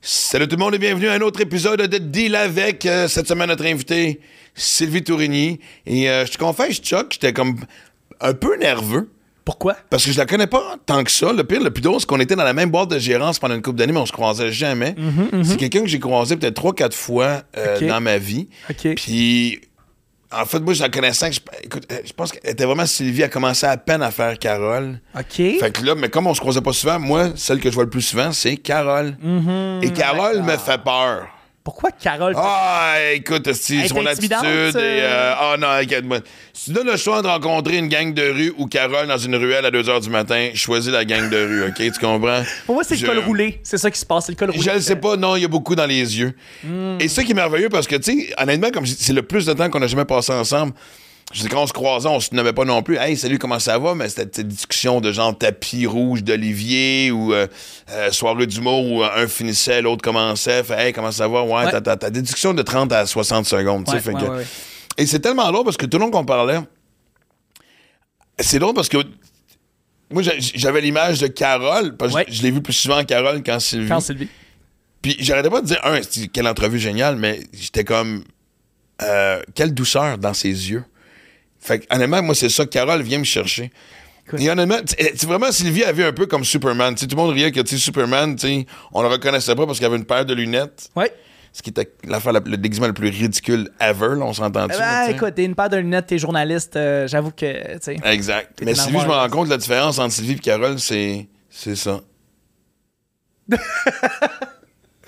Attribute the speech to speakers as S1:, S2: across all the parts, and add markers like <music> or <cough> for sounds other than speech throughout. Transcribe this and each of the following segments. S1: Salut tout le monde et bienvenue à un autre épisode de Deal avec. euh, cette semaine, notre invité, Sylvie Tourigny. Et euh, je te confesse, Chuck, j'étais comme un peu nerveux
S2: Pourquoi?
S1: parce que je la connais pas tant que ça. Le pire, le plus drôle, c'est qu'on était dans la même boîte de gérance pendant une couple d'années, mais on se croisait jamais. C'est quelqu'un que j'ai croisé peut-être trois, quatre fois euh,
S2: Mhm, Ok.
S1: dans ma vie.
S2: OK.
S1: Puis, en fait, moi, je la connaissais. Je, écoute, euh, je pense qu'elle était vraiment Sylvie. Elle commençait à peine à faire Carole.
S2: OK.
S1: Fait que là, mais comme on se croisait pas souvent, moi, celle que je vois le plus souvent, c'est Carole.
S2: Mhm.
S1: Et Carole me fait peur.
S2: Pourquoi Carole?
S1: Ah, écoute, si
S2: Elle est
S1: son attitude
S2: intimidante,
S1: et. euh,
S2: euh.
S1: Ah non, écoute-moi. Si tu donnes le choix de rencontrer une gang de rue ou Carole dans une ruelle à 2 h du matin, choisis la gang de rue, OK? Tu comprends?
S2: Pour moi, c'est
S1: Je-
S2: le col roulé. C'est ça qui se passe, c'est le col roulé.
S1: Je le sais pas, non, il y a beaucoup dans les yeux.
S2: Hmm.
S1: Et ça qui est merveilleux, parce que, tu sais, honnêtement, comme je dis, c'est le plus de temps qu'on a jamais passé ensemble. Je dis, quand on se croisait, on se nommait pas non plus. Hey, salut, comment ça va? Mais c'était des discussions de genre tapis rouge d'Olivier ou euh, euh, soirée d'humour où un finissait, l'autre commençait. Fait, hey, comment ça va? Ouais,
S2: Ouais.
S1: t'as- t'as t'as des discussions de 30 à 60 secondes. tu sais,
S2: Ouais,
S1: fait
S2: ouais,
S1: que-
S2: ouais, ouais.
S1: Et c'est tellement drôle parce que tout le long qu'on parlait, c'est drôle parce que. Moi, j'a- j'avais l'image de Carole, parce que
S2: Ouais.
S1: je l'ai vu plus souvent Carole qu'en Sylvie.
S2: Quand Sylvie.
S1: Puis j'arrêtais pas de dire, un, c'est- quelle entrevue géniale, mais j'étais comme, euh, quelle douceur dans ses yeux. Fait que, honnêtement, moi, c'est ça que Carole vient me chercher.
S2: Écoute.
S1: Et honnêtement, tu- eh, tu- vraiment, Sylvie avait un peu comme Superman. Tu sais, tout le monde riait que tu sais, Superman, tu sais, on le reconnaissait pas parce qu'il avait une paire de lunettes,
S2: Ouais.
S1: ce qui était l'affaire, la- le déguisement le plus ridicule ever, là, on s'entend
S2: Eh ben, écoute, t'es une paire de lunettes, t'es journaliste, euh, j'avoue que, tu sais.
S1: Exact.
S2: T'es
S1: Mais
S2: dans
S1: Sylvie, je me
S2: voir-
S1: rends compte, la différence entre Sylvie et Carole, c'est, c'est
S2: <laughs>
S1: ça.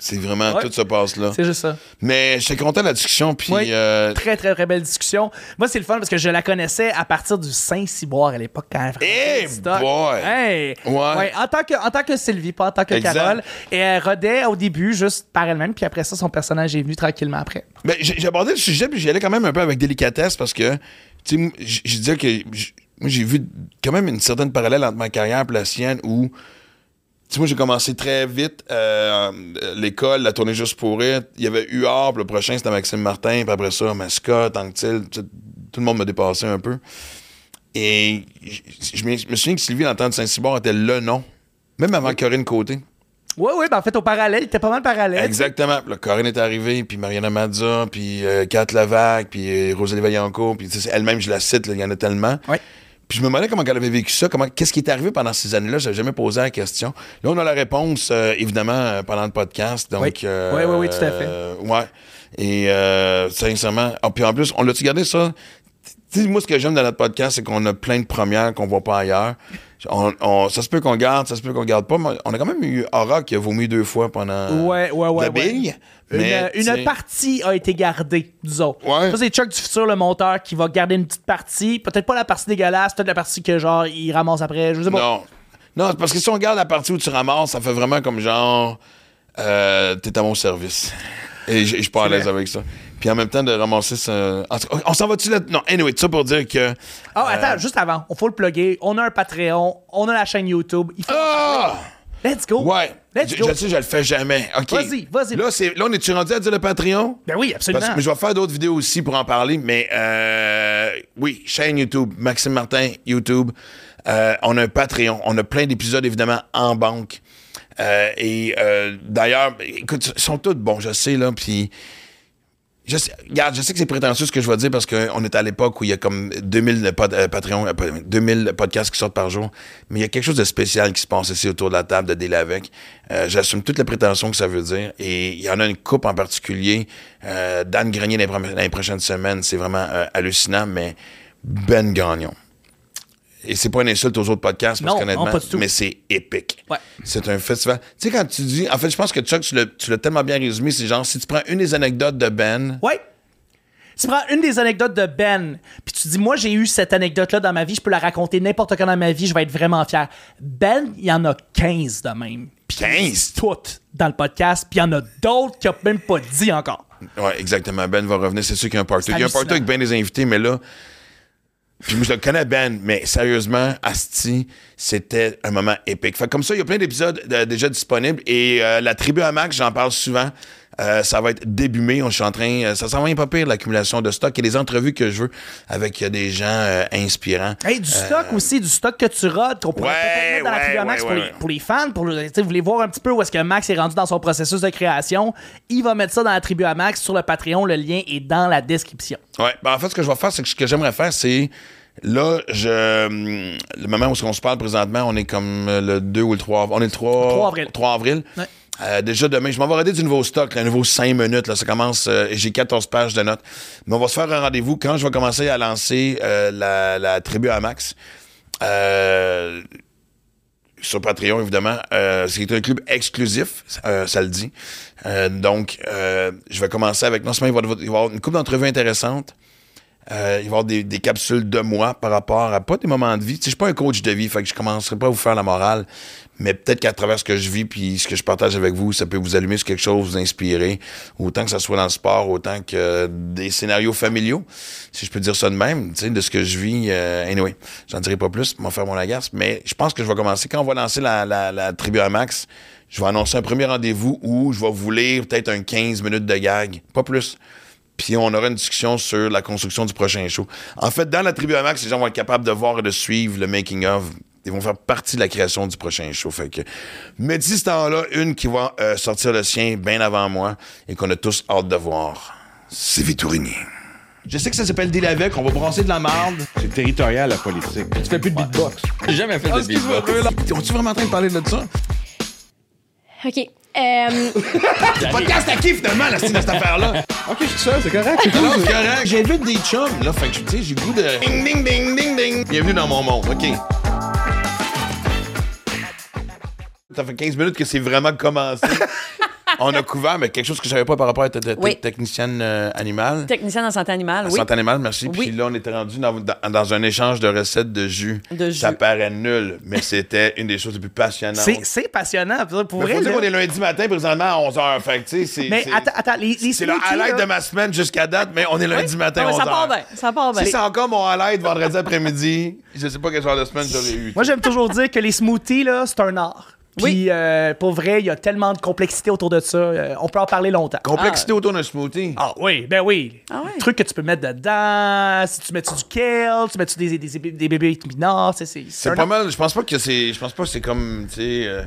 S1: c'est vraiment,
S2: Ouais.
S1: tout se passe là.
S2: C'est juste ça.
S1: Mais j'étais content de la discussion, puis
S2: Oui.
S1: euh,
S2: Très, très, très belle discussion. Moi, c'est le fun parce que je la connaissais à partir du Saint-Cyboire à l'époque quand elle
S1: Eh
S2: faisait du stock.
S1: boy!
S2: Hey!
S1: Ouais.
S2: en, tant que, en tant que Sylvie, pas en tant que
S1: Exact.
S2: Carole. Et elle rodait au début juste par elle-même, puis après ça, son personnage est venu tranquillement après.
S1: ben, j'ai j'ai abordé le sujet, puis j'y allais quand même un peu avec délicatesse parce que, tu sais, m- j- je disais que j- moi, j'ai vu quand même une certaine parallèle entre ma carrière et la sienne où, tu sais, moi, j'ai commencé très vite euh, euh, l'école, la tournée juste pour rire. Il y avait UR, puis le prochain, c'était Maxime Martin, puis après ça, Mascotte, Anctil, tu sais, tout le monde me dépassait un peu. Et j- je me je me souviens que Sylvie, dans le temps de Saint-Cyboire, était le nom, même avant Corinne Côté.
S2: Oui, oui, ben en fait, au parallèle, il était pas mal parallèle.
S1: Exactement. Puis là, Corinne est arrivée, puis Mariana Mazza, puis euh, Kat Lavac, puis euh, Rosalie Vaillancourt, puis tu sais, elle-même, je la cite, là, il y en a tellement.
S2: Ouais.
S1: Puis je me demandais comment elle avait vécu ça, comment, qu'est-ce qui est arrivé pendant ces années-là, je n'avais jamais posé la question. Là, on a la réponse, euh, évidemment, euh, pendant le podcast. Donc,
S2: Oui.
S1: euh,
S2: Oui, oui, oui, tout à fait.
S1: euh, ouais. Et euh, sincèrement, ah, puis en plus, on l'a-tu gardé ça? Tu sais, moi, ce que j'aime dans notre podcast, c'est qu'on a plein de premières qu'on voit pas ailleurs. On- on- ça se peut qu'on garde, ça se peut qu'on garde pas. mais on a quand même eu Aura qui a vomi deux fois pendant
S2: Ouais, ouais, ouais,
S1: de la
S2: ouais.
S1: bille.
S2: Une, euh,
S1: mais,
S2: une
S1: tu sais,
S2: partie a été gardée, disons.
S1: Ouais.
S2: Ça, c'est Chuck du futur, le monteur, qui va garder une petite partie. Peut-être pas la partie dégueulasse, peut-être la partie que, genre, il ramasse après. Je sais pas.
S1: Non. Non, c'est parce que si on regarde la partie où tu ramasses, ça fait vraiment comme genre. euh, T'es à mon service. Et je je suis pas à
S2: C'est
S1: l'aise avec ça. Puis en même temps, de ramasser ça. en tout cas, On s'en va-tu là? Non, anyway, tout ça pour dire que.
S2: Ah,
S1: Euh.
S2: attends, juste avant, il faut le plugger. On a un Patreon, on a la chaîne YouTube. Il faut...
S1: Ah!
S2: Let's go!
S1: Ouais!
S2: Let's
S1: Je,
S2: go!
S1: je sais, je le fais jamais. OK.
S2: Vas-y, vas-y.
S1: Là, c'est- là on est-tu rendu à dire le Patreon?
S2: Ben oui,
S1: Parce
S2: absolument.
S1: que je vais faire d'autres vidéos aussi pour en parler, mais euh, oui, chaîne YouTube, Maxime Martin, YouTube. Euh, on a un Patreon. On a plein d'épisodes, évidemment, en banque. Euh, et euh, d'ailleurs, écoute, ils sont tous bons, je sais, là, puis... Je sais, regarde, je sais que c'est prétentieux ce que je vais dire parce qu'on est à l'époque où il y a comme 2000, de pod- euh, Patreon, euh, pas- 2000 podcasts qui sortent par jour, mais il y a quelque chose de spécial qui se passe ici autour de la table de Deal avec. Euh, J'assume toute la prétention que ça veut dire et il y en a une coupe en particulier. euh, Dan Grenier dans les, prom- dans les prochaines semaines, c'est vraiment euh, hallucinant, mais Ben Gagnon. Et c'est pas une insulte aux autres podcasts, parce
S2: Non,
S1: qu'honnêtement,
S2: non, pas du tout.
S1: mais c'est épique.
S2: Ouais.
S1: C'est un festival. Tu sais, quand tu dis, en fait, je pense que Chuck, tu l'as- tu l'as tellement bien résumé, c'est genre, si tu prends une des anecdotes de Ben,
S2: Ouais. Tu prends une des anecdotes de Ben, puis tu dis, moi, j'ai eu cette anecdote-là dans ma vie, je peux la raconter n'importe quand dans ma vie, je vais être vraiment fier. Ben, il y en a 15 de même. Puis
S1: 15?
S2: Toutes dans le podcast, puis il y en a d'autres qu'il n'a même pas dit encore.
S1: Oui, exactement. Ben va revenir. C'est sûr qu'il y a un party.
S2: C'est
S1: Il y a un party
S2: hallucinant.
S1: avec bien des invités, mais là. Puis moi, je le connais, Ben, mais sérieusement, Asti, c'était un moment épique. Fait que comme ça, il y a plein d'épisodes euh, déjà disponibles. Et euh, la tribu à Max, j'en parle souvent. Euh, ça va être début mai. On je suis en train. euh, Ça s'en va pas pire l'accumulation de stock et les entrevues que je veux avec euh, des gens euh, inspirants.
S2: Hey, du stock aussi, du stock que tu rodes, qu'on pourrait
S1: Euh. Ouais,
S2: peut-être mettre dans la
S1: ouais,
S2: figure Max
S1: ouais,
S2: pour,
S1: ouais.
S2: Les, pour les fans. Pour le, tu sais, vous voulez voir un petit peu où est-ce que Max est rendu dans son processus de création. Il va mettre ça dans la tribu à Max sur le Patreon. Le lien est dans la description.
S1: Ouais, ben en fait, ce que je vais faire, c'est que ce que j'aimerais faire, c'est. Là, je, hum, le moment où on se parle présentement, on est comme euh, le 2 ou le 3 On est le 3,
S2: 3 avril.
S1: 3 avril.
S2: Ouais.
S1: Euh, déjà demain, je m'en vais regarder du nouveau stock, là, un nouveau 5 minutes. Là, ça commence, euh, j'ai 14 pages de notes. Mais on va se faire un rendez-vous quand je vais commencer à lancer euh, la, la tribu à Max. Euh, sur Patreon, évidemment. Euh, c'est un club exclusif, euh, ça le dit. Euh, donc, euh, je vais commencer avec... Non seulement il va, il va y avoir une couple d'entrevues intéressantes, euh, il va y avoir des, des capsules de moi par rapport à pas des moments de vie. Tu sais, je suis pas un coach de vie, fait que je commencerai pas à vous faire la morale, mais peut-être qu'à travers ce que je vis puis ce que je partage avec vous, ça peut vous allumer sur quelque chose, vous inspirer, autant que ça soit dans le sport, autant que euh, des scénarios familiaux, si je peux dire ça de même, tu sais, de ce que je vis. Euh, anyway, j'en dirai pas plus, m'en faire mon agace, mais je pense que je vais commencer quand on va lancer la, la, la tribu à Max. Je vais annoncer un premier rendez-vous où je vais vous lire peut-être un 15 minutes de gag, pas plus. Puis on aura une discussion sur la construction du prochain show. En fait, dans la tribu à Max, les gens vont être capables de voir et de suivre le making of. Ils vont faire partie de la création du prochain show. Fait que, mais d'ici ce temps-là, une qui va euh, sortir le sien bien avant moi et qu'on a tous hâte de voir, c'est Vitorini. Je sais que ça s'appelle Deal avec, on va brasser de la marde.
S3: C'est territorial, la politique.
S2: Tu fais plus de beatbox.
S4: J'ai jamais
S1: Ah,
S4: fait de beatbox.
S1: On-tu vraiment en train de parler de ça?
S5: OK.
S4: <laughs>
S5: Euh,
S1: Le podcast à qui finalement, la style de cette affaire-là?
S3: Ok, je suis seul, c'est correct.
S1: Alors, c'est correct. J'invite des chums, là. Fait que, tu sais, j'ai le goût de. Ding, ding, ding, ding, ding. Bienvenue dans mon monde, OK. Ça fait 15 minutes que c'est vraiment commencé. On a couvert, mais quelque chose que je savais pas par rapport à ta ta- ta-
S4: Oui.
S1: technicienne euh, animale.
S4: Technicienne en santé animale,
S1: La
S4: oui.
S1: santé animale, merci. Puis
S4: Oui.
S1: là, on était rendu dans, dans- dans un échange de recettes de jus.
S4: De
S1: Ça
S4: jus.
S1: paraît nul, mais c'était une des choses les plus passionnantes.
S2: C'est c'est passionnant. Pour
S1: Ah Mais
S2: vrai,
S1: faut
S2: là.
S1: dire qu'on est lundi matin, présentement à 11h. Fait que, tu sais, c'est.
S2: Mais
S1: c'est-
S2: attends, attends, les, les
S1: c'est le
S2: smoothies,
S1: highlight
S4: hein?
S2: là,
S1: de ma semaine jusqu'à date, mais on est lundi matin.
S4: Non, mais Ah ça
S1: 11
S4: part
S1: heures.
S4: bien, ça part bien.
S1: Si c'est encore mon highlight vendredi après-midi, je sais pas quel genre de semaine j'aurais eu.
S2: Moi, j'aime toujours dire que les smoothies, là, c'est un art. Puis,
S4: Oui.
S2: euh, pour vrai, il y a tellement de complexité autour de ça. euh, on peut en parler longtemps.
S1: Complexité autour d'un smoothie.
S2: Ah oui, ben oui.
S4: Ah ouais.
S2: Truc que tu peux mettre dedans, si tu mets du kale, tu mets des, des, des, des bébés minards, c'est c'est
S1: C'est
S2: un
S1: pas
S2: an-
S1: mal. Je pense pas que c'est. Je pense pas que c'est comme, tu sais. euh,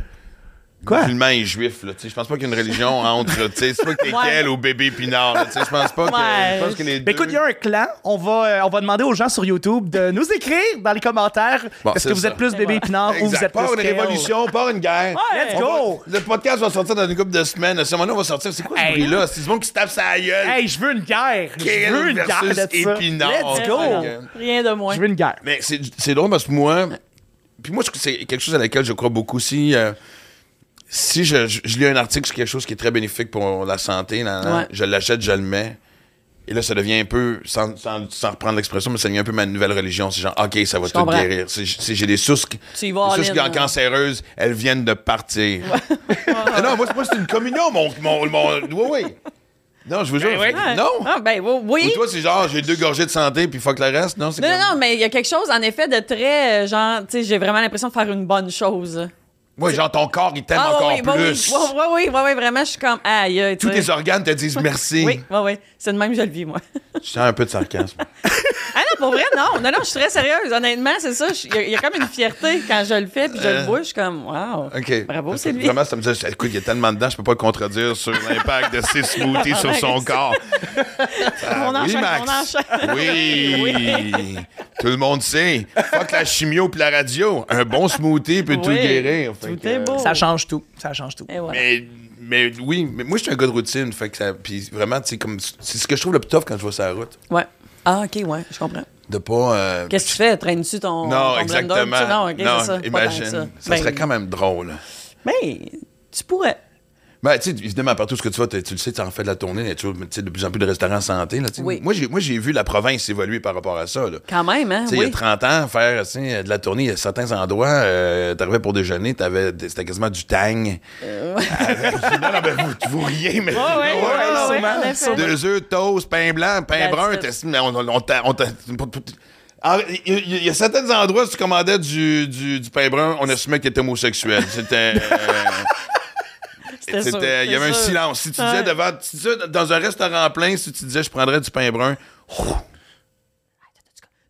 S2: Quoi?
S1: Musulman et juif, là. tu sais. Je pense pas qu'il y a une
S2: <laughs>
S1: religion entre. tu sais, C'est pas que t'es
S4: Ouais.
S1: quel ou bébé pinard, là, tu sais. Je pense pas que.
S4: Ouais.
S1: Je pense que les
S2: Ben
S1: deux.
S2: écoute, il y a un clan. On va, euh, on va demander aux gens sur YouTube de nous écrire dans les commentaires
S1: Bon,
S2: est-ce
S1: c'est
S2: que vous
S1: ça.
S2: êtes plus bébé pinard ou
S1: Exact.
S2: vous êtes
S1: Pas
S2: plus
S1: une
S2: kale.
S1: révolution, pas une guerre.
S2: Let's
S4: Ouais.
S2: go!
S1: Le podcast va sortir dans une couple de semaines. À ce moment-là, on va sortir. C'est quoi ce
S2: Hey.
S1: bruit-là? C'est du monde qui se tape sa gueule.
S2: Hey, je veux une guerre! Je
S1: Kale
S2: veux une guerre
S1: versus
S2: de ça!
S1: épinard.
S2: Let's go!
S1: Ouais.
S4: Euh, Rien de moins.
S2: Je veux une guerre.
S1: Mais c'est c'est drôle parce que moi, puis moi, je- c'est quelque chose à laquelle je crois beaucoup. Si, euh, si je, je- je lis un article sur quelque chose qui est très bénéfique pour la santé, nan, nan,
S4: Ouais.
S1: je l'achète, je le mets. Et là, ça devient un peu, sans, sans- sans reprendre l'expression, mais ça devient un peu ma nouvelle religion. C'est genre, OK, ça va tout
S4: comprends.
S1: guérir. Si j- si j'ai des sousques,
S4: Tu y vas
S1: les
S4: all
S1: sousques en
S4: in, là.
S1: cancéreuses, elles viennent de partir. <laughs> Mais non, moi, c'est- moi, c'est une communion, mon... mon, mon- oui, oui. Non, je vous jure.
S4: Ouais.
S1: Non.
S4: Ah, ben oui. oui.
S1: Ou toi, c'est genre, j'ai deux gorgées de santé, puis fuck le reste. Non, c'est
S4: Non,
S1: comme-
S4: non, non, mais il y a quelque chose, en effet, de très, euh, genre, tu sais, j'ai vraiment l'impression de faire une bonne chose. Ah,
S1: Oui, genre ton corps, il t'aime encore
S4: oui, oui,
S1: plus.
S4: oui, oui, oui, oui, oui, vraiment, je suis comme, aïe, aïe, tu
S1: Tous
S4: sais.
S1: tes organes te disent merci.
S4: Oui, oui, oui, c'est de même que je le vis, moi. <laughs>
S1: Je sens un peu de sarcasme.
S4: ah non, pour vrai, non, non, non, je suis très sérieuse, honnêtement, c'est ça, je- il y, a- il y a comme une fierté quand je le fais, puis je
S1: Euh,
S4: le vois, je suis comme, wow,
S1: <laughs> OK.
S4: bravo,
S1: Parce que
S4: c'est lui.
S1: Vraiment, ça me disait, écoute, il y a tellement dedans, je peux pas le contredire sur l'impact de ses smoothies sur son corps. Ah,
S4: On
S1: oui,
S4: enchaîne,
S1: Max.
S4: on enchaîne. <laughs>
S1: Oui. Tout le monde sait. Fuck la chimio puis la radio. Un bon smoothie peut tout
S4: Oui,
S1: guérir. Fait
S4: tout
S1: que, euh,
S4: est beau.
S2: Ça change tout. Ça change
S1: Eh
S2: tout.
S4: Et voilà.
S1: Mais, mais oui, mais moi, je suis un gars de routine. Fait que ça, puis vraiment, tu sais, comme, c'est ce que je trouve le plus tough quand je vais sur la route.
S4: Ouais. Ah, OK, ouais, je comprends.
S1: De pas. euh,
S4: Qu'est-ce que tu fais? Traînes-tu ton.
S1: non,
S4: ton blender?
S1: exactement.
S4: Tu- Non, OK, c'est ça.
S1: imagine. Ça, serait quand même drôle.
S4: Ben, tu pourrais.
S1: Ben, tu sais, évidemment, partout ce que tu vas, t'es- tu le sais, tu en fais de la tournée, il y a toujours tu sais, de plus en plus de restaurants santé. Là, tu sais.
S4: Oui.
S1: Moi, j'ai, moi, j'ai vu la province évoluer par rapport à ça. Là.
S4: Quand même, hein?
S1: Tu sais, Il y
S4: Oui.
S1: a 30 ans, faire tu sais, de la tournée, il y a certains endroits, euh, t'arrivais pour déjeuner, t'avais, c'était quasiment du tang. Avec- non, non, ben, vous, vous riez, mais...
S4: Euh, Ouais, ouais, ouais, ouais,
S1: non,
S4: ouais,
S1: non.
S4: en effet.
S1: Deux œufs, toast, pain blanc, pain
S4: That's
S1: brun,
S4: it.
S1: t'es- mais on, on, on t'a- on t'a- Ah, Il y, a- il y a certains endroits, si tu
S4: <laughs>
S1: commandais du, du, du pain brun, on assumait que t'étais homosexuel. C'était... euh,
S4: C'était sûr,
S1: C'était- Il y avait un
S4: c'était sûr.
S1: silence. Si tu disais
S4: Ouais.
S1: devant, si tu disais dans un restaurant plein, si tu disais je prendrais du pain brun,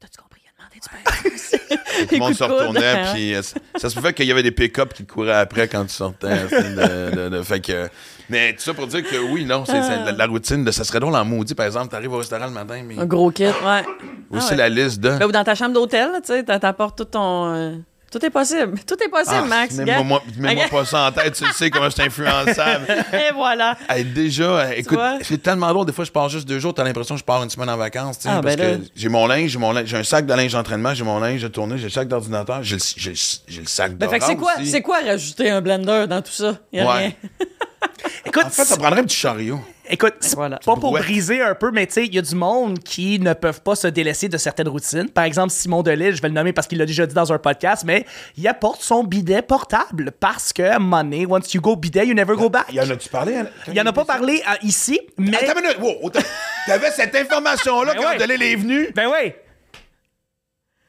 S4: T'as-tu compris? Il a demandé du
S1: <laughs>
S4: pain.
S1: tout le monde
S4: Écoute
S1: se
S4: pas,
S1: retournait.
S4: <laughs> hein.
S1: Puis euh, ça, ça se pouvait qu'il y avait des pick-up qui te couraient après quand tu sortais. euh, de- de- de- fait que, mais tout ça pour dire que oui, non, c'est c'est la, la routine de ça serait drôle en maudit. Par exemple, t'arrives au restaurant le matin, mais
S4: Un gros kit, Ah ouais.
S1: aussi
S4: Ah ouais.
S1: la liste de.
S4: Ben, ou dans ta chambre d'hôtel, là, tu sais, t'en- t'apportes tout ton. euh, Tout est possible. <laughs> Tout est possible,
S1: Ah,
S4: Max.
S1: Mets-moi
S4: gars.
S1: moi- mets-moi pas ça en tête, tu le sais comment je
S4: <laughs>
S1: suis influençable.
S4: Et voilà.
S1: Hey, déjà, hey, écoute,
S4: vois?
S1: c'est tellement drôle. Des fois, je pars juste deux jours, t'as l'impression que je pars une semaine en vacances. tu sais,
S4: Ah,
S1: parce
S4: ben
S1: que
S4: là.
S1: j'ai mon linge, j'ai mon linge- j'ai un sac de linge d'entraînement, j'ai mon linge de tournée, j'ai le sac d'ordinateur, j'ai le, j'ai le- j'ai le sac
S4: Ben,
S1: d'orange
S4: fait que c'est quoi,
S1: aussi.
S4: c'est quoi rajouter un blender dans tout ça? Y a
S1: Ouais.
S4: rien. <laughs>
S2: Écoute,
S1: En fait, ça prendrait un petit chariot.
S2: Écoute, c'est
S4: Voilà.
S2: pas pour
S1: Brouette.
S2: briser un peu, mais tu sais, il y a du monde qui ne peuvent pas se délaisser de certaines routines. Par exemple, Simon Delille, je vais le nommer parce qu'il l'a déjà dit dans un podcast, mais il apporte son bidet portable parce que money, once you go bidet, you never go
S4: Bah.
S2: back.
S1: Il y en a-tu parlé? Anna-
S2: Il y en a pas parlé à- ici, mais.
S1: Attends une minute. Wow, oh, t'as- T'avais cette information-là
S2: Ben
S1: quand
S2: ouais.
S1: Delille est venu.
S2: Ben oui,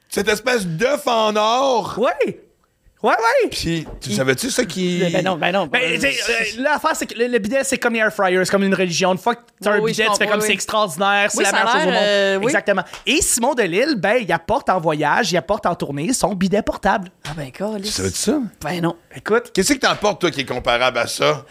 S1: Cette espèce d'œuf en or.
S2: oui, oui, oui.
S1: Puis, tu savais-tu ça qui.
S4: Ben non, ben non.
S2: Ben, tu sais, euh, l'affaire, c'est que le, le bidet, c'est comme les air fryers, c'est comme une religion. Une fois que tu as
S4: Oui,
S2: un
S4: oui,
S2: bidet,
S4: je
S2: tu fais
S4: comprends,
S2: comme
S4: oui,
S2: c'est
S4: oui.
S2: extraordinaire, c'est
S4: Oui,
S2: la
S4: ça a
S2: meilleure chose au
S4: l'air,
S2: monde.
S4: euh, oui.
S2: Exactement. Et Simon Delille, ben, il apporte en voyage, il apporte en tournée son bidet portable.
S4: Ah ben, câlisse.
S1: Tu savais-tu ça?
S4: Ben non.
S2: Écoute,
S1: Qu'est-ce que t'emportes, toi, qui est comparable à ça?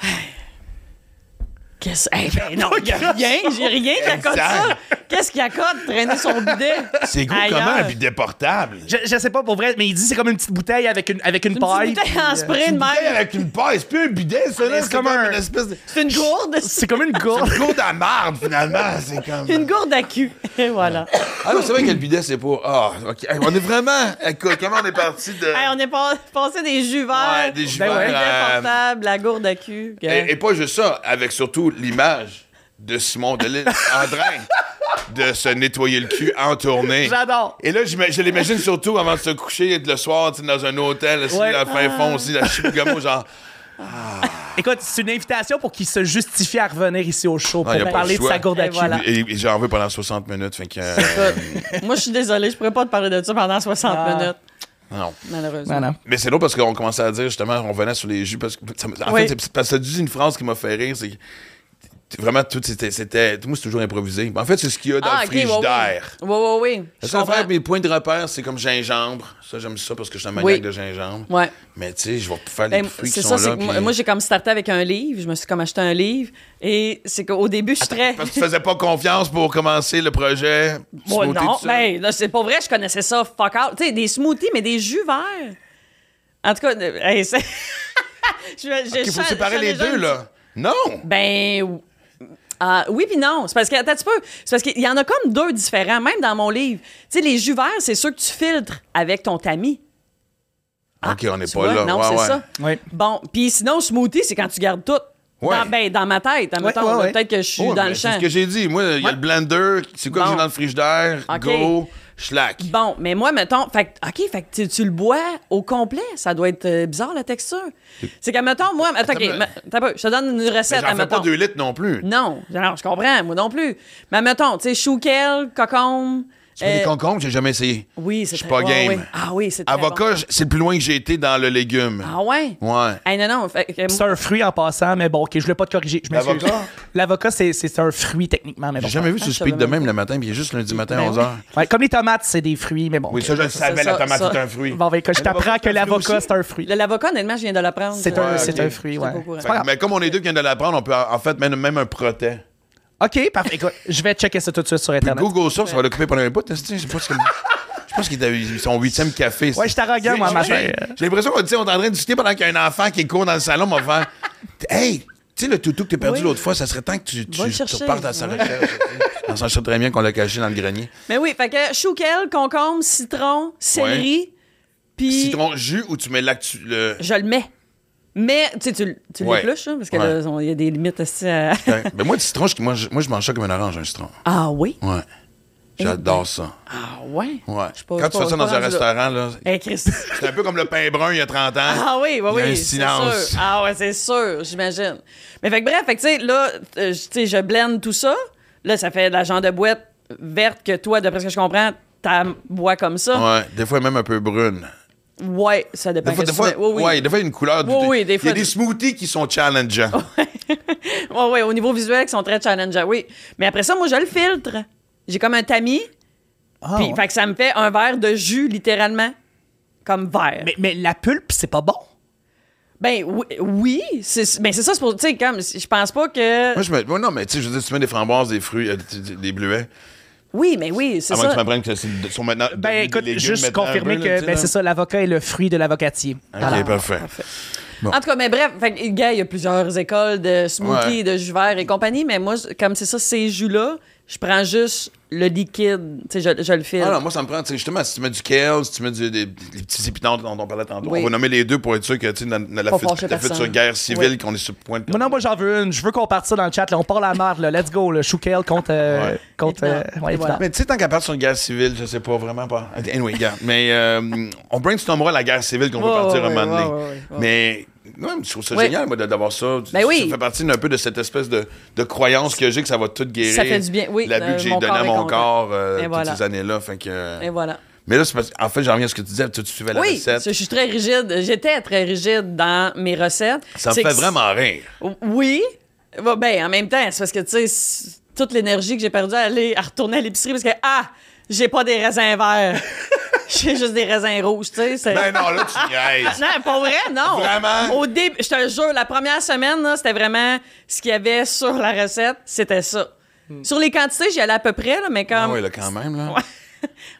S4: Qu'est-ce. Eh ben non, y a <laughs> rien. J'ai rien qui accorde ça. Qu'est-ce qui accorde traîner son bidet?
S1: C'est gros
S4: Ailleurs.
S1: comment un bidet portable?
S2: je, je sais pas pour vrai, mais il dit c'est comme une petite bouteille avec une, avec une,
S4: Une
S2: paille.
S4: petite bouteille
S2: puis,
S4: en
S2: euh,
S4: spray de
S1: Bidet
S4: mer.
S1: avec une paille, c'est plus un bidet, ça, là.
S2: c'est comme un-
S1: une espèce de.
S4: C'est
S1: <laughs>
S4: une gourde.
S2: C'est comme une
S4: <laughs>
S2: gourde.
S1: Une gourde à marde, finalement. C'est comme.
S4: Une gourde à cul. Et voilà.
S1: Ah non, c'est vrai que le bidet, c'est pas. Ah, OK. Hey, on est vraiment. Écoute, comment on est parti de.
S4: Hey, on est pas- passé des jus verts.
S1: Ouais, des jus
S4: au
S1: verts,
S4: bidet
S1: euh,
S4: portable, la gourde à cul.
S1: Et, et pas juste ça, avec surtout l'image de Simon Delille en train de se nettoyer le cul en tournée.
S2: J'adore.
S1: Et là, j'ima- je l'imagine surtout avant de se coucher le soir, tu sais, dans un hôtel, aussi,
S2: Ouais. Ah.
S1: à fin fond, aussi, la chibougamau, genre.
S2: Écoute, c'est une invitation pour qu'il se justifie à revenir ici au show
S1: y Ah, a pas
S2: pour
S1: le
S2: parler de
S1: choix.
S2: sa gourde à
S4: Et
S2: cul.
S4: voilà.
S1: Et, et j'en veux pendant 60 minutes, fait que. euh,
S4: Écoute, moi, je suis désolée, je pourrais pas te parler de ça pendant 60
S2: Ah.
S4: minutes,
S1: non.
S4: malheureusement.
S2: Voilà.
S1: Mais c'est drôle parce qu'on commençait à dire justement, on venait sur les jus. Parce que, ça me- en
S4: Oui.
S1: fait, c'est parce que ça dit une phrase qui m'a fait rire, c'est que t- vraiment tout c'était, c'était moi c'est toujours improvisé. En fait, c'est ce qu'il y a dans le
S4: Ah, ok,
S1: frigidaire.
S4: Oui, oui, oui. oui.
S1: La
S4: Je
S1: seule
S4: comprends.
S1: affaire, mes points de repère, c'est comme gingembre. Ça, j'aime ça parce que je suis un maniaque
S4: Oui.
S1: de gingembre.
S4: Ouais.
S1: Mais tu sais, je vais faire les
S4: Ben,
S1: fruits qui
S4: c'est
S1: sont
S4: ça, c'est
S1: là.
S4: que moi,
S1: puis-
S4: moi, j'ai comme starté avec un livre, je me suis comme acheté un livre, et c'est qu'au début, je suis très...
S1: Parce que tu faisais pas confiance pour commencer le projet.
S4: Moi,
S1: smoothie,
S4: non,
S1: tout ça.
S4: ben, là, c'est pas vrai, je connaissais ça, fuck out. Tu sais, des smoothies, mais des jus verts. En tout cas, euh, hey, c'est... <laughs> je, je
S1: Ok, faut
S4: sens-
S1: séparer
S4: je sens
S1: les
S4: déjà
S1: deux,
S4: une
S1: là. Non!
S4: Ben. ou- ah, oui, puis non. C'est parce que, attends, tu peux. C'est parce qu'il y en a comme deux différents, même dans mon livre. Tu sais, les jus verts, c'est ceux que tu filtres avec ton tamis.
S1: ok, on n'est
S4: Ah, Tu
S1: pas
S4: vois?
S1: là.
S4: Non,
S1: ouais,
S4: c'est
S1: ouais.
S4: ça.
S2: Oui.
S4: Bon, puis sinon, smoothie, c'est quand tu gardes tout.
S1: Ouais.
S4: Dans, ben, dans ma tête. En
S2: Ouais, ouais, ouais.
S4: peut-être que je suis
S1: Ouais, mais
S4: dans le
S1: Oh, ben, c'est
S4: champ.
S1: ce que j'ai dit. Moi, il y a le blender. C'est quoi que
S4: Bon.
S1: j'ai dans le frigidaire?
S4: Ok.
S1: Go, schlack.
S4: Bon, mais moi, mettons, fait, que- OK, fait que tu, tu le bois au complet. Ça doit être euh, bizarre, la texture. C'est qu'à, mettons, moi, attends, OK,
S1: Attends, mais-
S4: ma- attends un peu, je te donne une
S1: Mais
S4: recette,
S1: Ben, J'en fais
S4: admettons.
S1: pas deux litres non plus.
S4: Non, alors, je comprends, moi non plus. Mais mettons, tu sais, chouquel, cocombe.
S1: Tu mets
S4: euh,
S1: des concombres, j'ai jamais essayé.
S4: Oui, c'est
S1: Je suis
S4: très-
S1: pas
S4: ouais,
S1: game.
S4: ouais. Ah oui, c'est très
S1: Avocat,
S4: bon.
S1: je- c'est le plus loin que j'ai été dans le légume.
S4: Ah ouais?
S1: Ouais.
S4: Hey, non, non. fait que-
S2: C'est un fruit en passant, mais bon, ok, je voulais pas te corriger. je m'excuse.
S1: L'avocat?
S2: L'avocat, c'est- c'est un fruit techniquement, mais bon.
S1: J'ai jamais vu
S4: Ah,
S1: ce
S4: je
S1: speed
S4: savais
S1: de
S4: même
S1: même le matin, puis il est juste lundi matin
S4: Ben
S1: à
S4: oui.
S1: 11h.
S2: Ouais, comme les tomates, c'est des fruits, mais bon.
S1: Oui, ça, je le savais, la
S4: ça,
S1: tomate
S4: ça.
S1: est un fruit.
S2: Bon, ben, écoute, je t'apprends que l'avocat, c'est un fruit.
S4: Le- L'avocat, honnêtement, je viens de l'apprendre.
S2: C'est
S4: ça.
S2: un,
S1: Ouais,
S2: c'est
S1: ok.
S2: un fruit,
S4: J'étais
S2: ouais.
S4: pas au courant.
S2: C'est pas grave.
S1: Mais comme on est deux qui viennent de l'apprendre, on peut en fait même, même un protet.
S2: OK, parfait. Écoute, je vais checker ça tout de suite sur Internet.
S1: Google ça, ça va l'occuper pendant un bout. hein, c'est-tu, Je sais pas ce que- je pense qu'il avait son huitième café.
S2: Ouais, je suis arrogant, moi,
S1: J'ai-
S2: matin.
S1: J'ai j'ai l'impression qu'on dit, on est en train de discuter pendant qu'il y a un enfant qui court dans le salon, m'a fait Hey, tu sais, le toutou que t'as perdu
S4: Oui.
S1: l'autre fois, ça serait temps que tu, tu,
S4: Va le
S1: tu
S4: chercher.
S1: repartes à sa
S4: Ouais.
S1: recherche. on s'en très bien qu'on l'a caché dans le grenier.
S4: Mais oui, fait que chouquel, concombre, citron, céleri, puis
S1: Citron jus ou tu mets l'actu. Le...
S4: je le mets. Mais, tu sais, tu, l- tu
S1: Ouais.
S4: l'épluches, hein, parce que
S1: Ouais.
S4: là, on- il y a des limites
S1: <laughs>
S4: aussi à...
S1: Ben, ben, moi, du citron, je- moi, je, moi, je mange ça comme une orange, un citron.
S4: Ah oui?
S1: Ouais. J'adore ça.
S4: Ah ouais?
S1: Ouais.
S4: Je suis pas-
S1: Quand
S4: je
S1: tu fais ça
S4: suis pas- je suis pas
S1: dans un
S4: rendue là.
S1: restaurant, là,
S4: Hey, Chris.
S1: c'est un peu comme le pain brun il y a 30 ans.
S4: Ah
S1: Il
S4: oui, oui,
S1: y a
S4: oui.
S1: un
S4: c'est
S1: silence.
S4: sûr. Ah ouais, c'est sûr, j'imagine. Mais fait que bref, fait que tu sais, là, euh, je- tu sais, je blende tout ça. Là, ça fait de la genre de boîte verte que toi, d'après ce que je comprends, t'as bois comme ça.
S1: Ouais, des fois même un peu brune.
S4: Ouais, ça dépend.
S1: Des fois,
S4: Ben, qu'est-ce
S1: des fois,
S4: que tu mets. Oui, oui.
S1: ouais,
S4: <laughs>
S1: des fois, il y a une couleur.
S4: Oui, oui, des
S1: Il y
S4: fois,
S1: a des
S4: des- Oh.
S1: smoothies qui sont challengeants.
S4: Ouais, ouais, au niveau visuel, ils sont très challengeants, oui. Mais après ça, moi, je le filtre. J'ai comme un tamis,
S2: Ah,
S4: puis
S2: ouais.
S4: fait que ça me fait un verre de jus, littéralement, comme vert.
S2: mais, mais la pulpe, c'est pas bon.
S4: Ben oui, oui c'est ben, c'est ça, c'est pour- tu sais, comme, je pense pas que...
S1: Moi, je me. moi, non, mais tu sais, je veux dire, tu mets des framboises, des fruits, euh, tu- tu- des bleuets.
S4: Oui, mais oui, c'est
S1: Avant que
S4: ça.
S1: Ah, tu m'apprennes que c'est- ils sont maintenant.
S2: Ben
S1: devenus
S2: écoute,
S1: des légumes
S2: juste
S1: maintenant,
S2: confirmer
S1: un peu, là, tu
S2: que
S1: sais,
S2: ben,
S1: là. Ah.
S2: c'est ça, l'avocat est le fruit de l'avocatier.
S1: Ok,
S2: Alors,
S1: parfait.
S4: En tout cas, mais bref, fait, que, gars, il y a plusieurs écoles de smoothie,
S1: Ouais.
S4: de jus vert et compagnie, mais moi, je- comme c'est ça, ces jus-là, je prends juste le liquide, tu sais, je, je le filtre.
S1: Ah non, moi, ça me prend, tu sais, justement, si tu mets du kale, si tu mets du- des, les petits épinards dont on parlait tantôt,
S4: Oui.
S1: on va nommer les deux pour être sûr que, tu sais, dans, dans la,
S4: Pas
S1: fut-
S4: fâcher
S1: la
S4: personne.
S1: future guerre civile,
S4: Oui.
S1: qu'on est sur le point de
S2: Moi, non, moi, j'en veux une. Je veux qu'on parte ça dans le chat. Là. On part la merde. Là. Let's go. Le Choukel contre. euh,
S1: Ouais.
S2: contre euh,
S4: Vietnam.
S2: ouais,
S4: Et voilà.
S2: Vietnam.
S1: Mais tu sais, tant qu'à part sur une guerre civile, je sais pas vraiment pas. Anyway, regarde. Mais euh, on brainstormera la guerre civile qu'on
S4: Ouais,
S1: veut partir
S4: ouais,
S1: à un moment donné.
S4: ouais, ouais, ouais, ouais.
S1: Mais ouais, je trouve ça
S4: Ouais.
S1: génial, moi, de- d'avoir ça.
S4: Ben
S1: ça
S4: oui.
S1: fait partie d'un peu de cette espèce de, de croyance que j'ai que ça va tout guérir.
S4: Ça fait du bien, oui,
S1: L'abus
S4: euh,
S1: que j'ai
S4: mon
S1: donné
S4: corps
S1: à
S4: est
S1: mon
S4: content.
S1: corps euh,
S4: Et
S1: toutes
S4: voilà.
S1: ces années-là. Fait que.
S4: Et voilà.
S1: Mais là, c'est parce en fait, j'en reviens à ce que tu disais, tu, tu suivais la
S4: oui,
S1: recette.
S4: je je suis très rigide. J'étais très rigide dans mes recettes.
S1: Ça me
S4: C'est
S1: fait
S4: que-
S1: vraiment rire.
S4: Oui. Bon, ben, en même temps, c'est parce que, tu sais, c'est- toute l'énergie que j'ai perdue à aller à retourner à l'épicerie parce que, ah, j'ai pas des raisins verts. <laughs> j'ai juste des raisins rouges, tu sais. c'est- Ah,
S1: Ben non, là, tu niaises.
S4: <laughs> Non, pas vrai, non.
S1: Vraiment?
S4: Au début, je te jure, la première semaine, là, c'était vraiment ce qu'il y avait sur la recette, c'était ça. Sur les quantités, j'y allais à peu près, là, mais comme.
S1: Ah oui, là, quand même, là.
S4: <laughs>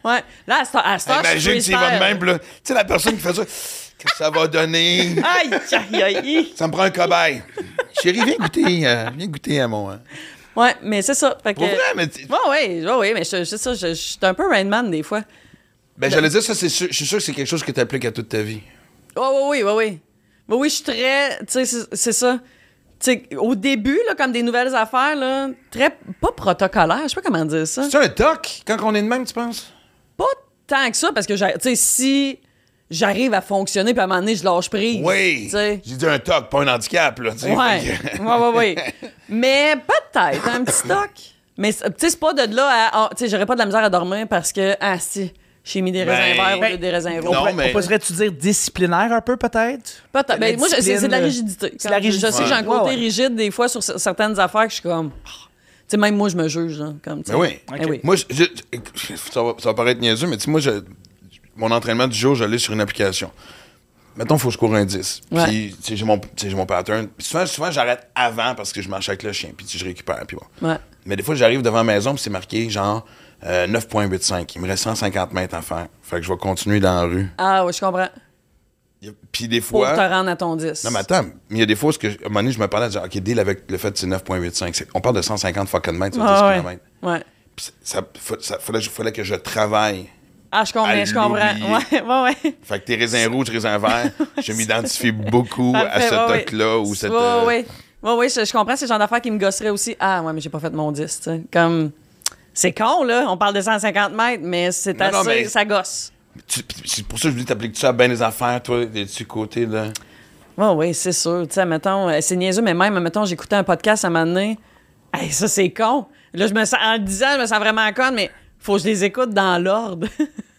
S4: Ouais. Là, à ce à ce temps, je suis
S1: Imagine s'il va de
S4: freestyle.
S1: même, puis là. Tu sais, la personne qui fait ça, qu'est-ce que ça va donner?
S4: Aïe, aïe, aïe, aïe.
S1: Ça me prend un cobaye. <laughs> Chérie, viens goûter, euh, viens goûter à mon. hein.
S4: Ouais, mais c'est ça. Fait que...
S1: Pour vrai, mais t-
S4: Ouais, ouais, ouais, ouais, mais je, c'est ça, je, je suis un peu Rain Man des fois.
S1: ben, j'allais dire ça, c'est sûr- je suis sûr que c'est quelque chose que tu appliques à toute ta vie.
S4: Ouais, ouais, oui, ouais, oui. Mais oui, je suis très. Tu sais, c'est- c'est ça. Tu sais, au début, là, comme des nouvelles affaires, là, très. pas protocolaire, je sais pas comment dire ça.
S1: C'est un toc quand on est de même, tu penses?
S4: Pas tant que ça, parce que, j'ai- tu sais, si j'arrive à fonctionner, puis à un moment donné, je lâche prise.
S1: Oui.
S4: Tu sais.
S1: J'ai dit un toc, pas un handicap, là. tu sais.
S4: Ouais.
S1: Fait que-
S4: ouais, ouais, ouais.
S1: <laughs>
S4: Mais peut-être, un petit stock. Mais c'est- tu sais, c'est pas de là à. ah, tu sais, j'aurais pas de la misère à dormir parce que, ah, si, j'ai mis des raisins
S1: Ben,
S4: verts au
S1: ben,
S4: lieu des raisins
S1: non,
S4: rouges.
S2: On pourrait-
S1: mais-
S2: On pourrait-tu dire disciplinaire un peu, peut-être?
S4: Peut-être. Ben,
S2: La
S4: moi, je- c'est c'est de la
S2: discipline,
S4: rigidité.
S2: c'est de la
S4: Je- Je, sais que j'ai un
S2: rigidité. Ouais,
S4: côté
S2: ouais.
S4: rigide des fois sur cer- certaines affaires que je suis comme. Ah. Tu sais, même moi, je me juge. là, comme, tu sais.
S1: Ben oui.
S4: Ben oui.
S1: Moi, je- je- ça, va, ça va paraître niaiseux, mais tu sais, moi, je- mon entraînement du jour, je l'ai sur une application. Mettons, il faut que je cours un 10.
S4: Ouais.
S1: Puis, tu sais, j'ai mon, tu sais, j'ai mon pattern. Puis souvent, souvent j'arrête avant parce que je marche avec le chien, puis tu sais, je récupère, puis bon.
S4: Ouais.
S1: Mais des fois, j'arrive devant la maison, puis c'est marqué genre euh, 9,85. Il me reste 150 mètres à faire. Fait que je vais continuer dans la rue.
S4: Ah, oui, je comprends.
S1: Y a- Puis des
S4: Pour
S1: fois.
S4: te rendre à ton 10.
S1: Non, mais attends, mais il y a des fois, ce que, je- à un moment donné, je me parlais, genre, OK, deal avec le fait que c'est 9,85. C'est- On parle de 150 fucking mètres sur 10
S4: Ah, ouais.
S1: kilomètres.
S4: ouais.
S1: Puis ça, faut- ça- fallait, fallait que je travaille.
S4: Ah, je comprends,
S1: À
S4: je comprends.
S1: l'oublier.
S4: Ouais, ouais, ouais.
S1: Fait que tes raisins rouges, raisins verts,
S4: <laughs>
S1: <laughs> je m'identifie beaucoup à
S4: Parfait,
S1: ce
S4: ouais, ouais.
S1: toc-là ou cette.
S4: Ouais,
S1: euh,
S4: ouais, ouais. Ouais, ouais, je, je comprends, c'est le genre d'affaires qui me gosserait aussi. Ah, ouais, mais j'ai pas fait mon 10, tu sais. Comme. C'est con, là. On parle de 150 mètres, mais c'est
S1: Non,
S4: assez.
S1: non, mais-
S4: Ça gosse.
S1: tu- puis C'est pour ça que je vous dis, t'appliques-tu ça à bien les affaires, toi, des petits côtés, là?
S4: Oui, oui, c'est sûr. Tu sais, mettons, euh, c'est niaiseux, mais même, mettons, j'écoutais un podcast à un moment donné. Hey, ça, c'est con. Là, je me sens, en le disant, je me sens vraiment conne, mais faut que je les écoute dans l'ordre. <laughs>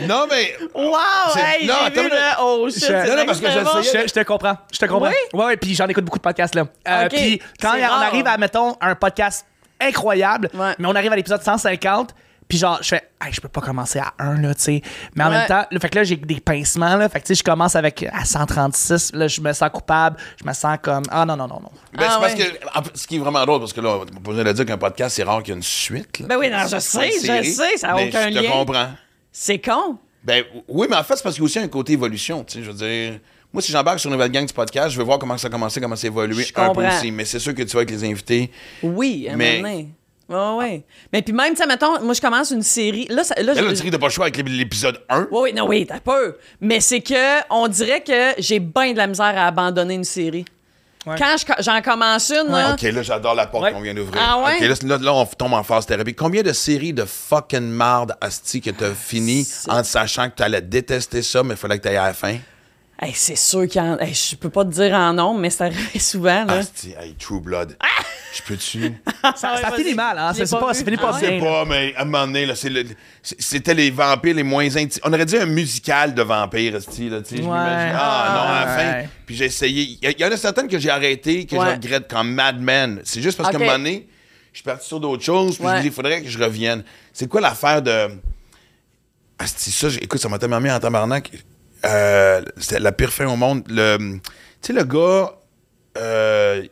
S1: Non, mais.
S4: wow!
S1: C'est-
S4: Hey,
S1: non,
S4: j'ai
S1: attends
S4: vu
S1: une minute.
S4: le. Oh, shit!
S2: Je-
S4: c'est
S2: Non,
S1: non, parce que
S4: extrêmement-
S1: j'essayais-
S2: Je, je te comprends. Je te comprends.
S4: Oui?
S2: Ouais, ouais, puis j'en écoute beaucoup de podcasts, là. Euh,
S4: Ok,
S2: Puis quand
S4: c'est
S2: on
S4: rare.
S2: arrive à, mettons, un podcast incroyable,
S4: Ouais.
S2: mais on arrive à l'épisode 150, puis genre, je fais, hey, je peux pas commencer à 1, là, tu sais. Mais en
S4: Ouais.
S2: même temps, le fait que là, j'ai des pincements, là. Fait que, tu sais, je commence avec à 136, là, je me sens coupable, je me sens comme, ah non, non, non, non.
S1: Ben,
S4: Ah,
S1: c'est parce
S4: ouais.
S1: que. en fait, ce qui est vraiment drôle, parce que là, on n'a pas besoin de dire qu'un podcast, c'est rare qu'il y ait une suite. là.
S4: Ben oui, non, je
S1: C'est
S4: sais,
S1: une
S4: je
S1: série,
S4: sais, ça a
S1: mais
S4: aucun
S1: Je te
S4: lien.
S1: comprends.
S4: C'est con.
S1: Ben oui, mais en fait, c'est parce qu'il y a aussi un côté évolution. Tu sais, je veux dire, moi, si j'embarque sur une nouvelle gang du podcast, je veux voir comment ça a commencé, comment ça a évolué
S4: Je
S1: un peu
S4: comprends.
S1: aussi. Mais c'est sûr que tu vas avec les invités.
S4: Oui, à un
S1: Mais-
S4: moment donné. Ouais, ouais. Mais puis même, tu sais, mettons, moi, je commence une série. Là, ça, là,
S1: Là,
S4: je-
S1: le tri de pas le choix avec l'épisode 1.
S4: Oui, oui, non, oui, t'as peur. Mais c'est que, on dirait que j'ai bien de la misère à abandonner une série.
S2: Ouais.
S4: Quand je co- j'en commence une, là,
S1: Ah, OK, là, j'adore la porte
S2: Ouais.
S1: qu'on vient d'ouvrir.
S4: Ah ouais?
S1: OK, là, c- là, là, on f- tombe en phase thérapie. Combien de séries de fucking marde asti que
S4: Ah,
S1: t'as fini en sachant que t'allais détester ça, mais il fallait que t'ailles à la fin?
S4: Hein? hey, c'est sûr qu'il y en... hey, je peux pas te dire en nombre, mais ça arrive souvent. Là. Ah!
S1: Asti, hey, True Blood. Je peux-tu?
S2: Ça, ça finit mal, hein?
S4: C'est
S2: Ça, c'est pas, ça finit pas
S1: Je sais
S2: bien. là.
S1: pas, mais à un moment donné, là, c'est le- c'est- c'était les vampires les moins intimes. On aurait dit un musical de vampires, esti, là, tu sais, je
S2: Ouais.
S1: m'imagine. Ah non, à la fin.
S2: Ouais.
S1: Puis j'ai essayé. Il y, en a certaines que j'ai arrêtées, que je
S4: Ouais.
S1: regrette comme Mad Men. C'est juste parce
S4: Ok.
S1: qu'à un moment donné, je suis parti sur d'autres choses, puis je me
S4: Ouais.
S1: dis, il faudrait que je revienne. C'est quoi l'affaire de. Asti, ça, j'ai- écoute, ça m'a tellement mis en tabarnak. Euh, C'était la pire fin au monde. Le- Tu sais, le gars. euh,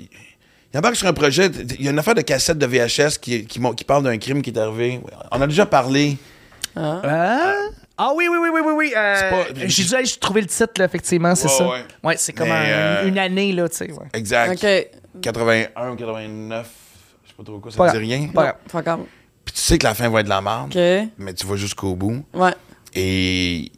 S1: il embarque sur un projet. Il y a une affaire de cassette de VHS qui, qui, mon- qui parle d'un crime qui est arrivé. On a déjà parlé.
S2: Hein? Ah oui, oui, oui, oui, oui, oui. euh,
S1: C'est pas-
S2: J'ai dû aller trouver le titre, là, effectivement, c'est
S1: Ouais,
S2: ça.
S1: ouais.
S2: Ouais, c'est comme
S1: Mais,
S2: un-
S1: euh,
S2: une année, là, tu sais. ouais.
S1: Exact.
S4: OK.
S1: 81 ou 89. Je sais pas trop quoi, ça
S2: Pas
S1: me dit
S2: grave.
S1: rien.
S2: Pas grave.
S4: Fuck off.
S1: Puis tu sais que la fin va être de la merde.
S4: OK. Ouais.
S1: Mais tu vas jusqu'au bout.
S4: Ouais.
S1: Et,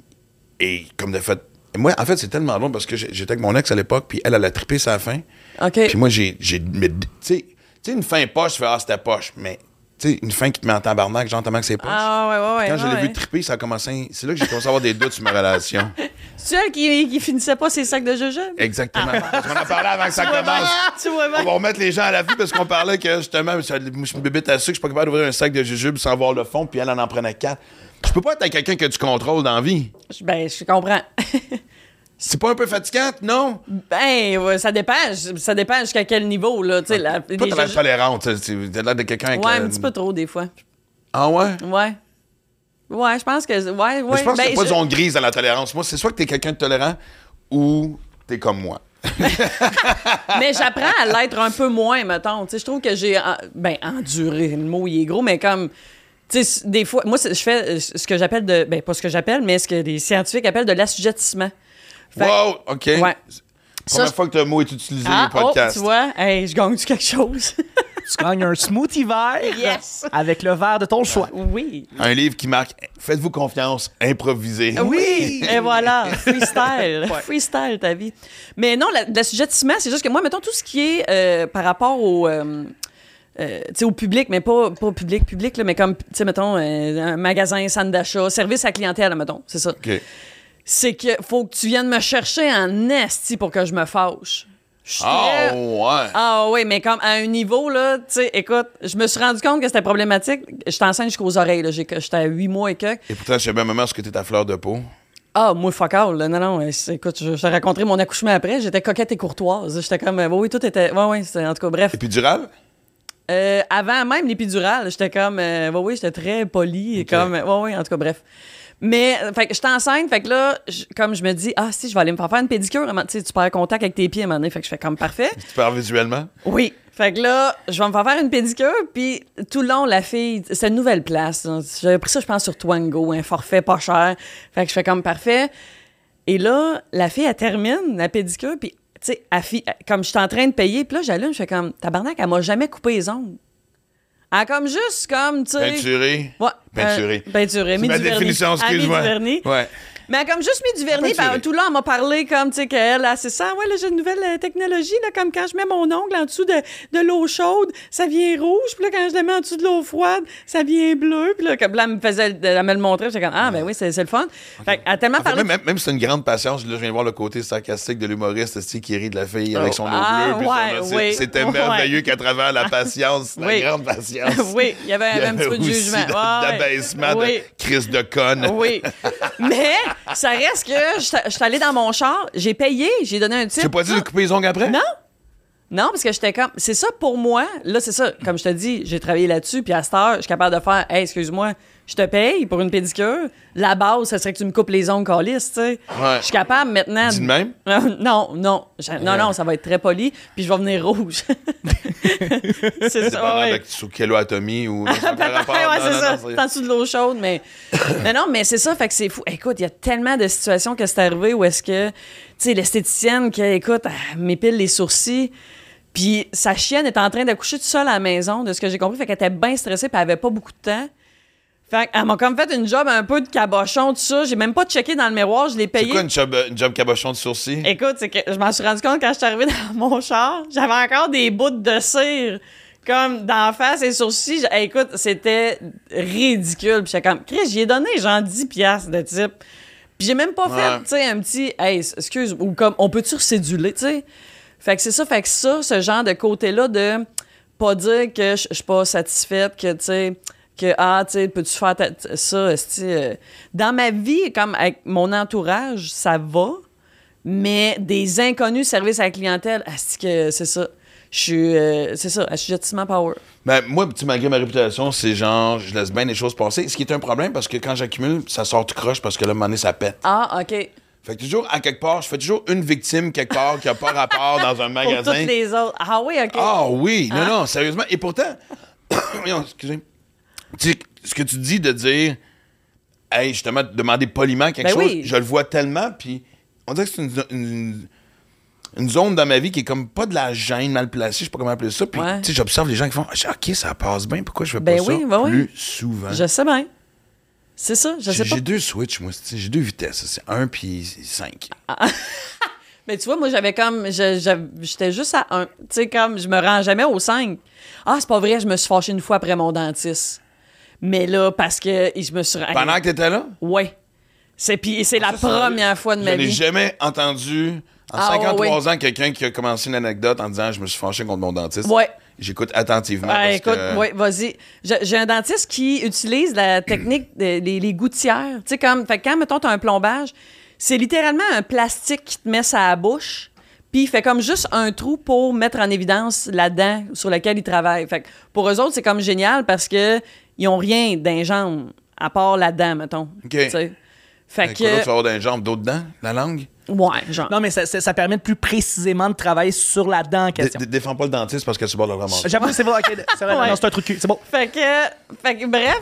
S1: et comme de fait. Moi, en fait, c'est tellement long parce que j'ai- j'étais avec mon ex à l'époque, puis elle, elle a trippé sa fin.
S4: OK.
S1: Puis moi, j'ai. j'ai- mais Tu sais- tu sais, une fin poche, tu fais Ah, c'était poche. Mais tu sais, une fin qui te met en tabarnak, genre, tellement que c'est poche.
S4: Ah, ouais, ouais, ouais.
S1: Quand je l'ai
S4: ouais.
S1: vu tripper, ça a commencé. C'est là que j'ai commencé à avoir des doutes sur ma
S4: <laughs>
S1: relation.
S4: C'est elle qui, qui finissait pas ses sacs de
S1: <laughs>
S4: jujube?
S1: Exactement.
S4: Ah,
S1: On en parlait avant que ça commence.
S4: Tu vois,
S1: On
S4: bien.
S1: va remettre les gens à la vue parce qu'on parlait que justement, je je suis une bébête à sucre, je suis pas capable d'ouvrir un sac de jujubes sans voir le fond, puis elle en en prenait quatre. Tu peux pas être avec quelqu'un que tu contrôles dans la vie.
S4: Je- Ben, je comprends. <laughs>
S1: C'est pas un peu fatigant, non?
S4: ben, ouais, ça dépend. Je- Ça dépend jusqu'à quel niveau, là. Tu sais, la.
S1: Toi,
S4: les
S1: t'as l'air
S4: jujubes-
S1: tolérante. t'sais, t'sais, T'as l'air de quelqu'un avec.
S4: Ouais,
S1: euh,
S4: un petit peu trop, des fois.
S1: Ah ouais?
S4: Ouais. Ouais, je pense que. Ouais,
S1: Mais
S4: ouais.
S1: je pense que
S4: ben,
S1: c'est pas
S4: je-
S1: de zone grise à la tolérance. Moi, c'est soit que t'es quelqu'un de tolérant ou t'es comme moi.
S4: mais j'apprends à l'être un peu moins, mettons. Tu sais, je trouve que j'ai. en- Ben, enduré. Le mot, il est gros, mais comme. Tu sais, c- des fois, moi, c'est- je fais euh, ce que j'appelle de. Ben, pas ce que j'appelle, mais ce que les scientifiques appellent de l'assujettissement. Fait-
S1: Wow, OK.
S4: Ouais.
S1: Première
S4: Ça, je-
S1: fois que le mot est utilisé
S4: Ah,
S1: au
S4: oh,
S1: podcast.
S4: tu vois, hey, je gagne-tu quelque chose?
S2: Tu gagnes un smoothie vert
S4: Yes.
S2: avec le verre de ton choix.
S4: oui.
S1: Un livre qui marque Faites-vous confiance, improvisez.
S4: Ah Oui! Et voilà, freestyle. Freestyle, ta vie. Mais non, la- l'assujettissement, c'est juste que moi, mettons, tout ce qui est euh, par rapport au... euh, euh, tu sais, au public, mais pas, pas au public, public, là, mais comme, tu sais, mettons, euh, un magasin, centre d'achat, service à clientèle, mettons, c'est ça.
S1: OK.
S4: C'est que faut que tu viennes me chercher en esti pour que je me fâche. Je suis
S1: Ah,
S4: très-
S1: ouais.
S4: ah oui, mais comme à un niveau, là, tu sais, écoute, je me suis rendu compte que c'était problématique. J'étais enceinte jusqu'aux oreilles, là. J'ai- J'étais à huit mois et quelques.
S1: Et pourtant, je sais bien maman ce que t'es à fleur de peau.
S4: Ah, moi, fuck all, là. Non, non, euh, c'est- écoute, je, je te raconterai mon accouchement après. J'étais coquette et courtoise. J'étais comme, euh, oui, oui, tout était. Oui, oui, c'est- en tout cas, bref.
S1: Épidural?
S4: Euh, avant même l'épidurale, j'étais comme, euh, oui, oui, j'étais très polie. Et comme, euh, oui, oui, en tout cas, bref. Mais, euh, fait que j'étais enceinte, fait que là, je- comme je me dis, ah, si, je vais aller me faire faire une pédicure. à un moment- Tu sais, tu perds contact avec tes pieds à un moment donné. Fait que je fais comme, parfait.
S1: Tu parles visuellement?
S4: Oui. Fait que là, je vais me faire faire une pédicure, puis tout le long, la fille, c'est une nouvelle place. là. J'avais pris ça, je pense, sur Twango, un forfait pas cher. Fait que je fais comme parfait. Et là, la fille, elle termine la pédicure, puis, tu sais, elle fi- comme je suis en train de payer, puis là, j'allume, je fais comme, tabarnak, elle m'a jamais coupé les ongles. Elle a comme juste, comme, tu
S1: Ben,
S4: sais...
S1: Peinturé?
S4: Ouais,
S1: Peinturé.
S4: euh, peinturé,
S1: Ben, C'est
S4: mis
S1: ma
S4: du vernis.
S1: définition,
S4: Elle a mis du
S1: excuse-moi.
S4: vernis.
S1: Ouais.
S4: Mais elle a comme juste mis du vernis,
S1: Peinturé.
S4: puis tout là, on m'a parlé comme, tu sais, qu'elle, là, c'est ça, ouais, là, j'ai une nouvelle euh, technologie, là, comme quand je mets mon ongle en dessous de, de l'eau chaude, ça vient rouge, puis là, quand je le mets en dessous de l'eau froide, ça vient bleu, puis là, comme là, elle me faisait, elle me le montrait, j'étais comme, ah, ben oui, c'est c'est le fun. Fait qu'elle a
S1: En
S4: tellement
S1: fait,
S4: parlé.
S1: même, même, même si c'est une grande patience, là, je viens voir le côté sarcastique de l'humoriste aussi, qui rit de la fille avec son eau
S4: Ah,
S1: bleue. puis son-
S4: ouais,
S1: c'est-
S4: oui.
S1: C'était
S4: Ouais.
S1: merveilleux qu'à travers
S4: <laughs>
S1: la patience,
S4: Oui.
S1: la grande patience.
S4: <laughs> oui, il y avait,
S1: Il y
S4: un petit
S1: avait
S4: peu de
S1: aussi
S4: jugement.
S1: d-
S4: Ouais, ouais.
S1: D'abaissement,
S4: Oui.
S1: de crise de conne.
S4: Oui. Mais ça reste que je suis- je suis allée dans mon char, j'ai payé, j'ai donné un titre.
S1: T'as pas dit de couper les ongles après?
S4: Non. Non, parce que j'étais comme. C'est ça pour moi. Là, c'est ça. Comme je te dis, j'ai travaillé là-dessus. Puis à cette heure, je suis capable de faire. Hey, excuse-moi, je te paye pour une pédicure. La base, ça serait que tu me coupes les ongles calices, tu sais.
S1: Ouais.
S4: Je suis capable maintenant. Euh,
S1: Dis de
S4: <laughs>
S1: même?
S4: non, non. Je- Non, non, ça va être très poli. Puis je vais venir rouge. <laughs> c'est ça.
S1: Dépendant
S4: ouais.
S1: de sous quelle atomie
S4: <laughs>
S1: ou. dans son
S4: Peut-être,
S1: rapport.
S4: ouais,
S1: Non, non,
S4: c'est ça.
S1: non,
S4: C'est en dessous de l'eau chaude,
S1: <laughs>
S4: mais. mais non, mais c'est ça, fait que c'est fou. Écoute, il y a tellement de situations que c'est arrivé où est-ce que, tu sais, l'esthéticienne qui, écoute, elle m'épile les sourcils, puis sa chienne est en train d'accoucher toute seule à la maison, de ce que j'ai compris, fait qu'elle était bien stressée, puis elle avait pas beaucoup de temps. Fait qu'elle m'a comme fait une job un peu de cabochon, tout ça. J'ai même pas checké dans le miroir, je l'ai
S1: C'est
S4: payé.
S1: quoi une job, une job cabochon de sourcil?
S4: Écoute, c'est que je m'en suis rendu compte quand je suis arrivée dans mon char, j'avais encore des bouts de cire comme dans la face et sourcils. J'ai- Écoute, c'était ridicule. Puis j'étais comme, Chris, j'y ai donné genre 10 piastres de type. Puis j'ai même pas fait,
S1: Ouais.
S4: tu sais, un petit, hey, excuse, ou comme, on peut-tu recéduler, tu sais? Fait que c'est ça, fait que ça, ce genre de côté-là de pas dire que je je suis pas satisfaite, que, tu sais, que, ah, tu sais, peux-tu faire ta- t- ça, esti, euh. Dans ma vie, comme avec mon entourage, ça va, mais des inconnus service à la clientèle, esti que c'est ça. Je suis, euh, c'est ça, assujettissement power.
S1: Ben, moi, petit, malgré ma réputation, c'est genre, je laisse bien les choses passer. Ce qui est un problème parce que quand j'accumule, ça sort tout croche parce que là, à un moment donné, ça pète.
S4: Ah, OK.
S1: Fait que toujours, à quelque part, je fais toujours une victime quelque part qui a pas rapport dans un
S4: <laughs> Pour
S1: magasin.
S4: toutes les autres. Ah oui, OK.
S1: Ah oui, non, non, sérieusement. Et pourtant, <coughs> voyons, excusez. Tu sais, ce que tu dis de dire, hey, justement, de demander poliment quelque
S4: Ben
S1: chose,
S4: oui.
S1: je le vois tellement, puis on dirait que c'est une, zo- une- une zone dans ma vie qui est comme pas de la gêne mal placée, je sais pas comment appeler ça, puis
S4: Ouais.
S1: tu sais, j'observe les gens qui font, Ah, ok, ça passe bien, pourquoi je fais
S4: Ben
S1: pas
S4: oui,
S1: ça
S4: ben oui.
S1: plus souvent?
S4: Je sais bien. C'est ça, je sais
S1: J'ai
S4: pas.
S1: j'ai deux switches, moi, tu sais, j'ai deux vitesses, c'est 1 puis 5.
S4: Ah, Mais tu vois, moi, j'avais comme. je- je- J'étais juste à un. Tu sais, comme, je me rends jamais au 5. Ah, c'est pas vrai, je me suis fâchée une fois après mon dentiste. Mais là, parce que je me suis.
S1: Pendant que t'étais là,
S4: Ouais. C'est puis c'est la
S1: Ça, ça,
S4: première fois de
S1: je
S4: ma
S1: n'ai
S4: vie.
S1: jamais entendu en
S4: Ah, ouais,
S1: 53
S4: ouais.
S1: ans quelqu'un qui a commencé une anecdote en disant je me suis fâché contre mon dentiste.
S4: Ouais.
S1: J'écoute attentivement.
S4: Ah,
S1: parce
S4: écoute,
S1: que-
S4: ouais, vas-y. J'ai j'ai un dentiste qui utilise la technique des les, les gouttières. Tu sais, comme, fait que quand, mettons, t'as un plombage, c'est littéralement un plastique qui te met sa bouche, puis il fait comme juste un trou pour mettre en évidence la dent sur laquelle il travaille. Fait que pour eux autres, c'est comme génial parce que ils ont rien d'un jambes, à part la dent, mettons.
S1: OK.
S4: Tu sais. Fait
S1: Fait que... là, ben, tu
S4: que.
S1: vas avoir d'un jambe, d'autres dents, la langue.
S4: Ouais, genre.
S2: Non, mais ça, ça- ça permet de plus précisément de travailler sur la dent en
S1: Dé-
S2: question.
S1: dé- Défends pas le dentiste parce que tu vas le ramasser.
S2: J'avoue, c'est vrai, ok, c'est vrai,
S4: Ouais.
S2: non, c'est un truc de cul, c'est bon,
S4: Fait que, fait que bref,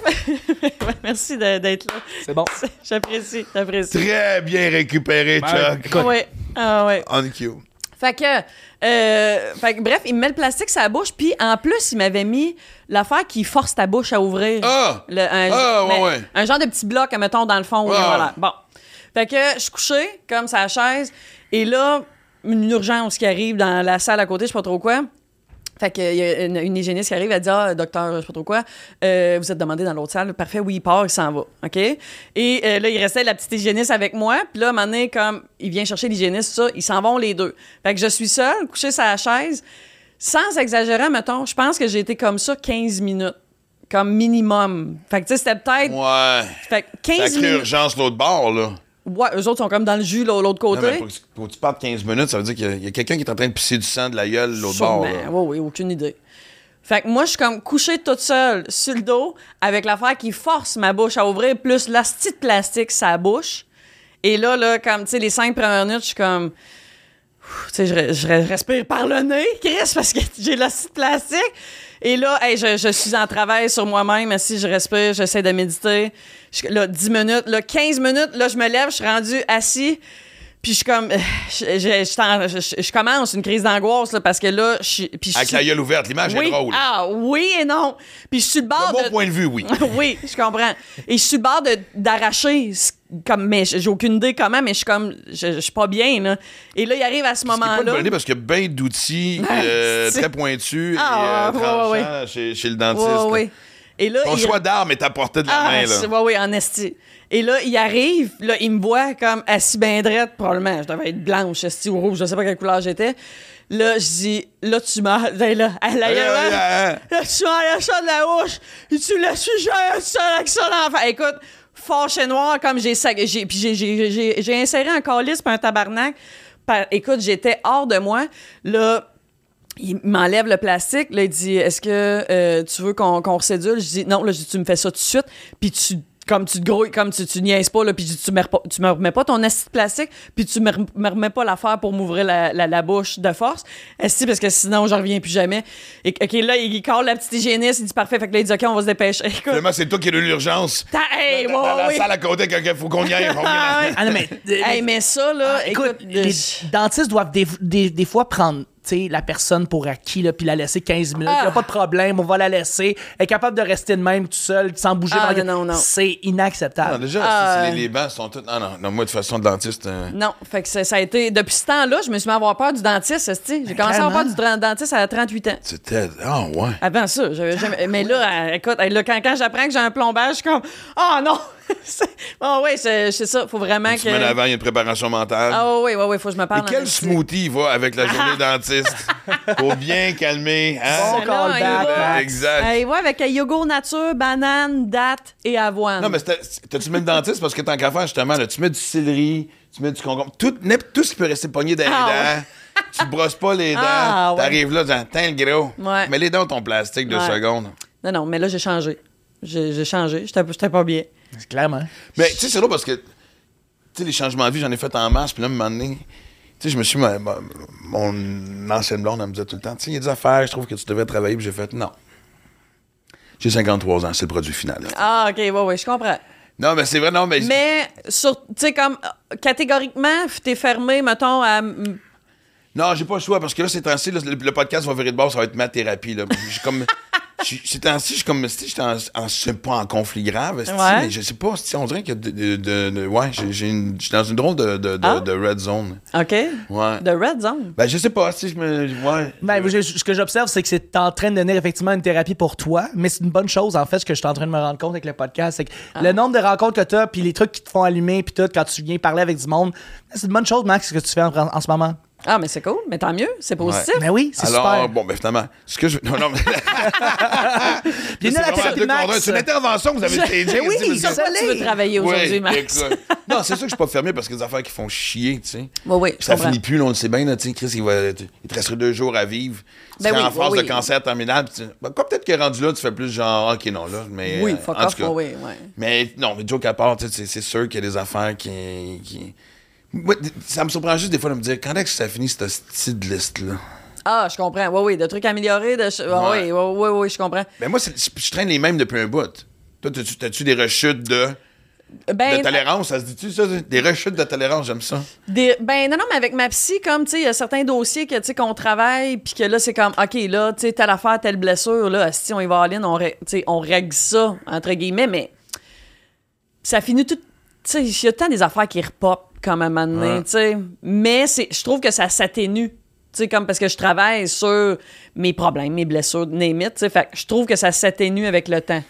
S4: <laughs> merci de- d'être là.
S2: c'est bon.
S4: J'apprécie, j'apprécie.
S1: Très bien récupéré,
S2: Ben,
S1: Chuck.
S2: écoute,
S4: Ouais. Ah ouais.
S1: On cue.
S4: Fait que, euh, fait que, bref, il me met le plastique sur la bouche, puis en plus, il m'avait mis l'affaire qui force ta bouche à ouvrir.
S1: Ah!
S4: Le- un,
S1: Ah, ouais,
S4: mais
S1: ouais.
S4: un genre de petit bloc, mettons, dans le fond. là,
S1: Ah.
S4: voilà. Bon. Fait que je suis couchée, comme sa chaise, et là, une urgence qui arrive dans la salle à côté, je sais pas trop quoi. Fait qu'il y a une, une hygiéniste qui arrive, elle dit Ah, docteur, je sais pas trop quoi, euh, vous êtes demandé dans l'autre salle. Parfait, oui, il part, il s'en va. OK? Et euh, là, il restait la petite hygiéniste avec moi. Puis là, à un moment donné, comme il vient chercher l'hygiéniste, ça, ils s'en vont les deux. Fait que je suis seule, couchée sur la chaise. Sans exagérer, mettons, je pense que j'ai été comme ça 15 minutes, comme minimum. Fait que tu sais, c'était peut-être.
S1: Ouais.
S4: Fait que
S1: T'as
S4: 15
S1: créé
S4: minutes.
S1: urgence l'autre bord, là.
S4: Ouais, eux autres sont comme dans le jus, là, l'autre
S1: Non, mais
S4: côté.
S1: pour, que- pour que tu partes 15 minutes, ça veut dire qu'il y a- il y a, quelqu'un qui est en train de pisser du sang de la gueule l'autre
S4: Sûrement.
S1: bord. là.
S4: Oui, oui, aucune idée. Fait que moi, je suis comme couchée toute seule sur le dos avec l'affaire qui force ma bouche à ouvrir, plus la petite plastique sa bouche. Et là, là, comme, tu sais, les cinq premières minutes, je suis comme... Ouf, Tu sais, je, re- je re- respire par le nez, <laughs> Chris, parce que j'ai la petite plastique. Et là, hey, je, je suis en travail sur moi-même. Si je respire, j'essaie de méditer. Je- là, 10 minutes, là, 15 minutes, là, je me lève, je suis rendu assis. Puis je suis comme... <sighs> euh, Je, je- je t'en- je- je commence une crise d'angoisse, là, parce que là, je suis... puis je
S1: Avec
S4: suis-
S1: la gueule ouverte, l'image
S4: oui.
S1: est drôle.
S4: Ah, oui et non. Puis je suis le bord
S1: de mon
S4: de...
S1: point de vue,
S4: <laughs>
S1: oui.
S4: oui, je comprends. Et je suis le bord de- d'arracher, ce- comme, mais j'ai aucune idée comment, mais je suis comme, je, je suis pas bien, là. Et là, il arrive à ce
S1: Ce qui est pas une
S4: moment-là.
S1: bonne idée parce qu'il y a bien
S4: <laughs>
S1: d'outils euh,
S4: c'est-
S1: très pointus et euh,
S4: Ah, ouais, ouais,
S1: tranchants chez, chez le dentiste.
S4: Ouais, ouais. Et là,
S1: Ton
S4: il-
S1: choix d'arme est à portée de la
S4: Ah,
S1: main.
S4: c'est-
S1: Là.
S4: ouais, ouais, en esti. Et là, il arrive, là, il me voit comme assis ben drette, probablement. Je devais être blanche, esti ou rouge, je sais pas quelle couleur j'étais. Là, je dis, là, tu meurs. <laughs> Là, là, à la
S1: Allez,
S4: gueule,
S1: allez, allez.
S4: Là, tu m'enlèves ça de la bouche. Et tu me laisses sujet seul avec ça dans la fa- Écoute, fâché noir comme j'ai sac- j'ai puis j'ai- j'ai- j'ai- j'ai inséré un calice puis un tabarnak. Par- écoute, j'étais hors de moi. Là, il m'enlève le plastique. Là, il dit Est-ce que euh, tu veux qu'on qu'on recédule Je dis Non, là, je dis, tu me fais ça tout de suite. Puis tu. Comme tu te grouilles, comme tu, tu niaises pas, là, puis je dis, tu me, repo- tu me remets pas ton acide plastique, puis tu me, rem- me remets pas l'affaire pour m'ouvrir la, la- la bouche de force. Esti, parce que sinon, je reviens plus jamais. Et, OK, là, il, il colle la petite hygiéniste, il dit parfait, fait que là, il dit, OK, on va se dépêcher. <laughs> Écoute,
S1: Finalement, c'est toi qui as eu l'urgence.
S4: t'as- hey,
S1: dans,
S4: wow,
S1: dans la
S4: oui.
S1: salle à côté, quelqu'un, faut qu'on y aille. faut qu'on y
S4: Ah,
S1: aille.
S4: ouais.
S2: Ah non,
S4: <laughs>
S2: mais,
S4: Hey, mais ça, là,
S2: Ah,
S4: écoute,
S2: écoute, les
S4: je-
S2: dentistes doivent des, des- des fois prendre tu sais, la personne pour acquis, là, puis la laisser 15 minutes. Il
S4: Ah.
S2: a pas de problème, on va la laisser. Elle est capable de rester de même, tout seul, sans bouger.
S4: Ah,
S2: pendant que-
S4: non, non, non.
S2: C'est
S1: Non,
S2: inacceptable.
S1: déjà,
S4: Ah, Mm.
S1: c'est- c'est les, les bancs sont tous. Ah non, non, moi, de façon, de dentiste. euh,
S4: Non, fait que ça, ça a été. Depuis ce temps-là, je me suis mis à avoir peur du dentiste, esti. J'ai commencé à avoir peur du dra- dentiste à 38 ans.
S1: C'était. Ah, ouais.
S4: Avant ça, j'avais jamais. Mais là, euh, écoute, euh, là, quand, quand j'apprends que j'ai un plombage, je suis comme Ah non! <laughs> oh, ouais, c'est c'est ça. Faut vraiment
S1: Une semaine
S4: que.
S1: avant, il y a une préparation mentale.
S4: Ah, oui, oui, oui, faut que je me parle.
S1: Et quel smoothie il va avec la
S4: <laughs>
S1: journée dentiste pour bien calmer? hein?
S2: Bon callback, Max.
S1: Exact.
S4: Il Ah, va avec un yogourt nature, banane, date et avoine.
S1: Non, mais c'était- t'as-tu mis le dentiste? Parce que tant qu'à faire, justement, là, tu mets du céleri, tu mets du concombre, tout, n'importe- tout ce qui peut rester pogné dans les
S4: Ah,
S1: dents. <laughs> Tu brosses pas les dents.
S4: Ah, ouais.
S1: T'arrives là, dans le gros.
S4: Ouais.
S1: Mais les dents ton plastique deux
S4: Ouais.
S1: secondes.
S4: Non, non, mais là, j'ai changé. J'ai j'ai changé. J'étais j'étais pas bien.
S2: Clairement.
S1: Mais tu sais, c'est là parce que tu sais, les changements de vie, j'en ai fait en masse, puis là, un moment donné, tu sais, je me suis. ma- ma- mon ancienne blonde, elle me disait tout le temps, tu sais, il y a des affaires, je trouve que tu devrais travailler, puis j'ai fait non. J'ai 53 ans, c'est le produit final. là.
S4: Ah, OK, ouais, ouais, je comprends.
S1: Non, mais c'est vrai, non, mais.
S4: Mais, sur- tu sais, comme euh, catégoriquement, t'es fermé, mettons, à. m-
S1: Non, j'ai pas le choix parce que là, ces temps-ci, là, le, le podcast va virer de bord, ça va être ma thérapie. Là. Je suis comme. <laughs> je suis- Ces temps-ci, je suis comme. Si j'étais en, en- je sais pas en conflit grave, esti,
S4: Ouais.
S1: mais je sais pas. esti, on dirait que. De, de- de- de- ouais, j'ai- j'ai une- je suis dans une drôle de, de, de-
S4: Ah?
S1: de red zone.
S4: OK?
S1: Ouais.
S4: De Red Zone.
S1: Ben, je sais pas. Si je me. Ouais.
S2: Ben, je- je- ce que j'observe, c'est que c'est en train de donner effectivement une thérapie pour toi, mais c'est une bonne chose, en fait, ce que je suis en train de me rendre compte avec le podcast. C'est que
S4: Ah.
S2: le nombre de rencontres que tu as, puis les trucs qui te font allumer, puis tout, quand tu viens parler avec du monde, ben, c'est une bonne chose, Max, ce que tu fais en, en ce moment.
S4: Ah, mais c'est cool, mais tant mieux, c'est positif.
S2: Ben oui, c'est
S1: Alors,
S2: super.
S1: bon, ben finalement, ce que je. Non,
S2: <laughs>
S1: non, mais. <laughs>
S2: Bienvenue
S1: c'est
S2: à la
S1: vraiment
S2: thérapie
S1: deux
S2: de
S1: contre un.
S2: Max.
S1: C'est une intervention que vous avez stagée,
S2: <laughs> oui,
S1: <laughs> esti,
S2: ça
S1: parce que-
S4: Sur quoi tu veux travailler aujourd'hui,
S1: Ouais,
S4: Max?
S1: exact. Non, c'est sûr que je suis pas fermé parce que des affaires qui font chier, tu sais.
S4: Bah Oui, oui, je
S1: Ça
S4: comprends.
S1: finit plus, là, on le sait bien, là, tu sais, Chris, il, va, tu- il te resterait deux jours à vivre. Tu
S4: Ben
S1: serais
S4: oui,
S1: en phase
S4: oui,
S1: de
S4: oui.
S1: cancer terminal. puis tu- ben, quoi, peut-être que rendu là, tu fais plus genre, ah, OK, non, là, mais...
S4: Oui,
S1: euh,
S4: fuck
S1: en
S4: off,
S1: tout cas.
S4: oui, oui.
S1: Mais non, mais joke à part, tu sais, c'est c'est sûr qu'il y a des affaires qui... qui- Moi, d- ça me surprend juste des fois de me dire, quand est-ce que ça finit, cette petite liste-là?
S4: <laughs> Ah, je comprends. Oui, oui, de trucs améliorés. De... ch- ah,
S1: Ouais.
S4: Oui, oui, oui, oui, je comprends.
S1: Mais Ben moi, c'est- je je traîne les mêmes depuis un bout. Toi, t'as-tu- t'as-tu des rechutes de,
S4: Ben,
S1: de tolérance? Ça se dit-tu, ça? Des rechutes de tolérance, j'aime ça.
S4: des- ben non, non, mais avec ma psy, comme, tu sais, il y a certains dossiers que, tu sais, qu'on travaille, puis que là, c'est comme, OK, là, tu sais, telle affaire, telle blessure, là, si on y va en ligne, on, ré- tu sais, on règle ça, entre guillemets, mais ça finit tout. Tu sais, il y a tant des affaires qui repopent, comme à un moment donné,
S1: Ouais.
S4: tu sais. Mais c'est- je trouve que ça s'atténue. Tu sais, comme parce que je travaille sur mes problèmes, mes blessures, name it, tu sais. Fait que je trouve que ça s'atténue avec le temps.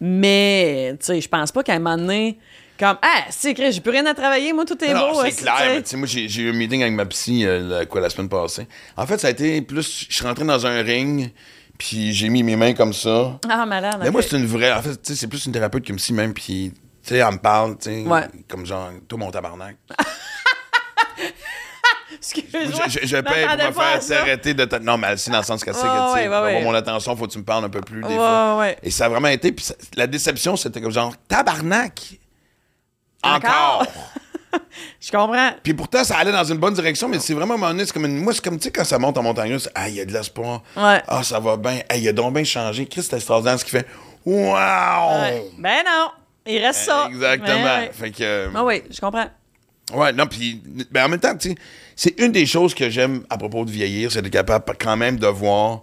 S4: Mais, tu sais, je pense pas qu'à un moment donné, comme, ah, c'est écrit, j'ai plus rien à travailler, moi, tout est
S1: Non,
S4: beau.
S1: c'est clair.
S4: hein, tu sais.
S1: mais tu sais, moi, j'ai j'ai eu un meeting avec ma psy euh, la, quoi, la semaine passée. En fait, ça a été plus. Je suis rentré dans un ring, puis j'ai mis mes mains comme ça.
S4: Ah, malade.
S1: Mais moi,
S4: ok.
S1: c'est une vraie. En fait, tu sais, c'est plus une thérapeute qui me psy même, puis. Tu sais, elle me parle, tu sais,
S4: Ouais.
S1: comme genre, toi, mon tabarnak.
S4: <laughs> Excuse-moi.
S1: Je, je- je paye pour
S4: m'attendais
S1: me
S4: pas à
S1: faire
S4: ça.
S1: s'arrêter de... ta- Non, mais c'est dans le sens qu'elle sait que,
S4: Ouais,
S1: tu sais,
S4: ouais, ouais,
S1: pour avoir
S4: ouais.
S1: mon attention, faut que tu me parles un peu plus, des
S4: Ouais,
S1: fois.
S4: ouais, ouais.
S1: Et ça a vraiment été... Puis ça- la déception, c'était comme genre, tabarnak!
S4: Encore?
S1: Encore!
S4: <laughs> Je comprends.
S1: Puis pourtant, ça allait dans une bonne direction, mais c'est vraiment, à un moment donné, c'est comme une. Moi, c'est comme, tu sais, quand ça monte en montagne russe, ah, il y a de l'espoir.
S4: Ouais.
S1: Ah, ça va bien. Ah, il a donc bien changé. Chris, c'est extraordinaire ce qui fait. Waouh!
S4: Ouais. Ben non, il reste ça.
S1: Oh. Exactement.
S4: Ben, ouais.
S1: Fait que. euh,
S4: Ah oui, je comprends.
S1: Ouais, non, puis. Ben, en même temps, tu sais, c'est une des choses que j'aime à propos de vieillir, c'est d'être capable quand même de voir.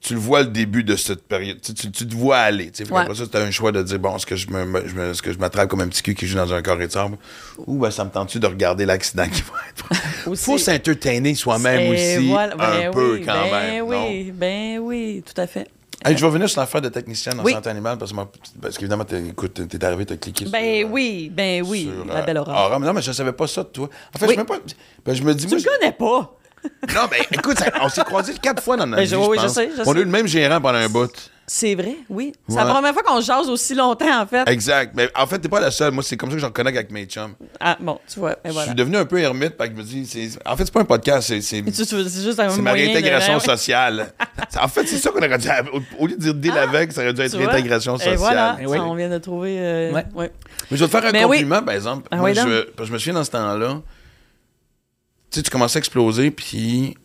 S1: Tu le vois le début de cette période. Tu, tu- tu te vois aller. tu sais. Fait
S4: Ouais.
S1: Après ça, tu as un choix de dire bon, est-ce que je me, me- je me- est-ce que je m'attrape comme un petit cul qui joue dans un corps et de sable Ou ben, ça me tente-tu de regarder l'accident qui va
S4: <laughs>
S1: être.
S4: Aussi.
S1: faut s'entertainer soi-même
S4: Et
S1: Ah, aussi.
S4: voilà. Ben
S1: un peu
S4: oui,
S1: quand
S4: ben
S1: même. non?
S4: oui, ben oui, tout à fait.
S1: Hey, je vais revenir sur l'affaire de technicienne en
S4: Oui.
S1: santé animale parce que, moi- parce qu'évidemment, t'es- écoute, t'es- t'es arrivé, t'as cliqué sur.
S4: Ben
S1: euh,
S4: oui, ben oui,
S1: sur,
S4: la
S1: euh,
S4: belle aurore.
S1: Aura. Mais non, mais je savais pas ça de toi. En fait,
S4: Oui.
S1: je, sais même pas, ben, je me dis.
S4: Tu
S1: moi,
S4: me connais pas.
S1: je- Non, mais écoute, ça- on s'est croisés quatre fois dans notre
S4: Ben,
S1: vie.
S4: je- oui,
S1: je
S4: je
S1: pense.
S4: sais, je
S1: on
S4: sais.
S1: a eu le même gérant pendant un bout.
S4: C'est vrai, oui. C'est la
S1: Ouais.
S4: première fois qu'on se jase aussi longtemps, en fait.
S1: Exact. Mais en fait, t'es pas la seule. Moi, c'est comme ça que j'en connais avec mes chums.
S4: Ah, bon, tu vois, et
S1: Je suis
S4: voilà.
S1: devenu un peu ermite, parce que je me dis. c'est- En fait, c'est pas un podcast, c'est- c'est.
S4: Tu- tu- C'est juste un
S1: C'est ma
S4: moyen de- ben
S1: réintégration
S4: Ouais. <laughs>
S1: sociale. en fait, c'est ça qu'on aurait dû. Au lieu de dire deal avec, ça aurait dû être
S4: Ah, Tu vois?
S1: réintégration sociale.
S4: Et voilà,
S2: Eh oui.
S4: ça, on vient de trouver. euh,
S2: Ouais.
S4: ouais.
S1: Mais je vais te faire un
S4: Mais Ben oui.
S1: compliment, par exemple.
S4: Ah
S1: Moi,
S4: oui,
S1: je,
S4: donc.
S1: parce que je me souviens dans ce temps-là, tu sais, tu commençais à exploser, puis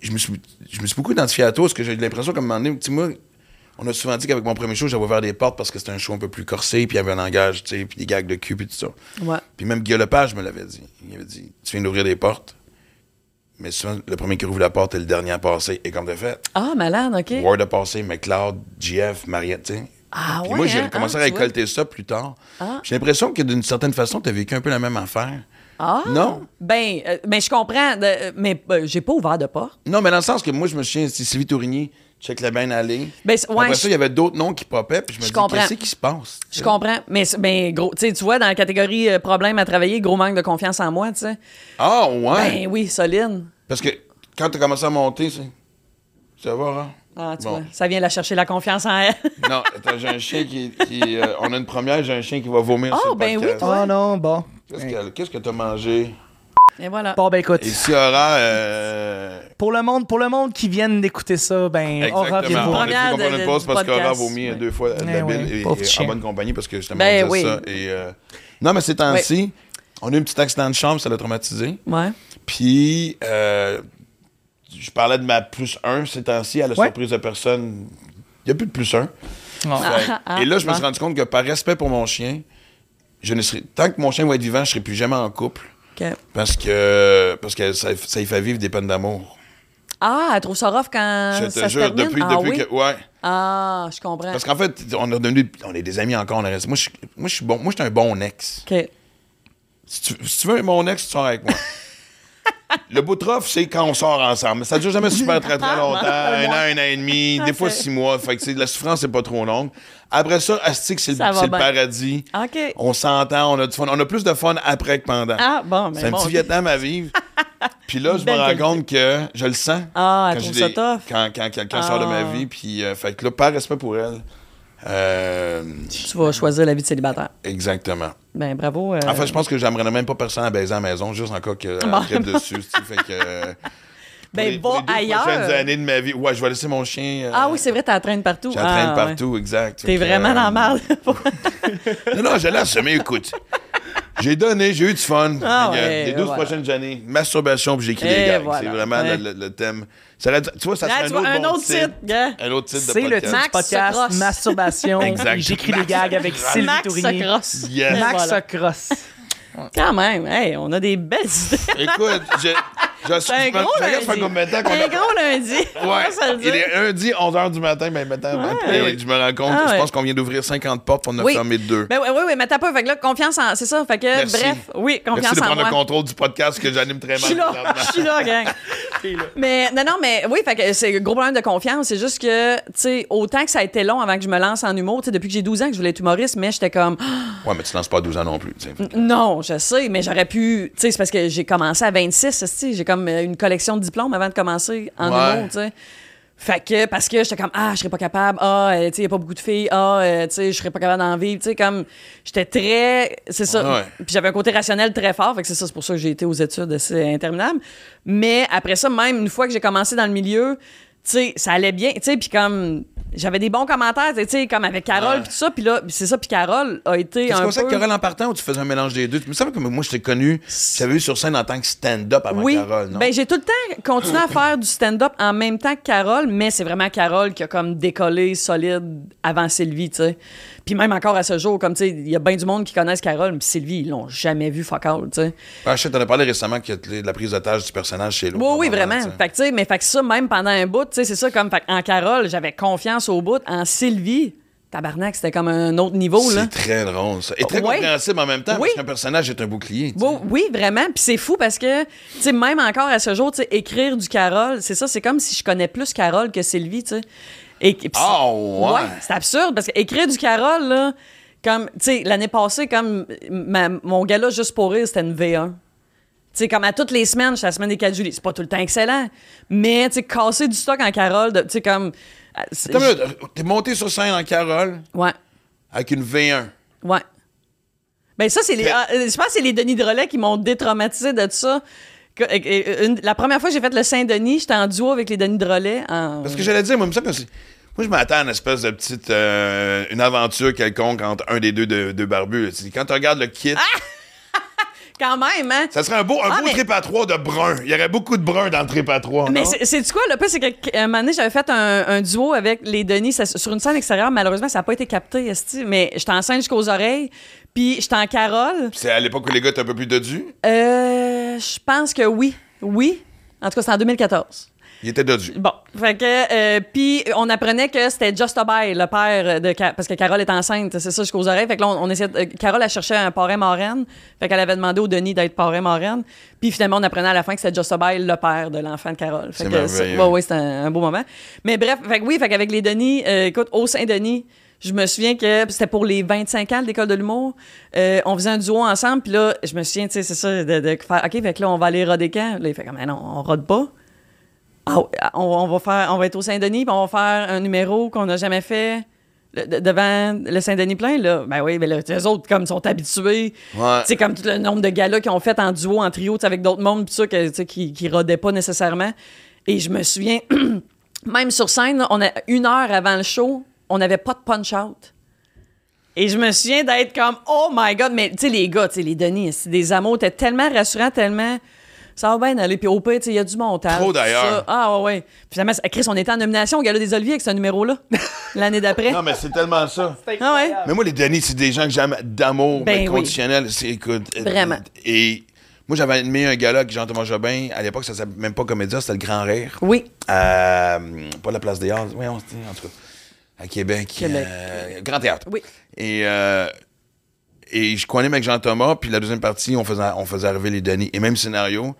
S1: je me suis, je me suis beaucoup identifié à toi, parce que j'ai eu l'impression qu'à un moment donné, tu sais, moi, on a souvent dit qu'avec mon premier show, j'avais ouvert des portes parce que c'était un show un peu plus corsé, puis il y avait un langage, tu sais, puis des gags de cul, puis tout ça.
S4: Ouais.
S1: Puis même Guillaume Lepage me l'avait dit. Il avait dit Tu viens d'ouvrir des portes, mais souvent, le premier qui ouvre la porte est le dernier à passer. Et comme de fait,
S4: Ah, malade, OK.
S1: Ward a passé, McLeod, GF, Mariette, tu sais.
S4: Ah
S1: Puis
S4: ouais,
S1: moi, j'ai
S4: hein?
S1: commencé
S4: Ah,
S1: à
S4: tu vois.
S1: récolter ça plus tard.
S4: Ah.
S1: J'ai l'impression que d'une certaine façon, tu as vécu un peu la même affaire.
S4: Ah!
S1: Non.
S4: Ben, euh, ben, je comprends, de- euh, mais euh, j'ai pas ouvert de porte.
S1: Non, mais dans le sens que moi, je me souviens, c'est Sylvie Tourigny, check la bain allée.
S4: Ben, c'est- ouais,
S1: Après
S4: je-
S1: ça, il y avait d'autres noms qui popaient, puis je me
S4: Je
S1: dis,
S4: comprends.
S1: qu'est-ce qui se passe?
S4: Je comprends, mais, c'est- mais gros, tu sais, tu vois, dans la catégorie euh, problème à travailler, gros manque de confiance en moi, tu sais.
S1: Ah, ouais.
S4: Ben oui, solide.
S1: Parce que quand t'as commencé à monter, c'est. Ça va, hein?
S4: Ah, tu
S1: Bon.
S4: vois, ça vient la chercher la confiance en elle.
S1: <laughs> Non, attends, j'ai un chien qui. qui, euh, on a une première, j'ai un chien qui va vomir
S4: Oh,
S1: sur le
S4: ben oui,
S1: podcast.
S4: toi. Ouais.
S2: Oh non, bon.
S1: Qu'est-ce que- Qu'est-ce que t'as mangé?
S4: <laughs> Et voilà.
S2: Bon, ben écoute,
S1: Et si Aura. euh,
S2: pour le monde, pour le monde qui vient d'écouter ça, ben, on
S1: Exactement.
S2: revient
S1: On
S2: voir.
S1: a
S4: Première
S1: dû comprendre
S4: de-
S1: une
S4: du
S1: pause parce
S4: podcast.
S1: qu'Aura vomi
S4: Ouais.
S1: deux fois de la
S2: Eh
S1: bille
S2: ouais,
S1: et,
S2: pauvre
S1: et
S2: chien.
S1: en bonne compagnie parce que justement,
S4: Ben
S1: on disait
S4: oui.
S1: ça. Et, euh, Non, mais ces temps-ci, on a eu un petit accident de chambre, ça l'a traumatisé.
S4: Ouais.
S1: Puis, euh, je parlais de ma plus 1 ces temps-ci, à la
S2: Ouais.
S1: surprise de personne. Il n'y a plus de plus 1.
S2: Ah.
S1: et là, je me suis
S4: ah.
S1: rendu compte que par respect pour mon chien, je ne serai... tant que mon chien va être vivant, je ne serai plus jamais en couple
S4: OK.
S1: parce que, parce que ça, ça y fait vivre des peines d'amour.
S4: Ah, elle trouve ça rough quand
S1: je
S4: ça
S1: te
S4: se
S1: jure,
S4: termine?
S1: depuis,
S4: ah,
S1: depuis
S4: oui?
S1: que. Ouais.
S4: Ah, je comprends.
S1: Parce qu'en fait, on est devenu, on est des amis encore. On reste. Moi, je, suis- moi, je suis bon. Moi, je suis un bon ex.
S4: OK.
S1: Si tu, si tu veux mon ex, tu sors avec
S4: <laughs>
S1: moi. Le bout de rough, c'est quand on sort ensemble. Ça dure jamais super très très longtemps. un an, un an et demi,
S4: <laughs>
S1: des fois
S4: c'est-
S1: six mois. Fait que c'est- la souffrance, c'est pas trop longue. Après ça, Astic, c'est le,
S4: Ça va
S1: c'est le
S4: bien.
S1: paradis.
S4: OK.
S1: On s'entend, on a du fun. On a plus de fun après que pendant.
S4: Ah, bon, mais
S1: c'est un
S4: bon,
S1: petit
S4: OK.
S1: Vietnam à
S4: <laughs>
S1: vivre. Puis là, je me
S4: Belle
S1: rends
S4: qualité.
S1: compte que je le sens.
S4: Ah, elle
S1: quand j'ai
S4: trouve ça
S1: des-
S4: tough.
S1: Quand, quand quelqu'un sort de ma
S4: Ah.
S1: vie. Puis, euh, fait que là, par respect pour elle. euh,
S4: Tu vas choisir la vie de célibataire.
S1: exactement.
S4: Ben, bravo. euh,
S1: Enfin, je pense que j'aimerais même pas personne à baiser à la maison, juste en cas qu'elle
S4: Bon.
S1: tripe dessus. tu sais, fait que,
S4: <laughs>
S1: euh, pour
S4: Ben,
S1: les-
S4: va
S1: pour les deux
S4: ailleurs.
S1: prochaines années de ma vie. Ouais, je vais laisser mon chien. euh,
S4: Ah oui, c'est vrai, t'entraînes partout.
S1: J'entraîne
S4: Ah, ouais.
S1: partout, exact.
S4: T'es
S1: Fait que,
S4: vraiment
S1: euh,
S4: dans la merde.
S1: Non, non, je laisse, mais écoute. J'ai donné, j'ai eu du fun.
S4: Ah
S1: Fait que,
S4: ouais,
S1: les 12
S4: voilà.
S1: prochaines années, masturbation, puis j'écris
S4: Et
S1: des gags.
S4: voilà.
S1: C'est vraiment
S4: Ouais.
S1: le, le- le thème. Ça aurait dû- tu vois, ça
S4: Là,
S1: serait
S4: tu
S1: un,
S4: vois,
S1: autre
S4: un
S1: bon
S4: autre titre, gars.
S1: Un autre titre de
S2: C'est le
S1: podcast.
S2: titre du
S4: Max se
S2: podcast
S4: crosse.
S1: <laughs>
S2: Masturbation.
S1: Exact.
S2: et J'écris des
S1: Max
S2: gags avec
S1: se crosse.
S2: Sylvie
S4: Max
S2: Tourigny.
S4: Socross.
S1: Yes.
S4: Ben,
S2: Max
S4: voilà.
S2: Socross.
S4: Quand même, hey, on a des belles idées. <laughs>
S1: Écoute, je. je
S4: C'est un
S1: je-
S4: gros
S1: je regarde, ça fait
S4: lundi.
S1: combien de temps qu'on
S4: Un
S1: a-
S4: gros lundi. on
S1: Ouais.
S4: va se le
S1: Il
S4: dire.
S1: est lundi, 11h du matin, ben maintenant,
S4: Ouais.
S1: je me rends compte,
S4: Ah
S1: je
S4: ouais.
S1: pense qu'on vient d'ouvrir 50 portes, on a
S4: Oui.
S1: fermé deux.
S4: Ben oui, oui, oui, mais t'as pas. Fait que là, confiance en. C'est ça. Fait que,
S1: Merci.
S4: bref, oui,
S1: Merci
S4: confiance
S1: de
S4: en
S1: prendre
S4: moi.
S1: le contrôle du podcast que j'anime très mal.
S4: Je suis là,
S1: présentement.
S4: je suis là, gang. mais non, non, mais oui, fait que c'est un gros problème de confiance. C'est juste que, tu sais, autant que ça a été long avant que je me lance en humour, tu sais, depuis que j'ai 12 ans que je voulais être humoriste, mais j'étais comme, Ah,
S1: Ouais, mais tu lances pas à 12 ans non plus. tu sais.
S4: non, je sais, mais j'aurais pu, tu sais, c'est parce que j'ai commencé à 26, tu sais, j'ai comme euh, une collection de diplômes avant de commencer en
S1: Ouais.
S4: humour, tu sais. Fait que, parce que j'étais comme, ah, je serais pas capable, ah, euh, tu sais, y a pas beaucoup de filles, ah, euh, tu sais, je serais pas capable d'en vivre, tu sais, comme, j'étais très, c'est ça.
S1: Ouais.
S4: Puis j'avais un côté rationnel très fort, fait que c'est ça, c'est pour ça que j'ai été aux études, c'est interminable. Mais après ça, même une fois que j'ai commencé dans le milieu, tu sais, ça allait bien, tu sais, puis comme, j'avais des bons commentaires, tu sais, comme avec Carole,
S1: Ouais.
S4: puis tout ça, puis là, c'est ça, puis Carole a été
S1: C'est
S4: un
S1: comme ça
S4: peu...
S1: que Carole en partant ou tu faisais un mélange des deux? Tu me semble que moi, je t'ai connu, j'avais vu sur scène en tant que stand-up avant
S4: oui.
S1: Carole, non?
S4: Ben, j'ai tout le temps continué à faire du stand-up en même temps que Carole, mais c'est vraiment Carole qui a comme décollé solide avant Sylvie, tu sais. Puis même encore à ce jour, comme tu sais, il y a bien du monde qui connaissent Carole, puis Sylvie, ils l'ont jamais vu fuck all, tu sais.
S1: Ah, je sais, t'en as parlé récemment que de la prise d'otage du personnage chez l'autre.
S4: Oui, oui,
S1: normalement,
S4: vraiment.
S1: tu sais.
S4: Fait que, tu sais, mais fait que ça, même pendant un bout, tu sais, c'est ça, comme, fait que en Carole, j'avais confiance au bout. En Sylvie, tabarnak, c'était comme un autre niveau, là.
S1: C'est très drôle, ça. Et très
S4: hein. Ouais.
S1: compréhensible en même temps,
S4: Oui.
S1: parce qu'un personnage est un bouclier. tu sais.
S4: Oui, oui, vraiment. Puis c'est fou parce que, tu sais, même encore à ce jour, tu sais, écrire du Carole, c'est ça, c'est comme si je connais plus Carole que Sylvie, tu sais. Et- puis c'est-
S1: Ah, ouais.
S4: c'est absurde parce que écrire du Carole, là, comme, tu sais, l'année passée, comme ma- mon gars-là, juste pour rire, c'était une V1. Tu sais, comme à toutes les semaines, c'est la semaine des 4 juillet. C'est pas tout le temps excellent, mais, tu sais, casser du stock en Carole, de- tu sais, comme. à- c'est-
S1: Attends une minute, euh, T'es monté sur scène en Carole
S4: Ouais,
S1: avec une V1.
S4: ouais. Ben, ça, c'est les.
S1: Mais-
S4: ah, euh, je pense que c'est les Denis Drolet qui m'ont détraumatisé de ça. Que- euh, une- la première fois que j'ai fait le Saint-Denis, j'étais en duo avec les Denis Drolet. En...
S1: Parce que j'allais dire, moi, il me semble que c'est- Moi, je m'attends à une espèce de petite. euh, une aventure quelconque entre un des deux de, de barbus. là. C'est- Quand tu regardes le kit,
S4: Quand même, hein?
S1: ça serait un beau, un
S4: Ah,
S1: beau
S4: mais-
S1: trip à trois de brun. Il y aurait beaucoup de brun dans le trip à trois.
S4: Mais
S1: non?
S4: c'est c'est-tu quoi, le pire, c'est qu'à un moment donné, j'avais fait un, un duo avec les Denis ça- sur une scène extérieure. Malheureusement, ça n'a pas été capté, esti, mais j'étais en scène jusqu'aux oreilles, puis j'étais en carole.
S1: C'est à l'époque où les gars étaient un peu plus dodus.
S4: Euh, je pense que oui, oui. En tout cas, c'est en 2014.
S1: Il était dodu.
S4: Bon, fait que euh, puis on apprenait que c'était Just a Buy, le père de Ca- parce que Carole est enceinte, c'est ça jusqu'aux oreilles. Fait que là on, on essayait euh, Carole a cherché un parrain marraine, fait qu'elle avait demandé au Denis d'être parrain marraine, puis finalement on apprenait à la fin que c'était Just a Buy, le père de l'enfant de Carole. Fait
S1: C'est
S4: que
S1: merveilleux.
S4: ouais, ouais, c'était un, un beau moment. Mais bref, fait que oui, fait qu'avec les Denis, euh, écoute, au Saint-Denis, je me souviens que c'était pour les 25 ans de l'école de l'humour. Euh, on faisait un duo ensemble, puis là, je me souviens, tu sais, c'est ça, de, de faire, OK, fait que là, on va aller roder quand? Là, il fait comme, Ah non, on rode pas. Ah ouais, on, on va faire, on va être au Saint-Denis, puis on va faire un numéro qu'on n'a jamais fait le- de- devant le Saint-Denis plein, là. Ben oui, mais là, les autres, comme, sont habitués.
S1: Ouais.
S4: C'est comme tout le nombre de galas qu'ils ont fait en duo, en trio, tu sais, avec d'autres mondes, pis ça, que, tu sais, qui, qui rodaient pas nécessairement. Et je me souviens, <clears throat> même sur scène, là, on a une heure avant le show, on n'avait pas de punch-out. Et je me souviens d'être comme Oh my God! Mais tu sais, les gars, tu sais, les Denis, c'est des amours, t'es tellement rassurant, tellement. Ça va bien aller. Puis au pire, tu sais, il y a du montage.
S1: Trop
S4: tout ça.
S1: d'ailleurs.
S4: Ah ouais, ouais. Puis Finalement, c'est- Chris, on était en nomination au Gala des Oliviers avec ce numéro-là, l'année d'après.
S1: Non, mais c'est tellement ça.
S4: Ah ouais?
S1: Mais moi, les Denis, c'est des gens que j'aime d'amour
S4: Ben oui.
S1: inconditionnel. C'est, écoute, euh,
S4: Vraiment.
S1: Et moi, j'avais animé un gala avec Jean-Thomas Jobin. À l'époque, ça s'appelait même pas Comédia, c'était le Grand Rire.
S4: Oui.
S1: Euh, pas la place des Arts. Oui, on se dit, en tout cas. À Québec.
S4: Québec.
S1: euh, Grand Théâtre.
S4: Oui.
S1: Et, euh, et je connais avec Jean-Thomas, puis la deuxième partie, on faisait, on faisait arriver les Denis. Et même scénario.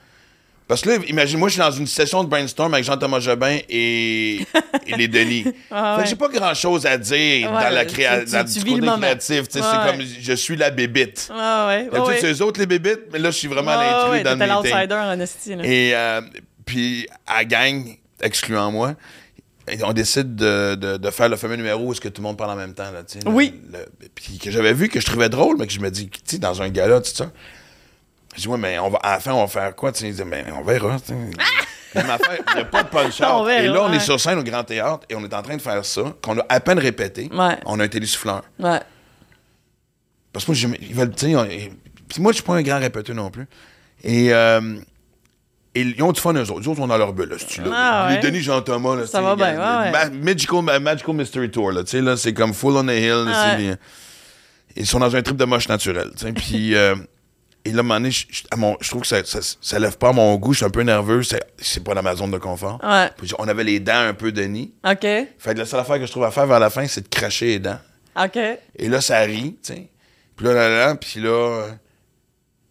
S1: Parce que là, imagine-moi, je suis dans une session de brainstorm avec Jean-Thomas Jobin et, et les Denis.
S4: Ah
S1: Fait
S4: <laughs> ouais.
S1: que j'ai pas grand-chose à dire
S4: Ouais,
S1: dans la
S4: tu-
S1: créa-
S4: tu-
S1: dans
S4: tu
S1: du
S4: vis le
S1: côté
S4: moment.
S1: créatif. tu sais,
S4: Ouais.
S1: C'est comme je suis la bébite.
S4: Ah ouais. ouais,
S1: D'habitude,
S4: ouais.
S1: c'est eux autres les bébites, mais là, je suis vraiment
S4: Ah
S1: l'intrus
S4: ouais,
S1: dans
S4: t'étais
S1: le meeting.
S4: l'outsider en esti, là.
S1: Et euh, puis, à gang, excluant moi, on décide de, de- de faire le fameux numéro où est-ce que tout le monde parle en même temps. Là, tu sais, le-
S4: Oui.
S1: le- puis que j'avais vu, que je trouvais drôle, mais que je me dis, tu sais, dans un gala, tout ça. Je dis, ouais, mais on va, à la fin, on va faire quoi? Tu sais, il dit, mais on verra. tu sais. Même affaire, il n'y a pas de punch
S4: Ah! <laughs> On verra,
S1: Et là, on
S4: ouais.
S1: est sur scène au Grand Théâtre et on est en train de faire ça, qu'on a à peine répété.
S4: Ouais.
S1: On a un télésouffleur.
S4: Ouais.
S1: Parce que moi, j'aime- ils veulent, tu sais, on- et- puis moi, je suis pas un grand répéteur non plus. Et, euh, et ils ont du fun, eux autres. Eux autres, on dans leur bulle, là, ce là
S4: Ah ouais.
S1: Les Denis Jean-Thomas, là,
S4: Ça
S1: tu sais,
S4: va bien,
S1: gars,
S4: ouais,
S1: ma-
S4: ouais.
S1: Magical, ma- Magical Mystery Tour, là, tu sais, là, c'est comme Full on a Hill. là,
S4: Ouais.
S1: c'est des- ils sont dans un trip de moche naturel, tu sais, puis... <laughs> euh, et là, à un moment donné, je, je- à mon- je trouve que ça, ça, ça lève pas à mon goût. Je suis un peu nerveux. C'est, c'est pas dans ma zone de confort.
S4: Ouais.
S1: Puis on avait les dents un peu Denis.
S4: OK.
S1: Fait que la seule affaire que je trouve à faire vers la fin, c'est de cracher les dents.
S4: OK.
S1: Et là, ça rit, tu sais. Puis là, là, là, là, puis là, euh,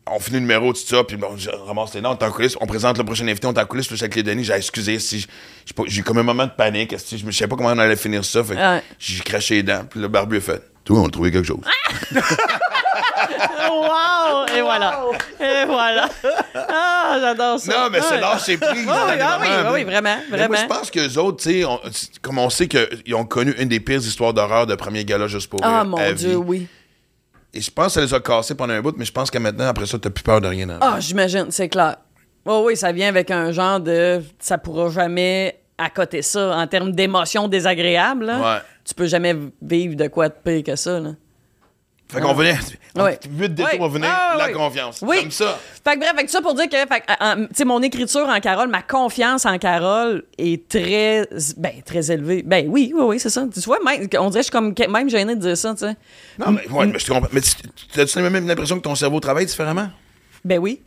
S1: on finit le numéro, tout ça, puis bon, je ramasse les noms, on est en coulisses, on présente le prochain invité, on est en coulisses, là, je suis avec les Denis, j'ai excusé, si je- j'ai pas- j'ai eu comme un moment de panique, esti, je me savais pas comment on allait finir ça, fait que
S4: Ouais.
S1: j'ai craché les dents, puis le barbu a fait, Ah, toi, on a trouvé quelque chose.
S4: Wow! Oh, Et voilà. <laughs> Et voilà. Ah, j'adore ça.
S1: Non, mais c'est
S4: Ouais.
S1: lâche, c'est pris.
S4: Ah oui, ah oui, ah oui, vraiment,
S1: Moi,
S4: vraiment.
S1: je pense qu'eux autres, tu sais, on- c'est- comme on sait qu'ils ont connu une des pires histoires d'horreur de premier gala juste pour
S4: Ah
S1: eux,
S4: mon
S1: à
S4: Dieu,
S1: vie.
S4: oui.
S1: Et je pense que ça les a cassés pendant un bout, mais je pense que maintenant, après ça, t'as plus peur de rien. dans la
S4: Ah, j'imagine, c'est clair. Oh oui, ça vient avec un genre de ça pourra jamais accoter ça en termes d'émotions désagréables. là.
S1: Ouais.
S4: Tu peux jamais vivre de quoi de pire que ça. Là.
S1: Fait qu'on venait.
S4: Ouais.
S1: 8 détours
S4: Ouais.
S1: on venait,
S4: Ah,
S1: la
S4: oui.
S1: confiance.
S4: Oui.
S1: Comme ça.
S4: Fait que bref, fait que ça pour dire que fait que, en- tu sais, mon écriture en Carole, ma confiance en Carole est très, ben, très élevée. Ben oui, oui, oui, c'est ça. Tu vois, même- on dirait que je suis comme que- même gênée de dire ça, tu sais.
S1: Non, mais, ouais, mais je te comprends. Mais tu as-tu même l'impression que ton cerveau travaille différemment?
S4: Ben oui.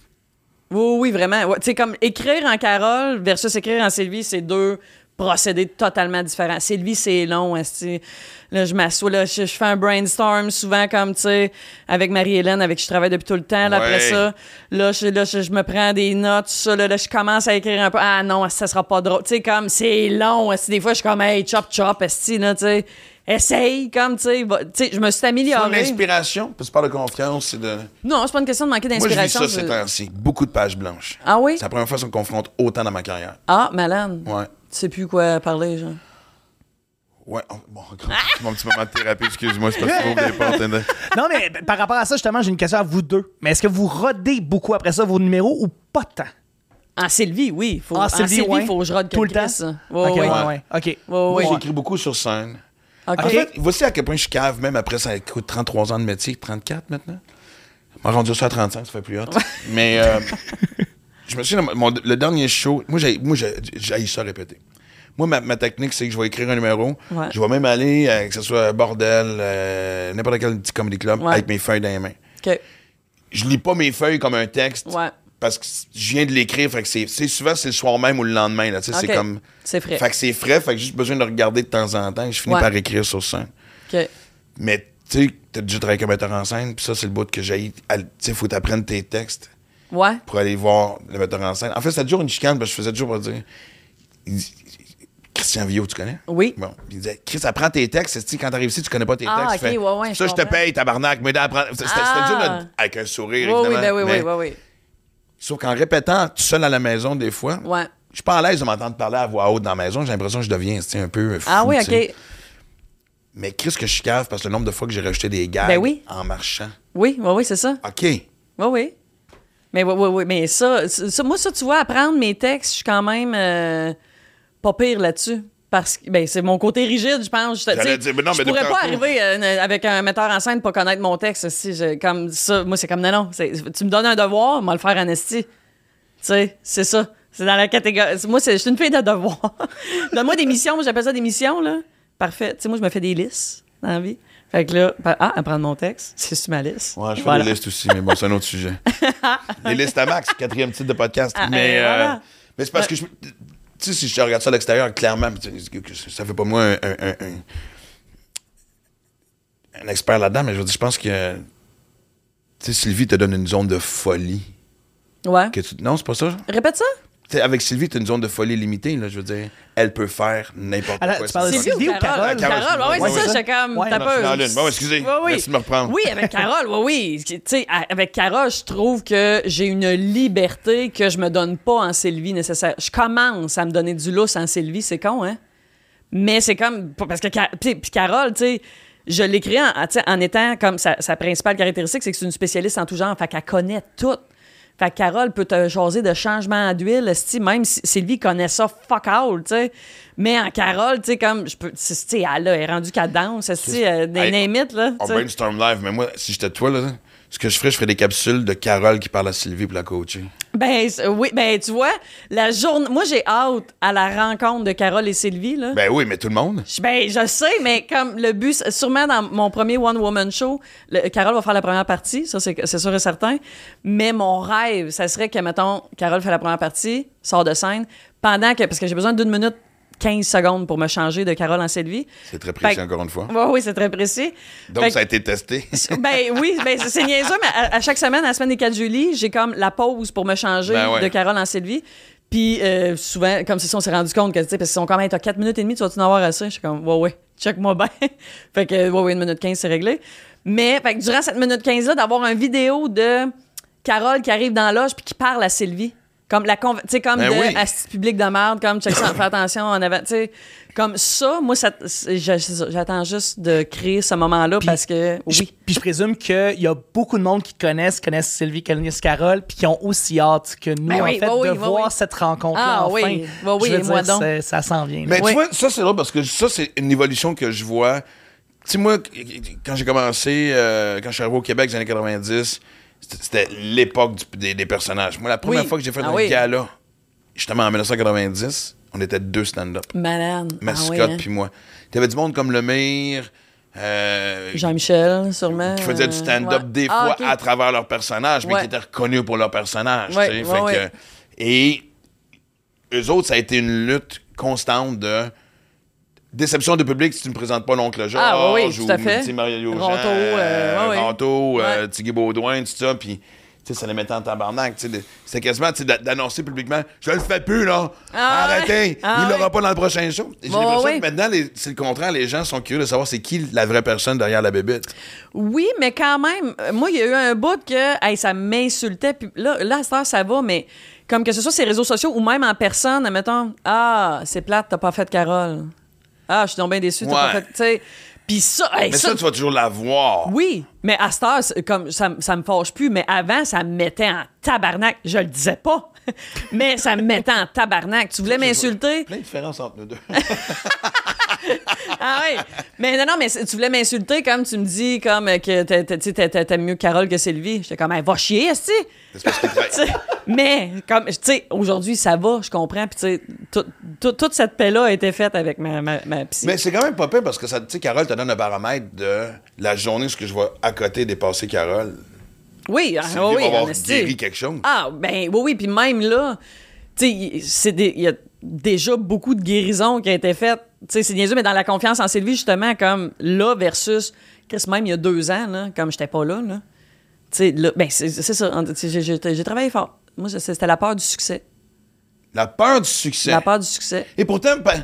S4: Oui, oui, vraiment. Ouais, tu sais, comme écrire en Carole versus écrire en Sylvie, c'est deux procédés totalement différents. Sylvie, c'est long. esti. Là, je m'assois, là, je, je fais un brainstorm souvent comme, tu sais, avec Marie-Hélène, avec qui je travaille depuis tout le temps. Là,
S1: Ouais.
S4: Après ça, là, je, là, je, je me prends des notes, tout ça, là, là, je commence à écrire un peu. Ah non, esti, ça sera pas drôle. Tu sais, comme, c'est long. esti. Des fois, je suis comme, hey, chop, chop, esti, là, tu sais. Essaye, comme, tu sais, va- tu sais, je me suis
S1: Ton
S4: améliorée.
S1: L'inspiration, parce que parle de confiance, c'est de.
S4: Non, c'est pas une question de manquer
S1: Moi, je vis
S4: d'inspiration.
S1: ça ces
S4: c'est-
S1: temps-ci. Beaucoup de pages blanches.
S4: Ah oui?
S1: C'est la première fois qu'on me confronte autant dans ma carrière.
S4: Ah, malade.
S1: Ouais.
S4: Tu sais plus quoi parler, genre.
S1: Ouais. oh, bon, <laughs> c'est mon petit moment de thérapie, excuse-moi, c'est parce que je trouve des portes. hein.
S2: Non, mais ben, par rapport à ça, justement, j'ai une question à vous deux. Mais est-ce que vous rodez beaucoup après ça vos numéros ou pas tant?
S4: En Ah, Sylvie, oui. Faut, en
S2: Ah,
S4: Sylvie,
S2: ouais.
S4: faut que je rode
S2: Tout le temps?
S4: Oui,
S2: OK,
S4: oui.
S2: ouais, ouais. OK.
S4: Ouais,
S1: Moi,
S4: ouais.
S1: j'écris beaucoup sur scène.
S4: OK.
S1: En fait, voici à quel point je cave, même après ça coûte 33 ans de métier, 34 maintenant. Moi, rendu ça à 35, ça fait plus hot. Mais
S4: <laughs>
S1: euh, je me souviens, mon- le dernier show, moi, j'ai, moi, j'ai, j'ai haï ça répéter. Moi, ma, ma technique, c'est que je vais écrire un numéro.
S4: Ouais.
S1: Je vais même aller, euh, que ce soit Bordel, euh, n'importe quel petit comedy club,
S4: Ouais.
S1: avec mes feuilles dans les mains.
S4: OK.
S1: Je lis pas mes feuilles comme un texte.
S4: Ouais.
S1: parce que c- je viens de l'écrire. Fait que c'est c'est souvent, c'est le soir même ou le lendemain. Là, tu sais,
S4: Ok.
S1: C'est comme.
S4: C'est frais.
S1: Fait que c'est frais. Fait que j'ai juste besoin de regarder de temps en temps. et Je finis
S4: Ouais.
S1: par écrire sur scène.
S4: OK.
S1: Mais tu sais, t'as déjà travaillé comme metteur en scène. Puis ça, c'est le bout que j'ai. Tu sais, faut t'apprendre tes textes
S4: Ouais.
S1: pour aller voir le metteur en scène. En fait, c'était toujours une chicane parce que je faisais toujours pour dire. il dit- Christian Villot, tu connais?
S4: Oui.
S1: Bon, il disait, Chris, apprends tes textes. c'est-tu, Quand t'arrives ici, tu connais pas tes
S4: Ah,
S1: textes.
S4: ok,
S1: Fait,
S4: ouais, ouais,
S1: c'est
S4: je
S1: ça, je te
S4: comprends.
S1: paye, tabarnak. Mais d'apprendre. C'était c'était
S4: Ah.
S1: toujours notre- avec un sourire,
S4: Oui, oui,
S1: évidemment.
S4: ben oui,
S1: mais-
S4: oui, oui, oui.
S1: Sauf qu'en répétant tout seul à la maison, des fois,
S4: Ouais.
S1: je suis pas à l'aise de m'entendre parler à voix haute dans la maison. J'ai l'impression que je deviens tu sais, un peu fou.
S4: Ah oui,
S1: tu sais.
S4: OK.
S1: Mais Chris, que je suis cave parce que le nombre de fois que j'ai rejeté des gags
S4: Ben oui.
S1: en marchant.
S4: Oui, oui, oui, c'est ça.
S1: OK.
S4: Oui, oui. Mais oui, oui, oui. Mais ça, ça- moi, ça, tu vois, apprendre mes textes, je suis quand même euh, pas pire là-dessus. Parce que ben, c'est mon côté rigide, je pense. Je, tu sais,
S1: dire, mais non,
S4: je
S1: mais
S4: pourrais
S1: Docteur
S4: pas
S1: Who.
S4: arriver euh, avec un metteur en scène pas connaître mon texte. Si je- comme ça, moi, c'est comme non, non. c'est- Tu me donnes un devoir, moi le faire en esti. Tu sais, c'est ça. C'est dans la catégorie. Moi, c'est- je suis une fille de devoir. <laughs> Donne-moi des missions. moi, J'appelle ça des missions, là. Parfait. Tu sais, moi, je me fais des listes dans la vie. Fait que là, ben, ah, apprendre mon texte, c'est sur ma liste.
S1: Ouais, je fais
S4: Voilà.
S1: des listes aussi, mais bon, c'est un autre
S4: <laughs>
S1: sujet. les listes à max, quatrième titre de podcast.
S4: Ah,
S1: mais
S4: et
S1: euh,
S4: voilà.
S1: mais c'est parce que je. me- Tu sais, si je te regarde ça à l'extérieur, clairement, tu sais, que- que ça fait pas moi un, un- un- un- un expert là-dedans, mais je veux dire, je pense que. Tu sais, Sylvie te donne une zone de folie.
S4: Ouais.
S1: que tu- Non, c'est pas ça?
S4: Répète ça.
S1: T'sais, avec Sylvie, t'as une zone de folie limitée, là, je veux dire. Elle peut faire n'importe
S2: Alors,
S1: quoi.
S2: tu parles de
S1: c'est-
S2: Sylvie? ou Carole?
S1: Carole,
S4: Carole, ouais,
S1: ouais,
S4: c'est
S1: ouais.
S4: ça, j'étais comme.
S2: Ouais.
S4: t'as
S2: Non,
S4: peur.
S1: je suis dans la lune. Bon, excusez.
S4: Ouais, oui.
S1: Merci de me reprendre.
S4: Oui, avec Carole, oui, oui. Tu sais, à- avec Carole, je trouve que j'ai une liberté que je me donne pas en Sylvie nécessaire. Je commence à me donner du lousse en Sylvie, c'est con, hein? Mais c'est comme. Parce que. Ca- Puis puis Carole, tu sais. Je l'écris en, en- tu sais, en étant comme sa, sa principale caractéristique, c'est que c'est une spécialiste en tout genre. Fait qu'elle connaît tout. Fait que Carole peut te jaser de changement d'huile, esti, même si Sylvie connaît ça fuck all, tu sais. Mais en Carole, tu sais, comme, je peux, tu sais, tu sais, elle, là, elle est rendue qu'elle danse, esti, euh,
S1: Hey,
S4: name it, là.
S1: On
S4: tu sais.
S1: brainstorm live, mais moi, si j'étais toi, là, ce que je ferais, je ferais des capsules de Carole qui parle à Sylvie pour la coacher.
S4: Ben c- oui, ben tu vois, la journée, moi j'ai hâte à la rencontre de Carole et Sylvie là.
S1: Ben oui, mais tout le monde.
S4: Je- Ben, je sais, mais comme le but, c'est- sûrement dans mon premier One Woman Show, le- Carole va faire la première partie, ça c'est c'est sûr et certain. Mais mon rêve, ça serait que, mettons, Carole fait la première partie, sort de scène, pendant que, parce que j'ai besoin d'une minute 15 secondes pour me changer de Carole en Sylvie.
S1: C'est très précis,
S4: Fait que-
S1: encore une fois.
S4: Ouais, oui, c'est très précis.
S1: Donc,
S4: Fait que-
S1: ça a été
S4: <laughs>
S1: testé.
S4: ben oui, ben, c'est- c'est niaiseux, mais à, à chaque semaine, à la semaine des 4 juillet, j'ai comme la pause pour me changer
S1: Ben ouais.
S4: de Carole en Sylvie. Puis euh, souvent, comme si on s'est rendu compte que, tu sais, parce qu'ils sont comme, hey, t'as 4 minutes et demie, tu vas-tu en avoir assez? Je suis comme, ouais, ouais, check-moi bien. <laughs> fait que, ouais, ouais, une minute 15, c'est réglé. Mais, fait que durant cette minute 15-là, d'avoir une vidéo de Carole qui arrive dans l'âge puis qui parle à Sylvie. Comme la conv- tu sais, comme
S1: Ben
S4: de
S1: oui.
S4: à ce public de merde, comme check ça, fais attention en avant, tu sais. Comme ça, moi, ça, c'est- je- c'est ça, j'attends juste de créer ce moment-là
S2: Puis-
S4: parce que,
S2: Je-
S4: oui.
S2: Puis je présume qu'il y a beaucoup de monde qui te connaissent, qui connaissent Sylvie, qui connaissent Carole, puis qui ont aussi hâte que nous,
S4: Ben
S2: en
S4: oui,
S2: fait,
S4: oui, oui,
S2: de
S4: oui,
S2: voir
S4: oui.
S2: cette rencontre-là.
S4: Ah
S2: enfin.
S4: oui, oui, oui,
S2: je veux
S4: et moi
S2: dire,
S4: donc.
S2: c'est- ça s'en vient. là.
S1: Mais
S4: Oui.
S1: tu vois, ça, c'est là parce que ça, c'est une évolution que je vois. Tu sais, moi, quand j'ai commencé, euh, quand je suis arrivé au Québec, les années 90, c'était- c'était l'époque du- des, des personnages. Moi, la première
S4: Oui.
S1: fois que j'ai fait
S4: Ah
S1: un
S4: oui.
S1: gala, justement en 1990, on était deux stand-up.
S4: Malade.
S1: Mascotte
S4: Ah oui, hein.
S1: puis moi. T'avais du monde comme Lemire, euh,
S4: Jean-Michel, sûrement.
S1: qui faisaient du stand-up
S4: Euh, ouais.
S1: des
S4: Ah,
S1: fois
S4: ok.
S1: à travers leur personnage, mais
S4: Ouais.
S1: qui étaient reconnus pour leur personnage.
S4: Ouais,
S1: tu sais,
S4: ouais,
S1: fait
S4: ouais.
S1: que- et eux autres, ça a été une lutte constante de déception de public si tu ne présentes pas l'oncle Georges
S4: Ah, oui, oui, tout
S1: ou
S4: à fait.
S1: tu sais, Mario Jean,
S4: Ronto, euh,
S1: euh,
S4: ouais, ouais.
S1: Ronto, euh,
S4: Ouais.
S1: Tiggy Baudouin, tout ça, puis tu sais, ça les mettait en tabarnak. tu sais, le- C'était quasiment tu sais, d'a- d'annoncer publiquement « Je le fais plus, là!
S4: Ah,
S1: Arrêtez!
S4: ouais. Ah,
S1: Il l'aura
S4: ouais.
S1: pas dans le prochain show! » Et J'ai
S4: Ouais,
S1: l'impression
S4: ouais.
S1: que maintenant, les- c'est le contraire. Les gens sont curieux de savoir c'est qui la vraie personne derrière la bébête.
S4: Oui, mais quand même, euh, moi, il y a eu un bout que hey, ça m'insultait. Puis là, là, à cette heure, ça va, mais comme que ce soit sur les réseaux sociaux ou même en personne, admettons, ah, c'est plate, t'as pas fait Carole. Ah, je suis donc bien déçue, t'as pas
S1: Ouais.
S4: fait. Tu sais. Puis ça, hey,
S1: Mais ça, tu vas toujours l'avoir.
S4: Oui, mais à cette heure, c'est- comme ça, m- ça me fâche plus, mais avant, ça me mettait en tabarnak. Je le disais pas, <laughs> mais ça me mettait en tabarnak. Tu voulais m'insulter?
S1: Plein de différences entre nous deux. <laughs>
S4: Ah oui. Mais non, non, mais c'est- tu voulais m'insulter comme tu me dis comme euh, que t'a- t'a- tu sais, t'a- t'a- t'aimes mieux Carole que Sylvie. J'étais comme, Hey, va chier, esti.
S1: C'est parce que
S4: Tu sais, mais comme tu sais, aujourd'hui ça va, je comprends. Puis tu sais, tout- tout- toute cette paix là a été faite avec ma, ma, ma psy.
S1: Mais c'est quand même pas pire parce que ça, tu sais, Carole te donne un baromètre de la journée, ce que je vois à côté dépasser Carole.
S4: Oui, ah,
S1: Sylvie
S4: oui,
S1: va
S4: oui,
S1: avoir
S4: en esti.
S1: guéri quelque chose.
S4: Ah, ben oui, oui. Puis même là, tu sais, il c'est des- il y a déjà beaucoup de guérisons qui ont été faites. Tu sais, c'est niaiseux, mais dans la confiance en Sylvie, justement, comme là versus, Chris, même il y a deux ans, là, comme j'étais pas là, là. Tu sais, là, ben c'est c'est ça. en- tu sais, J'ai j'ai- j'ai travaillé fort. Moi, c'est- c'était la peur du succès.
S1: La peur du succès.
S4: La peur du succès.
S1: Et pourtant, pa- tu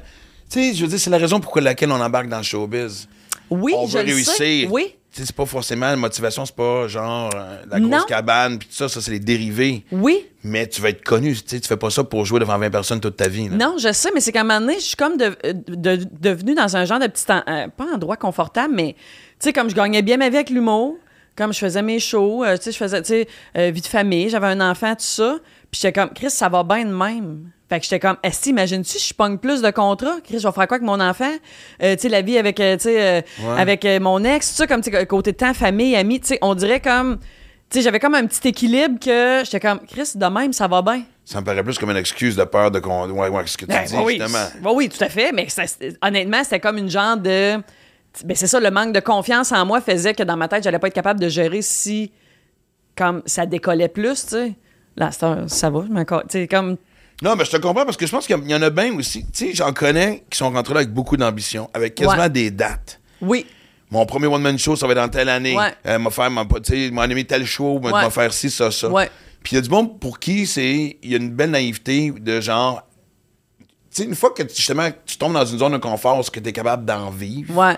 S1: sais, je veux dire, c'est la raison pour laquelle on embarque dans le showbiz.
S4: Oui,
S1: on
S4: je
S1: veut
S4: le
S1: réussir.
S4: sais. Oui.
S1: Tu sais, c'est pas forcément la motivation, c'est pas genre euh, la grosse
S4: Non.
S1: cabane, puis tout ça, ça, c'est les dérivés.
S4: Oui.
S1: Mais tu vas être connu, tu sais, tu fais pas ça pour jouer devant 20 personnes toute ta vie. là.
S4: Non, je sais, mais c'est qu'à un moment donné, je suis comme de, de- de- devenue dans un genre de petit... en- euh, pas endroit confortable, mais, tu sais, comme je gagnais bien ma vie avec l'humour, comme je faisais mes shows, euh, tu sais, je faisais, tu sais, euh, vie de famille, j'avais un enfant, tout ça. Puis j'étais comme, Chris, ça va bien de même. Fait que j'étais comme, est-ce imagines-tu, je pogne plus de contrats? Chris, je vais faire quoi avec mon enfant? Euh, tu sais, la vie avec, euh, tu sais, euh, avec euh, mon ex, tout ça, comme, tu sais, côté temps, famille, amis, tu sais, on dirait comme... Tu sais, j'avais comme un petit équilibre que j'étais comme, Chris, de même, ça va bien.
S1: Ça me paraît plus comme une excuse de peur de qu'on. Ouais, ouais, ce que tu
S4: Ben,
S1: dis,
S4: oui,
S1: justement.
S4: c'est- ben oui, tout à fait. Mais ça- c'est- honnêtement, c'était comme une genre de. Ben c'est ça, le manque de confiance en moi faisait que dans ma tête, j'allais pas être capable de gérer si comme ça décollait plus, tu sais. Là, c'est un- ça va, je m'en ca- Tu sais, comme.
S1: Non, mais je te comprends parce que je pense qu'il y en a bien aussi. Tu sais, j'en connais qui sont rentrés là avec beaucoup d'ambition, avec quasiment
S4: Ouais.
S1: des dates.
S4: Oui.
S1: Mon premier one-man show, ça va être dans telle année.
S4: Ouais.
S1: Euh, m'a faire, m'a- tu sais, m'a animé tel show, m'a
S4: Ouais.
S1: m'a faire ci, ça, ça.
S4: Ouais.
S1: Puis il y a du monde pour qui c'est. Il y a une belle naïveté de genre. Tu sais, une fois que justement tu tombes dans une zone de confort, ce que tu es capable d'en vivre,
S4: Ouais.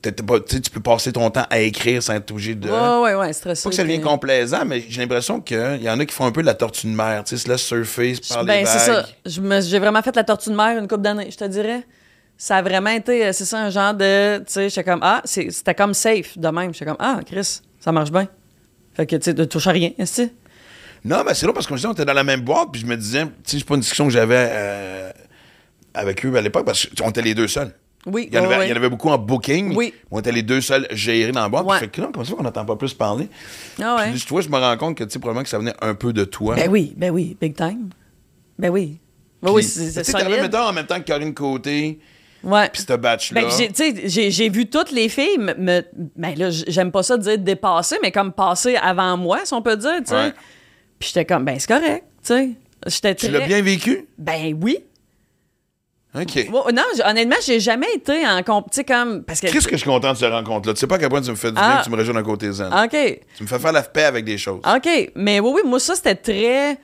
S1: t'es- t'es pas- tu sais, tu peux passer ton temps à écrire sans être obligé de.
S4: Ouais, ouais, ouais, stressé.
S1: Pas que ça devient
S4: puis-
S1: complaisant, mais j'ai l'impression qu'il y en a qui font un peu de la tortue de mer. Tu sais, se laissent surfer, se parlent
S4: Ben,
S1: les
S4: c'est
S1: vagues.
S4: ça. Je me- J'ai vraiment fait la tortue de mer une couple d'années, je te dirais. Ça a vraiment été, euh, c'est ça, un genre de. Tu sais, j'étais comme, ah, c'est- c'était comme safe de même. J'étais comme, ah, Chris, ça marche bien. Fait que, tu sais, ne touche à rien, est-ce que.
S1: Non, mais c'est là parce qu'on on était dans la même boîte, puis je me disais, tu sais, c'est pas une discussion que j'avais euh, avec eux à l'époque, parce qu'on était les deux seuls.
S4: Oui,
S1: Il y, en
S4: ouais,
S1: avait,
S4: ouais.
S1: il y en avait beaucoup en booking.
S4: Oui.
S1: mais On était les deux seuls gérés dans la boîte.
S4: Ouais.
S1: Fait que là, comme ça, qu'on n'entend pas plus parler.
S4: Ah ouais.
S1: Puis, je- tu vois, je me rends compte que, tu sais, probablement que ça venait un peu de toi.
S4: Ben oui, ben oui, big time. Ben oui. Ben oui,
S1: Ah. Puis,
S4: c'est
S1: Tu
S4: c'est
S1: sais, t'arrivais,
S4: solide.
S1: mettons, en même temps que Caroline Côté,
S4: Ouais.
S1: puis ce batch-là.
S4: Ben, j'ai- tu sais, j'ai j'ai vu toutes les filles me, me- ben là j- j'aime pas ça dire dépasser mais comme passer avant moi si on peut dire tu sais.
S1: Ouais.
S4: Puis j'étais comme ben c'est correct tu sais. J'étais
S1: tu
S4: très-
S1: l'as bien vécu?
S4: ben oui.
S1: OK.
S4: Moi, non, j- honnêtement, j'ai jamais été en comp, tu sais comme parce que
S1: Qu'est-ce que je suis content de cette rencontre-là? Tu sais pas à quel point tu me fais du bien
S4: Ah.
S1: que tu me rejoins d'un côté zen.
S4: OK.
S1: Tu me fais faire la paix avec des choses.
S4: OK, mais oui, oui, moi, ça, c'était très.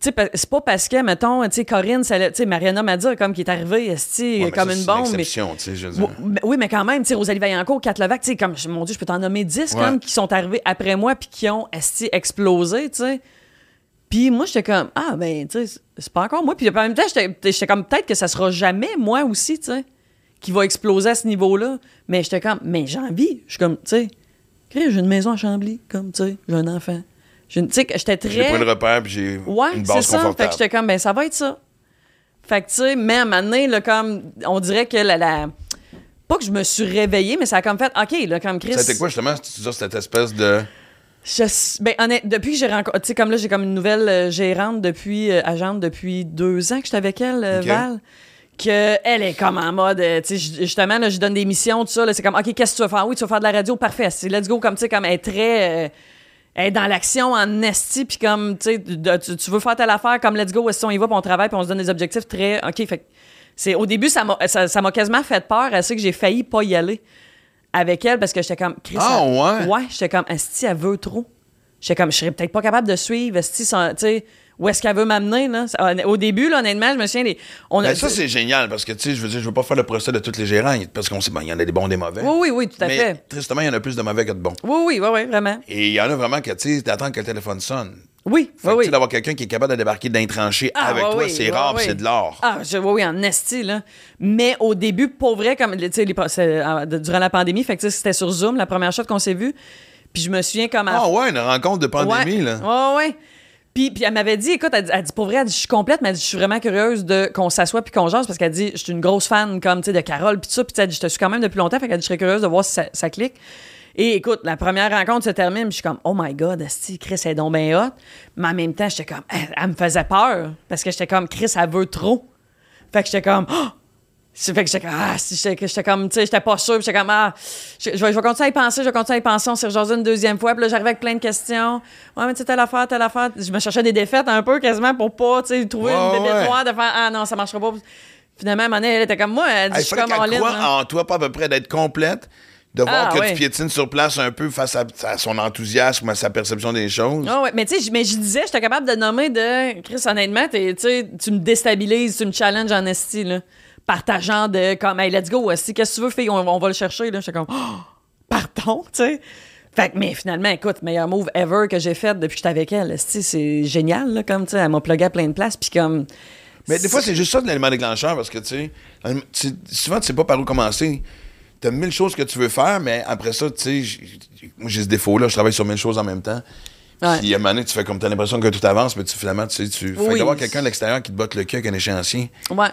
S4: Tu sais, pa- c'est pas parce que, mettons, tu sais, Corinne, ça l'a- tu sais, Mariana m'a dit, comme qui est arrivée, esti,
S1: Ouais, mais
S4: comme
S1: ça,
S4: une
S1: c'est
S4: bombe. mais-
S1: exception, tu sais, je veux dire.
S4: Mo- mais- Oui, mais quand même, tu sais, Rosalie Vaillancourt, Kat Levac, tu sais, comme, je- mon Dieu, je peux t'en nommer 10
S1: Ouais.
S4: comme qui sont arrivés après moi puis qui ont esti, explosé, tu sais. Puis moi, j'étais comme, ah, ben, tu sais, c'est- c'est pas encore moi. Puis en même temps, j'étais j'étais comme, peut-être que ça sera jamais moi aussi, tu sais, qui va exploser à ce niveau-là. Mais j'étais comme, mais j'ai envie. Je suis comme, tu sais, Chris, j'ai une maison à Chambly, comme, tu sais, j'ai un enfant. J'ai une- Tu sais, que j'étais très.
S1: J'ai des points de repère, puis j'ai
S4: Ouais,
S1: une
S4: c'est
S1: base
S4: ça. Fait
S1: confortable.
S4: que j'étais comme, ben, ça va être ça. Fait que, tu sais, mais à un moment donné, là, comme, on dirait que la, la- Pas que je me suis réveillée, mais ça a comme fait, OK, là, comme Chris.
S1: C'était quoi, justement, si tu dis cette espèce de...
S4: Je s- ben, honnête, depuis que j'ai rencontré. Tu sais, comme là, j'ai comme une nouvelle euh, gérante depuis. euh, agente depuis deux ans que j'étais avec elle, euh,
S1: Ok.
S4: Val. Que elle est comme en mode. euh, tu sais, ju- justement, là, je donne des missions, tout ça. là, C'est comme, OK, qu'est-ce que tu vas faire? Oui, tu vas faire de la radio, parfait. C'est let's go, comme, tu sais, comme, elle est très. euh, elle est dans l'action en esti, puis comme, tu sais, de- tu, tu veux faire telle affaire, comme, let's go, est-ce qu'on y va, puis on travaille, puis on se donne des objectifs très. OK, fait que c'est au début, ça m'a ça- ça m'a quasiment fait peur à ce que j'ai failli pas y aller avec elle parce que j'étais comme Chris,
S1: Ah, ouais?
S4: elle- Ouais, j'étais comme esti, elle veut trop. J'étais comme je serais peut-être pas capable de suivre esti sans- tu sais où est-ce qu'elle veut m'amener là Ça- Au début là, honnêtement, je me souviens des on
S1: Ben, ça, c'est génial, parce que, tu sais, je veux dire, je veux pas faire le procès de tous les gérants, parce qu'on sait, ben, il y en a des bons, des mauvais.
S4: Oui oui oui, tout à
S1: Mais,
S4: fait.
S1: tristement, il y en a plus de mauvais que de bons.
S4: Oui oui, oui oui, vraiment.
S1: Et il y en a vraiment que, tu sais, t'attends que le téléphone sonne.
S4: Oui,
S1: Fait que,
S4: oui
S1: tu
S4: oui.
S1: sais, d'avoir quelqu'un qui est capable de débarquer d'un tranché
S4: Ah,
S1: avec
S4: ouais,
S1: toi,
S4: oui,
S1: c'est
S4: ouais,
S1: rare,
S4: ouais.
S1: puis c'est de l'or.
S4: Ah, je, oui, oui, en esti, là. Mais au début, pour vrai, comme, tu sais, les pa- c'est, euh, de- durant la pandémie, fait que, tu sais, c'était sur Zoom, la première shot qu'on s'est vue. Puis je me souviens comme... à-
S1: Ah ouais, une rencontre de pandémie,
S4: ouais,
S1: là.
S4: Ouais, ouais. Puis, puis elle m'avait dit, écoute, elle dit, elle dit, pour vrai, elle dit, je suis complète, mais elle dit, je suis vraiment curieuse de qu'on s'assoie puis qu'on jase parce qu'elle dit, je suis une grosse fan, comme, tu sais, de Carole, puis tout ça, puis tu sais, elle dit, je te suis quand même depuis longtemps, fait qu'elle dit, je serais curieuse de voir si ça, ça clique. Et écoute, la première rencontre se termine, puis je suis comme, oh my god, esti, Chris, elle est donc bien hot. Mais en même temps, j'étais comme, <gasps> elle, elle me faisait peur parce que j'étais comme, Chris, elle veut trop. Fait que j'étais comme, oh! C'est fait que j'étais comme, ah, si j'étais que j'étais comme, tu sais, j'étais pas sûre, puis j'étais comme, ah, je, je vais, je vais continuer à y penser, je vais continuer à y penser, on s'est rejasé une deuxième fois, puis là, j'arrivais avec plein de questions. Ouais, mais tu sais, telle affaire, telle affaire. Je me cherchais des défaites un peu, quasiment, pour pas, tu sais, trouver
S1: Ouais,
S4: une bébé
S1: ouais.
S4: noire de faire, ah, non, ça marchera pas. Finalement, à un moment donné, elle était comme, moi, elle dit,
S1: Il
S4: je suis
S1: fallait
S4: comme en
S1: qu'elle
S4: ligne.
S1: croie
S4: hein.
S1: en toi, pas à peu près d'être complète, de voir
S4: Ah,
S1: que
S4: ouais.
S1: tu piétines sur place un peu face à, à son enthousiasme, à sa perception des choses.
S4: Ah ouais, mais tu sais, j- mais je disais, j'étais capable de nommer de Chris, honnêtement, t'es- tu sais, tu me déstabilises, tu me challenges en esti, là. Par ta genre de comme, hey, let's go, esti, qu'est-ce que tu veux, fille, on, on va le chercher, là. J'étais comme, <gasps> oh, pardon, tu sais. Fait que, mais finalement, écoute, meilleur move ever que j'ai fait depuis que j'étais avec elle, esti, c'est génial, là, comme, tu sais, elle m'a plugué à plein de places, puis comme.
S1: Mais des fois, c'est juste ça de l'élément déclencheur parce que, tu sais, un- tu- souvent, tu sais pas par où commencer. T'as mille choses que tu veux faire, mais après ça, tu sais, j- j- moi, j'ai ce défaut-là, je travaille sur mille choses en même temps.
S4: Ouais.
S1: Puis, à un moment donné, tu fais comme t'as l'impression que tout avance, mais tu, finalement, tu sais, tu. Fait
S4: Oui.
S1: que d'avoir quelqu'un de l'extérieur qui te botte le cul avec un échéancier,
S4: Ouais.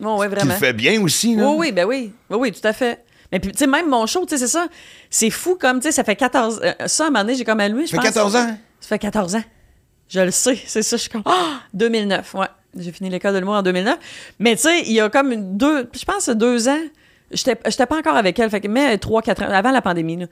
S4: Ouais, ouais,
S1: qui le
S4: vraiment.
S1: fait bien aussi, là.
S4: Oui, oui, ben oui. Oui, oui, tout à fait. Mais puis, tu sais, même mon show, tu sais, c'est ça. C'est fou comme, tu sais, ça fait 14... euh, Ça, à un moment donné, j'ai comme allumé, je
S1: Ça fait
S4: pense.
S1: 14 ans?
S4: Ça fait 14 ans. Je le sais, c'est ça. Je suis comme... Ah! 2009, ouais. J'ai fini l'école de l'humour en 2009. Mais tu sais, il y a comme une- deux... Je pense deux ans, j'étais j'étais pas encore avec elle. Fait que, mais trois, quatre ans, avant la pandémie, là.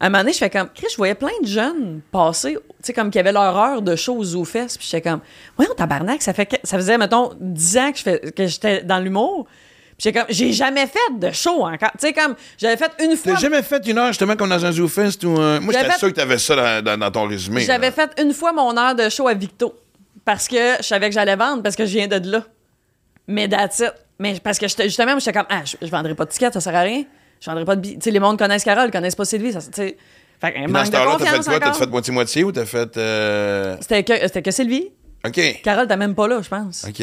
S4: À un moment donné, je fais comme... Chris, je voyais plein de jeunes passer, tu sais, comme qui avaient leur heure de choses aux fesses. Puis j'étais comme... Voyons, tabarnak, ça, fait, que- ça faisait, mettons, 10 ans que je fais- que j'étais dans l'humour. Puis J'ai comme j'ai jamais fait de show encore. Tu sais comme j'avais fait une fois.
S1: T'as jamais fait une heure justement comme dans un zoo fest ou un- Moi, j'étais
S4: J'avais-
S1: sûr que t'avais ça dans, dans- dans ton résumé. là.
S4: J'avais fait une fois mon heure de show à Victo parce que je savais que j'allais vendre parce que je viens de là. Mais that's it. Mais parce que j'étais- justement, moi, j'étais comme ah, je, je vendrais pas de tickets, ça sert à rien. Je vendrais pas de billets. Tu sais les monde connaissent Carole, ils connaissent pas Sylvie, ça tu sais. Fait un
S1: Puis dans
S4: manque
S1: ce
S4: de
S1: temps-là, t'as fait
S4: confiance
S1: quoi? T'as
S4: encore.
S1: fait moitié-moitié ou t'as fait. euh,
S4: C'était que c'était que Sylvie.
S1: OK.
S4: Carole t'as même pas là, je pense.
S1: OK.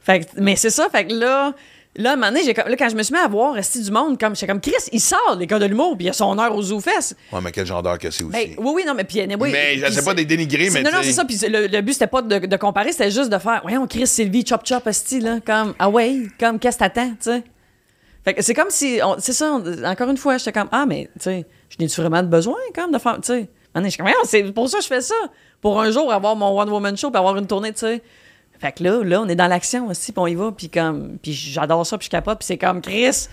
S4: Fait que- mais c'est ça, fait que là, là, à un moment donné, j'ai comme- là, quand je me suis mis à voir Resti du Monde, comme, j'étais comme Chris, il sort l'école de l'humour, puis il a son heure aux zoufesses.
S1: Ouais, mais quel genre d'heure que c'est aussi.
S4: Ben, oui, oui, non, mais puis anyway,
S1: Mais
S4: puis
S1: j'essaie pas de les dénigrer, mais
S4: c'est- Non, non,
S1: t'sais-
S4: c'est ça. Puis le, le but, c'était pas de, de comparer, c'était juste de faire, voyons, Chris, Sylvie, chop chop, hostie, là, comme, ah ouais, comme, qu'est-ce que t'attends, tu sais. Fait que c'est comme si, on- c'est ça, on- encore une fois, j'étais comme, ah, mais, tu sais, je n'ai-tu vraiment de besoin, comme, de faire, tu sais. Un moment donné, j'étais comme, voyons, c'est pour ça que je fais ça. Pour un jour avoir mon one-woman show, puis avoir une tournée, tu sais. Fait que là, là, on est dans l'action aussi, puis on y va, puis comme, puis j'adore ça, puis je capote, puis c'est comme, Chris,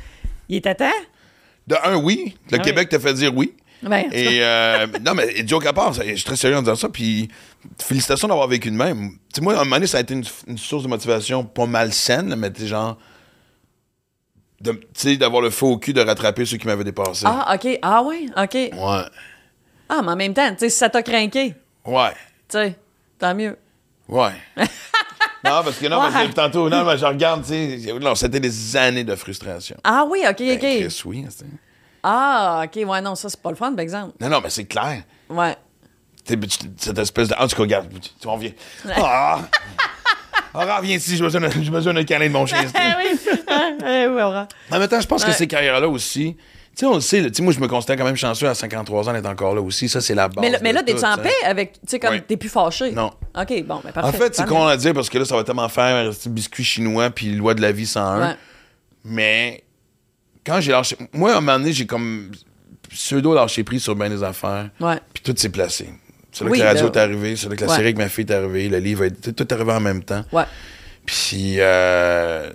S4: il était temps.
S1: De un, oui. Le
S4: Ah
S1: Québec t'a fait dire oui.
S4: Ben, en tout
S1: et euh, non, mais et joke à part, ça- je suis très sérieux en disant ça. Puis félicitations d'avoir vécu de même. Tu sais, moi, à un moment donné, ça a été une, une source de motivation pas mal saine, mais tu sais, genre. de- Tu sais, d'avoir le feu au cul de rattraper ceux qui m'avaient dépassé.
S4: Ah, OK, ah ouais, OK.
S1: Ouais.
S4: Ah, mais en même temps, tu sais, si ça t'a craqué,
S1: Ouais.
S4: tu sais, tant mieux.
S1: Ouais.
S4: <laughs>
S1: non, parce que non, parce que
S4: Ouais.
S1: tantôt, non, mais je regarde, tu sais. Non, c'était des années de frustration.
S4: Ah oui, OK, OK.
S1: Ben, Chris, oui. c'est-
S4: ah, OK, ouais, non, ça, c'est pas le fun, par exemple.
S1: Non, non, mais c'est clair.
S4: Ouais.
S1: T'es- tu- cette espèce de. En tout cas, regarde, tu, tu- on vient. Ah! Ah, viens ici, j'ai besoin, de- j'ai besoin d'un câlin de mon chien.
S4: <laughs> Eh oui, eh oui, Aurore.
S1: en même temps, je pense que
S4: Ouais.
S1: ces carrières-là aussi. Tu sais, on le sait, là, tu sais, moi, je me considère quand même chanceux à 53 ans d'être encore là aussi. Ça, c'est la base.
S4: Mais, là- mais
S1: de
S4: là,
S1: tout,
S4: t'es-tu en
S1: ça.
S4: paix hein, avec, tu sais, comme,
S1: Oui.
S4: t'es plus fâché?
S1: hein. Non.
S4: OK, bon, mais parfait.
S1: En fait, c'est
S4: tant
S1: con
S4: mieux.
S1: à dire parce que là, ça va tellement faire euh, biscuit chinois puis loi de la vie 101.
S4: Ouais.
S1: Mais quand j'ai lâché. Moi, à un moment donné, j'ai comme pseudo lâché prise sur bien des affaires.
S4: Ouais.
S1: Puis tout s'est placé. C'est là
S4: Oui,
S1: que la radio
S4: là.
S1: est arrivée, c'est là que la
S4: Ouais.
S1: série avec ma fille est arrivée, le livre est tout est arrivé en même temps.
S4: Ouais.
S1: Puis, euh,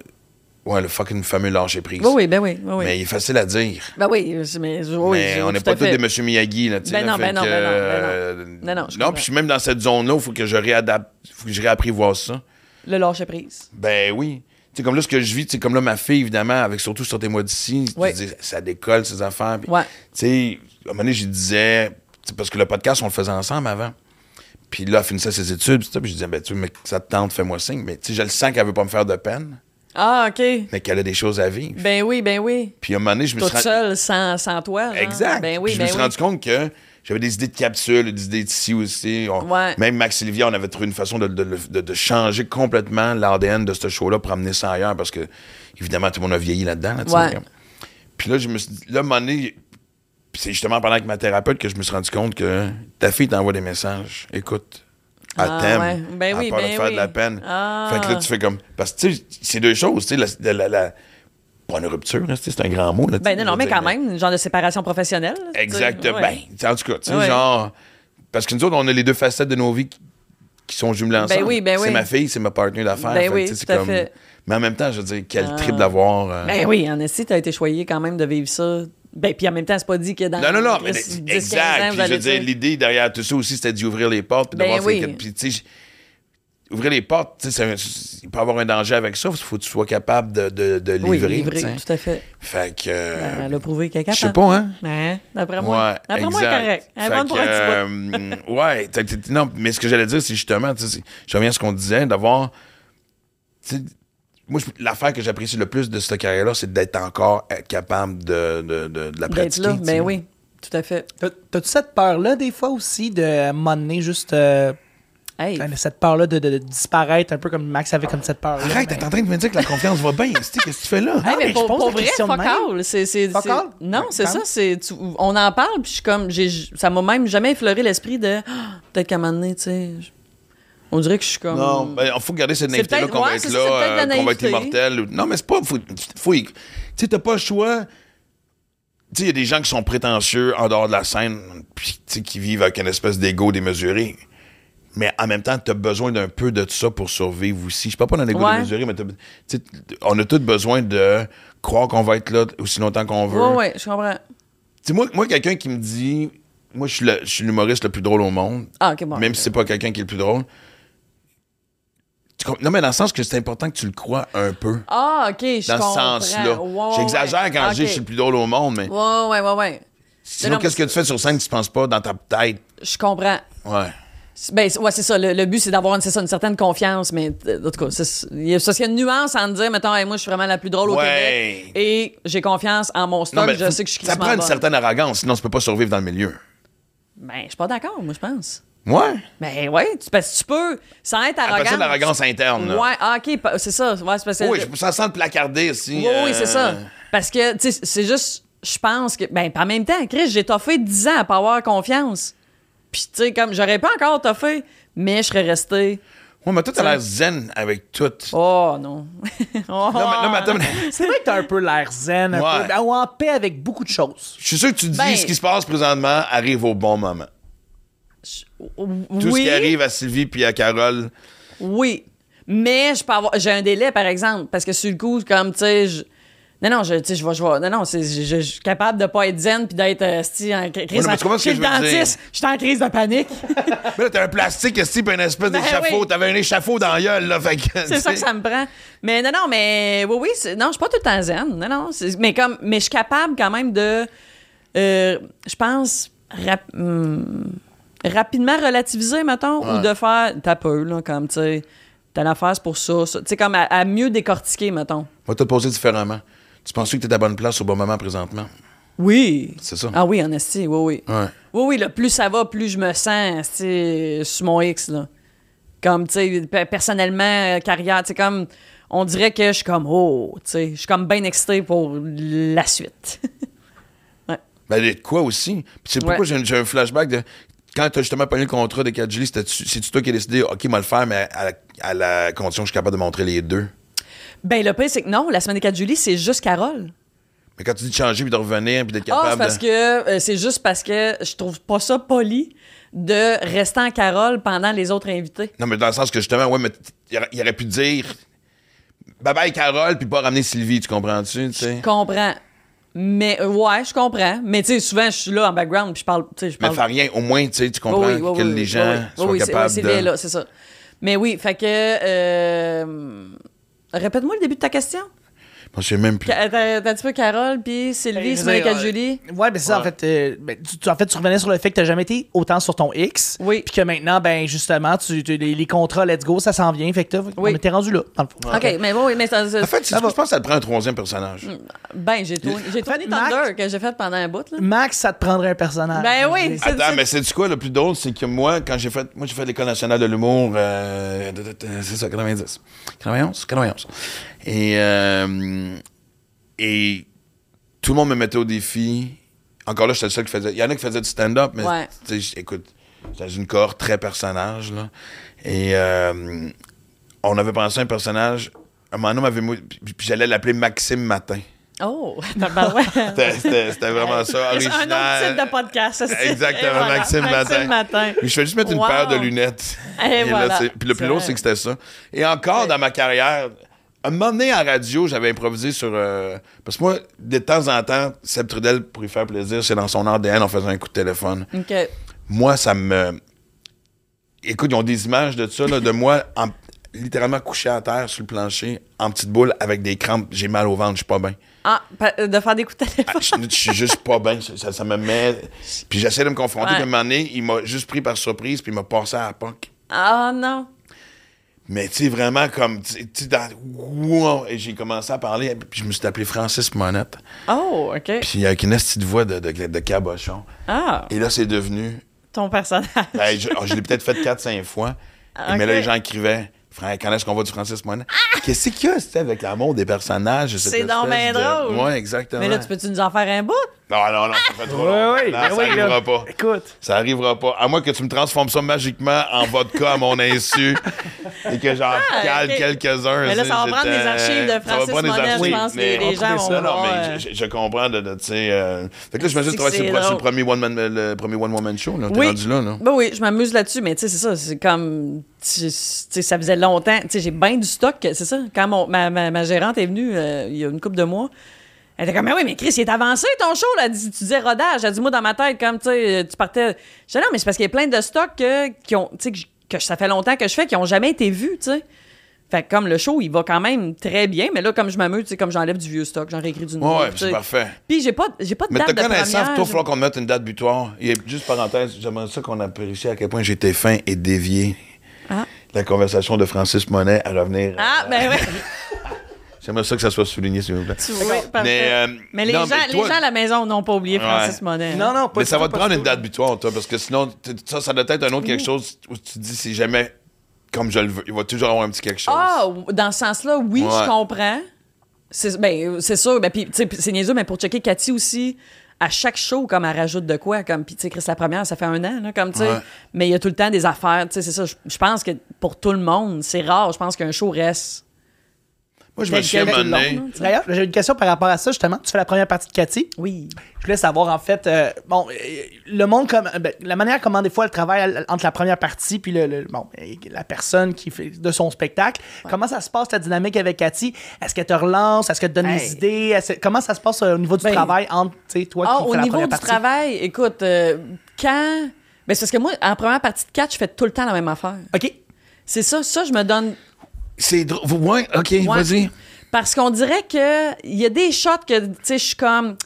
S1: ouais, le fucking fameux lâcher prise.
S4: Oui, oui, ben oui, oui, oui.
S1: Mais il est facile à dire.
S4: Ben oui, c'est- mais, oui,
S1: mais
S4: oui,
S1: on
S4: tout
S1: n'est
S4: à
S1: pas tous
S4: fait.
S1: des monsieur Miyagi, là, tu sais.
S4: Ben
S1: là,
S4: non, ben
S1: fait
S4: non,
S1: que,
S4: ben non, ben
S1: euh,
S4: non. Non, non, je
S1: Non,
S4: comprends.
S1: puis je suis même dans cette zone-là, il faut que je réadapte, faut que je réapprivoise ça.
S4: Le lâcher prise.
S1: Ben oui. Tu sais, comme là, ce que je vis, tu sais, comme là, ma fille, évidemment, avec surtout sur tes mois d'ici, tu
S4: Ouais.
S1: dis, ça décolle, ces affaires. Puis,
S4: Ouais.
S1: Tu sais, à un moment donné, je disais, tu sais, parce que le podcast, on le faisait ensemble avant. Puis là, elle finissait ses études, puis tout ça, puis je disais, ben tu sais, mais ça te tente, fais-moi signe. Mais tu sais, je le sens qu'elle veut pas me faire de peine,
S4: Ah, OK.
S1: mais qu'elle a des choses à vivre.
S4: Ben oui, ben oui.
S1: Puis à un moment donné, je me suis
S4: Toute
S1: rendu-
S4: seule, sans, sans toi. genre.
S1: Exact.
S4: Ben oui,
S1: Puis je
S4: ben
S1: me suis
S4: oui.
S1: rendu compte que j'avais des idées de capsules, des idées d'ici aussi. On-
S4: Ouais.
S1: Même Max Sylvia, on avait trouvé une façon de, de- de- de changer complètement l'ADN de ce show-là pour amener ça ailleurs parce que, évidemment, tout le monde a vieilli là-dedans. là, tu sais,
S4: Ouais.
S1: comme. Puis là, je me suis dit, là, à un moment donné, puis c'est justement en parlant avec ma thérapeute que je me suis rendu compte que ta fille t'envoie des messages. Écoute. Elle
S4: Ah,
S1: t'aime.
S4: ouais. Ben
S1: elle a
S4: oui,
S1: peur de
S4: ben
S1: te faire de la
S4: oui.
S1: peine.
S4: Ah.
S1: Fait que là, tu fais comme. Parce que, tu sais, c'est deux choses. Tu sais, la- la- la- la- Pas une rupture, hein, c'est c'est un grand mot. Là, tu sais,
S4: Ben non,
S1: je
S4: non,
S1: veux
S4: mais
S1: dire,
S4: quand même, une genre de séparation professionnelle. là, tu sais.
S1: Exactement.
S4: Ouais.
S1: Ben, en tout cas, tu sais,
S4: Ouais.
S1: genre. Parce que nous autres, on a les deux facettes de nos vies qui, qui sont jumelées ensemble.
S4: oui, ben
S1: c'est
S4: oui.
S1: ma fille, c'est ma partenaire d'affaires.
S4: Ben
S1: Fait que,
S4: oui,
S1: tu sais, c'est
S4: tout à
S1: comme-
S4: fait. Ah.
S1: Mais en même temps, je veux dire, quel trip d'avoir. euh,
S4: Ben oui, en Estie, t'as été choyé quand même de vivre ça. Ben, puis en même temps, c'est pas dit que dans
S1: Non, non, non, mais
S4: 10, 15 ans,
S1: exact.
S4: vous
S1: Puis je
S4: allez
S1: veux dire,
S4: dire-
S1: l'idée derrière tout ça aussi, c'était d'y ouvrir les portes. Puis de
S4: Ben
S1: voir
S4: oui.
S1: c'est- puis, tu sais, ouvrir les portes, tu sais, c'est un- il peut y avoir un danger avec ça. Il faut que tu sois capable de, de, de
S4: Oui,
S1: livrer.
S4: livrer,
S1: tu sais.
S4: tout à fait.
S1: Fait que. euh,
S4: Ben, elle a prouvé qu'elle est
S1: je sais
S4: capable.
S1: pas, hein?
S4: Hein? D'après moi,
S1: Ouais,
S4: d'après moi, elle est correcte.
S1: exact.
S4: Elle est
S1: Fait
S4: bonne pour un
S1: que,
S4: petit bout.
S1: euh, ouais, t'as- t'as- non, mais ce que j'allais dire, c'est justement, tu sais, c'est- je reviens à ce qu'on disait, d'avoir. tu sais, Moi, je- l'affaire que j'apprécie le plus de cette carrière-là, c'est d'être encore euh, capable de, de, de, de la
S4: D'être
S1: pratiquer.
S4: là,
S1: tu sais.
S4: ben oui, tout à fait.
S2: T'as- T'as-tu cette peur-là, des fois aussi, de à un moment donné, juste. euh,
S4: Hey,
S2: t'as cette peur-là de, de- de disparaître, un peu comme Max avait comme cette peur-là.
S1: Arrête,
S2: mais-
S1: t'es en train de me dire que la confiance va bien. <laughs> Esti, Qu'est-ce que tu fais là?
S4: Hey,
S2: Ah, mais
S4: mais
S2: je
S4: pour,
S2: pose
S4: pour
S2: la
S4: vrai,
S2: question de
S4: fuck
S2: même. Ben,
S4: all. C'est, c'est,
S2: Fuck
S4: c'est-
S2: all?
S4: Non,
S2: Ouais,
S4: c'est
S2: quand
S4: ça.
S2: même.
S4: C'est, tu- on en parle, puis je suis comme. J'ai, ça m'a même jamais effleuré l'esprit de. Ah, peut-être qu'à un moment donné, tu sais. je- On dirait que je suis comme.
S1: Non, ben, faut garder cette
S4: C'est
S1: naïveté-là
S4: peut-être-
S1: qu'on
S4: ouais,
S1: va être
S4: c'est
S1: là,
S4: ça, c'est peut-être
S1: euh,
S4: de la
S1: qu'on va être
S4: naïveté.
S1: immortel. ou- Non, mais c'est pas. Faut, faut y- Tu sais, t'as pas le choix. Tu sais, il y a des gens qui sont prétentieux en dehors de la scène, puis tu sais, qui vivent avec une espèce d'ego démesuré. Mais en même temps, t'as besoin d'un peu de ça pour survivre aussi. Je parle pas d'un ego
S4: Ouais.
S1: démesuré, mais t'as- tu sais, on a tous besoin de croire qu'on va être là aussi longtemps qu'on veut.
S4: ouais, ouais, je comprends.
S1: Tu sais, moi, moi quelqu'un qui me dit. Moi, je suis le- je suis l'humoriste le plus drôle au monde.
S4: Ah, ok, bon.
S1: même si c'est pas quelqu'un qui est le plus drôle. Tu comp- Non, mais dans le sens que c'est important que tu le crois un peu.
S4: Ah, ok, je
S1: Dans
S4: comprends.
S1: ce sens-là.
S4: Ouais, ouais,
S1: J'exagère
S4: ouais.
S1: quand je dis que
S4: Ok.
S1: je suis le plus drôle au monde, mais
S4: Ouais, ouais, ouais, ouais.
S1: sinon,
S4: non, mais
S1: qu'est-ce que
S4: c'est-
S1: tu fais sur scène que tu penses pas dans ta tête?
S4: Je comprends.
S1: Ouais.
S4: C'est- Ben, c'est- ouais, c'est ça. Le, le but, c'est d'avoir une, c'est ça, une certaine confiance. Mais euh, en tout cas, c'est- il y a, parce qu'il y a une nuance en dire, mettons, Hey, moi, je suis vraiment la plus drôle au
S1: Ouais.
S4: Québec. Et j'ai confiance en mon stock. je
S1: faut-
S4: sais que je suis
S1: ça prend une
S4: bonne.
S1: certaine arrogance, sinon tu peux pas survivre dans le milieu.
S4: Ben, je suis pas d'accord, moi, je pense.
S1: Ouais.
S4: Ben, ouais, tu, parce que tu peux, sans être arrogant.
S1: Appelle ça de l'arrogance interne. là.
S4: Ouais, ah, ok, pa- c'est ça. Ouais, c'est parce que.
S1: Oui, je me sens sans le placarder euh, aussi.
S4: Oui, oui, c'est ça. Parce que, tu sais, c'est juste, je pense que, ben, en même temps, Chris, j'ai toffé 10 ans à pas avoir confiance. Puis, tu sais, comme, j'aurais pas encore toffé, mais je serais resté.
S1: Ouais, mais toi, t'as l'air zen avec tout.
S4: Oh, non. <laughs> Oh,
S1: Non, mais, non, mais attends, mais-
S2: C'est vrai que t'as un peu l'air zen, un
S1: Ouais.
S2: peu, ben, ou en paix avec beaucoup de choses.
S1: je suis sûr que tu dis
S4: Ben-
S1: ce qui se passe présentement arrive au bon moment.
S4: je- oui,
S1: Tout ce qui arrive à Sylvie puis à Carole.
S4: Oui. Mais je peux avoir, j'ai un délai, par exemple, parce que sur le coup, comme, tu sais, je. Non, non, je, tu sais, je vais, je vais- non, non, c'est- je, je- je suis capable de pas être zen puis d'être, euh, sti, en cri- crise,
S1: mais
S4: en-
S1: tu comprends ce
S4: chez
S1: que
S4: le
S1: je veux dire?
S4: dentiste, je suis en crise de panique. <laughs>
S1: Mais là, t'as un plastique, ici, pis une espèce
S4: Ben
S1: d'échafaud.
S4: oui.
S1: T'avais un échafaud dans la gueule, là. Fait que,
S4: C'est ça que ça me prend. Mais non, non, mais oui, oui, c'est- non, je suis pas tout le temps zen. Non, non, c'est- mais comme, mais je suis capable quand même de, euh, je pense, rap- hum, rapidement relativiser, mettons, ou de faire, t'as peu, là, comme, tu sais, t'as l'affaire, c'est pour ça, ça. tu sais, comme à, à mieux décortiquer, mettons.
S1: On va te le poser différemment. Tu penses que t'es à la bonne place au bon moment présentement?
S4: Oui.
S1: C'est ça.
S4: Ah oui, en esti, oui, oui.
S1: Ouais.
S4: Oui, oui, le plus ça va, plus je me sens, esti, sur mon X, là. Comme, tu sais, pe- personnellement, euh, carrière, tu sais, comme, on dirait que je suis comme, oh, tu sais, je suis comme bien excité pour la suite. <laughs>
S1: Ben, de quoi aussi? Puis c'est pourquoi
S4: Ouais.
S1: j'ai un- j'ai un flashback de. Quand t'as justement pogné le contrat de 4 c'est-tu toi qui as décidé, OK, moi le faire, mais à la, à la condition que je suis capable de montrer les deux?
S4: ben, le pire, c'est que non, la semaine des 4 juillet, c'est juste Carole.
S1: Mais quand tu dis de changer puis de revenir puis d'être
S4: Ah,
S1: capable.
S4: c'est parce
S1: de-
S4: que, euh, c'est juste parce que je trouve pas ça poli de rester en Carole pendant les autres invités.
S1: Non, mais dans le sens que justement, ouais, mais t- il aurait- il aurait pu dire bye bye Carole puis pas ramener Sylvie, tu comprends-tu? tu sais?
S4: Je comprends. Mais, euh, ouais, je comprends. Mais, tu sais, souvent, je suis là en background, puis je parle, tu sais, je
S1: Mais
S4: parle.
S1: faire rien, au moins, tu sais, tu comprends
S4: Oui, oui, oui,
S1: que
S4: oui,
S1: les
S4: oui,
S1: gens
S4: oui, oui.
S1: sont
S4: Oui, c'est-
S1: capables
S4: oui, c'est
S1: de.
S4: bien là, c'est ça. Mais oui, fait que. euh, Répète-moi le début de ta question.
S1: Je sais même plus.
S4: Ca- euh, T'as t'as un petit peu Carole, puis Sylvie,
S2: Je
S4: Simon
S2: veux
S4: et
S2: dire,
S4: Julie.
S2: euh, Ouais, mais c'est ça, en fait. euh, ben, tu, tu- en fait, tu revenais sur le fait que t'as jamais été autant sur ton X.
S4: Oui.
S2: Puis que maintenant, ben, justement, tu, tu- les, les contrats, let's go, ça s'en vient. Fait que t'as, on était rendu là, dans le fond.
S4: OK, mais Ah bon, oui, mais ça. ça-
S1: En fait, c'est- je pense que ça te prend un troisième personnage.
S4: ben, j'ai tourné, j'ai tourné
S2: En fait,
S4: Thunder que j'ai fait pendant un bout, là.
S2: Max, ça te prendrait un personnage.
S4: Ben oui, c'est-
S1: Attends,
S4: c'est-
S1: mais c'est du quoi le plus drôle, c'est que moi, quand j'ai fait, moi j'ai fait l'école nationale de l'humour, euh, de- de- de- c'est ça, 90, 91, 91. Et euh, et tout le monde me mettait au défi. Encore là, j'étais le seul qui faisait. Il y en a qui faisaient du stand-up, mais
S4: Ouais.
S1: tu sais, écoute, j'étais dans une cohorte très personnage là. Et euh, on avait pensé à un personnage. Un moment donné, on m'avait mou- puis puis j'allais l'appeler Maxime Matin.
S2: <laughs>
S4: Oh, ben ouais.
S1: C'était- C'était c'était vraiment ça,
S4: <laughs> C'est
S1: original.
S4: un autre type de podcast, ça, c'est-
S1: Exactement,
S4: Et voilà,
S1: Maxime Matin.
S4: Matin.
S1: Mais je fais juste mettre une
S4: Wow.
S1: paire de lunettes. là,
S4: Et voilà.
S1: c'est- Puis le
S4: C'est
S1: plus long,
S4: vrai.
S1: c'est que c'était ça. Et encore dans ma carrière, un moment donné, en radio, j'avais improvisé sur. euh, parce que moi, de temps en temps, Seb Trudel, pour lui faire plaisir, c'est dans son ADN, on faisait un coup de téléphone.
S4: OK.
S1: Moi, ça me. Écoute, ils ont des images de ça, là, de moi en- littéralement couché à terre sur le plancher, en petite boule, avec des crampes. J'ai mal au ventre, je suis pas bien.
S4: Ah, pa- euh, de faire des coups de
S1: Ah,
S4: téléphone.
S1: je, je suis juste pas bien. Ça, ça- ça me met. Puis j'essaie de me confronter.
S4: Ouais.
S1: Puis à un moment donné, il m'a juste pris par surprise, puis il m'a passé à la POC.
S4: Ah non.
S1: Mais tu sais, vraiment comme. Tu sais, tu sais, dans. Wow! Et j'ai commencé à parler, puis je me suis appelé Francis Monette.
S4: Oh, OK.
S1: Puis avec une petite voix de, de, de cabochon.
S4: Ah,
S1: Et là, c'est devenu.
S4: ton personnage.
S1: ben, je oh, je l'ai peut-être fait 4-5 fois. Mais
S4: Ah, ok. Ah!
S1: là, les gens écrivaient. Frère, quand est-ce qu'on voit du Francis Monette? Qu'est-ce qu'il y a, c'était avec l'amour des personnages? cette
S4: C'est donc
S1: espèce
S4: ben drôle.
S1: Ouais, exactement.
S4: Mais là, tu peux-tu nous en faire un bout?
S1: Non, non, non, ça fait trop long.
S2: oui,
S1: Non,
S2: ben
S1: ça
S2: oui, là.
S1: arrivera pas.
S2: Écoute.
S1: Ça arrivera pas. À moins que tu me transformes ça magiquement en vodka à mon insu et que j'en
S4: Ah,
S1: cale
S4: ok.
S1: quelques-uns.
S4: Mais là,
S1: tu sais,
S4: ça va prendre
S1: j'étais-
S4: les archives de
S1: ça va
S4: Francis
S1: prendre les
S4: Monet, je
S1: archives,
S4: pense,
S1: mais-
S4: et les
S2: on
S4: gens
S2: trouve
S4: vont
S2: ça, non,
S1: Non,
S4: voir,
S1: mais
S4: euh,
S1: je, je- je comprends de, de- tu sais. euh, Fait que là, j'imagine
S4: C'est
S1: que toi,
S4: que
S1: c'est
S4: c'est
S1: quoi, c'est le
S4: drôle.
S1: premier one man, le premier one woman show là. T'es
S4: Oui.
S1: rendu là, là.
S4: Ben oui, je m'amuse là-dessus, mais tu sais, c'est ça, c'est comme, tu tu sais, ça faisait longtemps, tu sais, j'ai bien du stock, c'est ça. Quand mon- ma, ma- ma gérante est venue, euh, il y a une couple de mois, elle était comme, mais oui, mais Chris, il est avancé ton show, là, Elle dit- tu disais rodage, elle dit, moi, dans ma tête, comme, tu sais, tu partais, je dis, non, mais c'est parce qu'il y a plein de stocks que- qui ont, tu sais, que, j- que ça fait longtemps que je fais, qui ont jamais été vus, tu sais. Fait que comme le show, il va quand même très bien, mais là, comme je m'amuse, tu sais, comme j'enlève du vieux stock, j'en réécris du nouveau.
S1: Ouais, ouais,
S4: tu
S1: c'est
S4: sais.
S1: parfait.
S4: Puis j'ai pas, j'ai pas de
S1: Mais
S4: date
S1: t'as
S4: de
S1: connaissance, toi, il va
S4: première.
S1: falloir qu'on te mette une date butoir. Et juste parenthèse, j'aimerais ça qu'on apprécie à quel point j'étais fin et dévié.
S4: Ah.
S1: La conversation de Francis Monet à revenir. euh,
S4: Ah, ben oui.
S1: J'aimerais ça que ça soit souligné, s'il vous plaît.
S4: <laughs> Tu vois,
S1: Mais,
S4: parfait.
S1: euh,
S4: mais les,
S1: non,
S4: gens,
S1: mais toi-
S4: les gens à la maison n'ont pas oublié
S1: Ouais.
S4: Francis Monet. hein.
S2: Non, non, pas
S1: Mais
S2: du
S1: ça
S2: tout,
S1: va te
S2: pas
S1: prendre
S2: du
S1: une
S2: tout.
S1: date butoir, toi, parce que sinon, t- ça, ça doit être un autre quelque chose où tu te dis, c'est jamais comme je le veux. Il va toujours avoir un petit quelque chose.
S4: Ah, dans ce sens-là, oui,
S1: Ouais.
S4: je comprends. C'est ben, c'est sûr. Ben, puis, tu sais, c'est niaiseux, mais pour checker Cathy aussi, à chaque show, comme elle rajoute de quoi. Comme, puis, tu sais, Chris, la première, ça fait un an, là, comme, tu sais.
S1: Ouais.
S4: Mais il y a tout le temps des affaires. Tu sais, c'est ça. Je- Je pense que pour tout le monde, c'est rare. Je pense qu'un show reste.
S1: Moi, je me
S4: tel
S1: suis
S4: quel tout le
S1: amené.
S4: long, là, tu sais.
S2: D'ailleurs, j'ai une question par rapport à ça, justement. Tu fais la première partie de Cathy.
S4: Oui.
S2: Je voulais savoir, en fait, euh, bon, euh, le monde, comme, ben, la manière comment des fois elle travaille elle, entre la première partie puis le, le- bon, euh, la personne qui fait de son spectacle, comment ça se passe ta dynamique avec Cathy? Est-ce qu'elle te relance? Est-ce qu'elle te donne
S4: Hey.
S2: des idées? Est-ce- Comment ça se passe euh, au niveau du
S4: Ben,
S2: travail entre tu sais, toi
S4: Ah,
S2: qui
S4: au
S2: fais la
S4: niveau
S2: première
S4: du
S2: partie?
S4: travail, écoute, euh, quand. Ben, c'est parce que moi, en première partie de catch, je fais tout le temps la même affaire.
S2: OK.
S4: C'est ça, ça, je me donne
S1: C'est drôle. Ouais, OK,
S4: Ouais.
S1: vas-y.
S4: Parce qu'on dirait que il y a des shots que tu sais je suis comme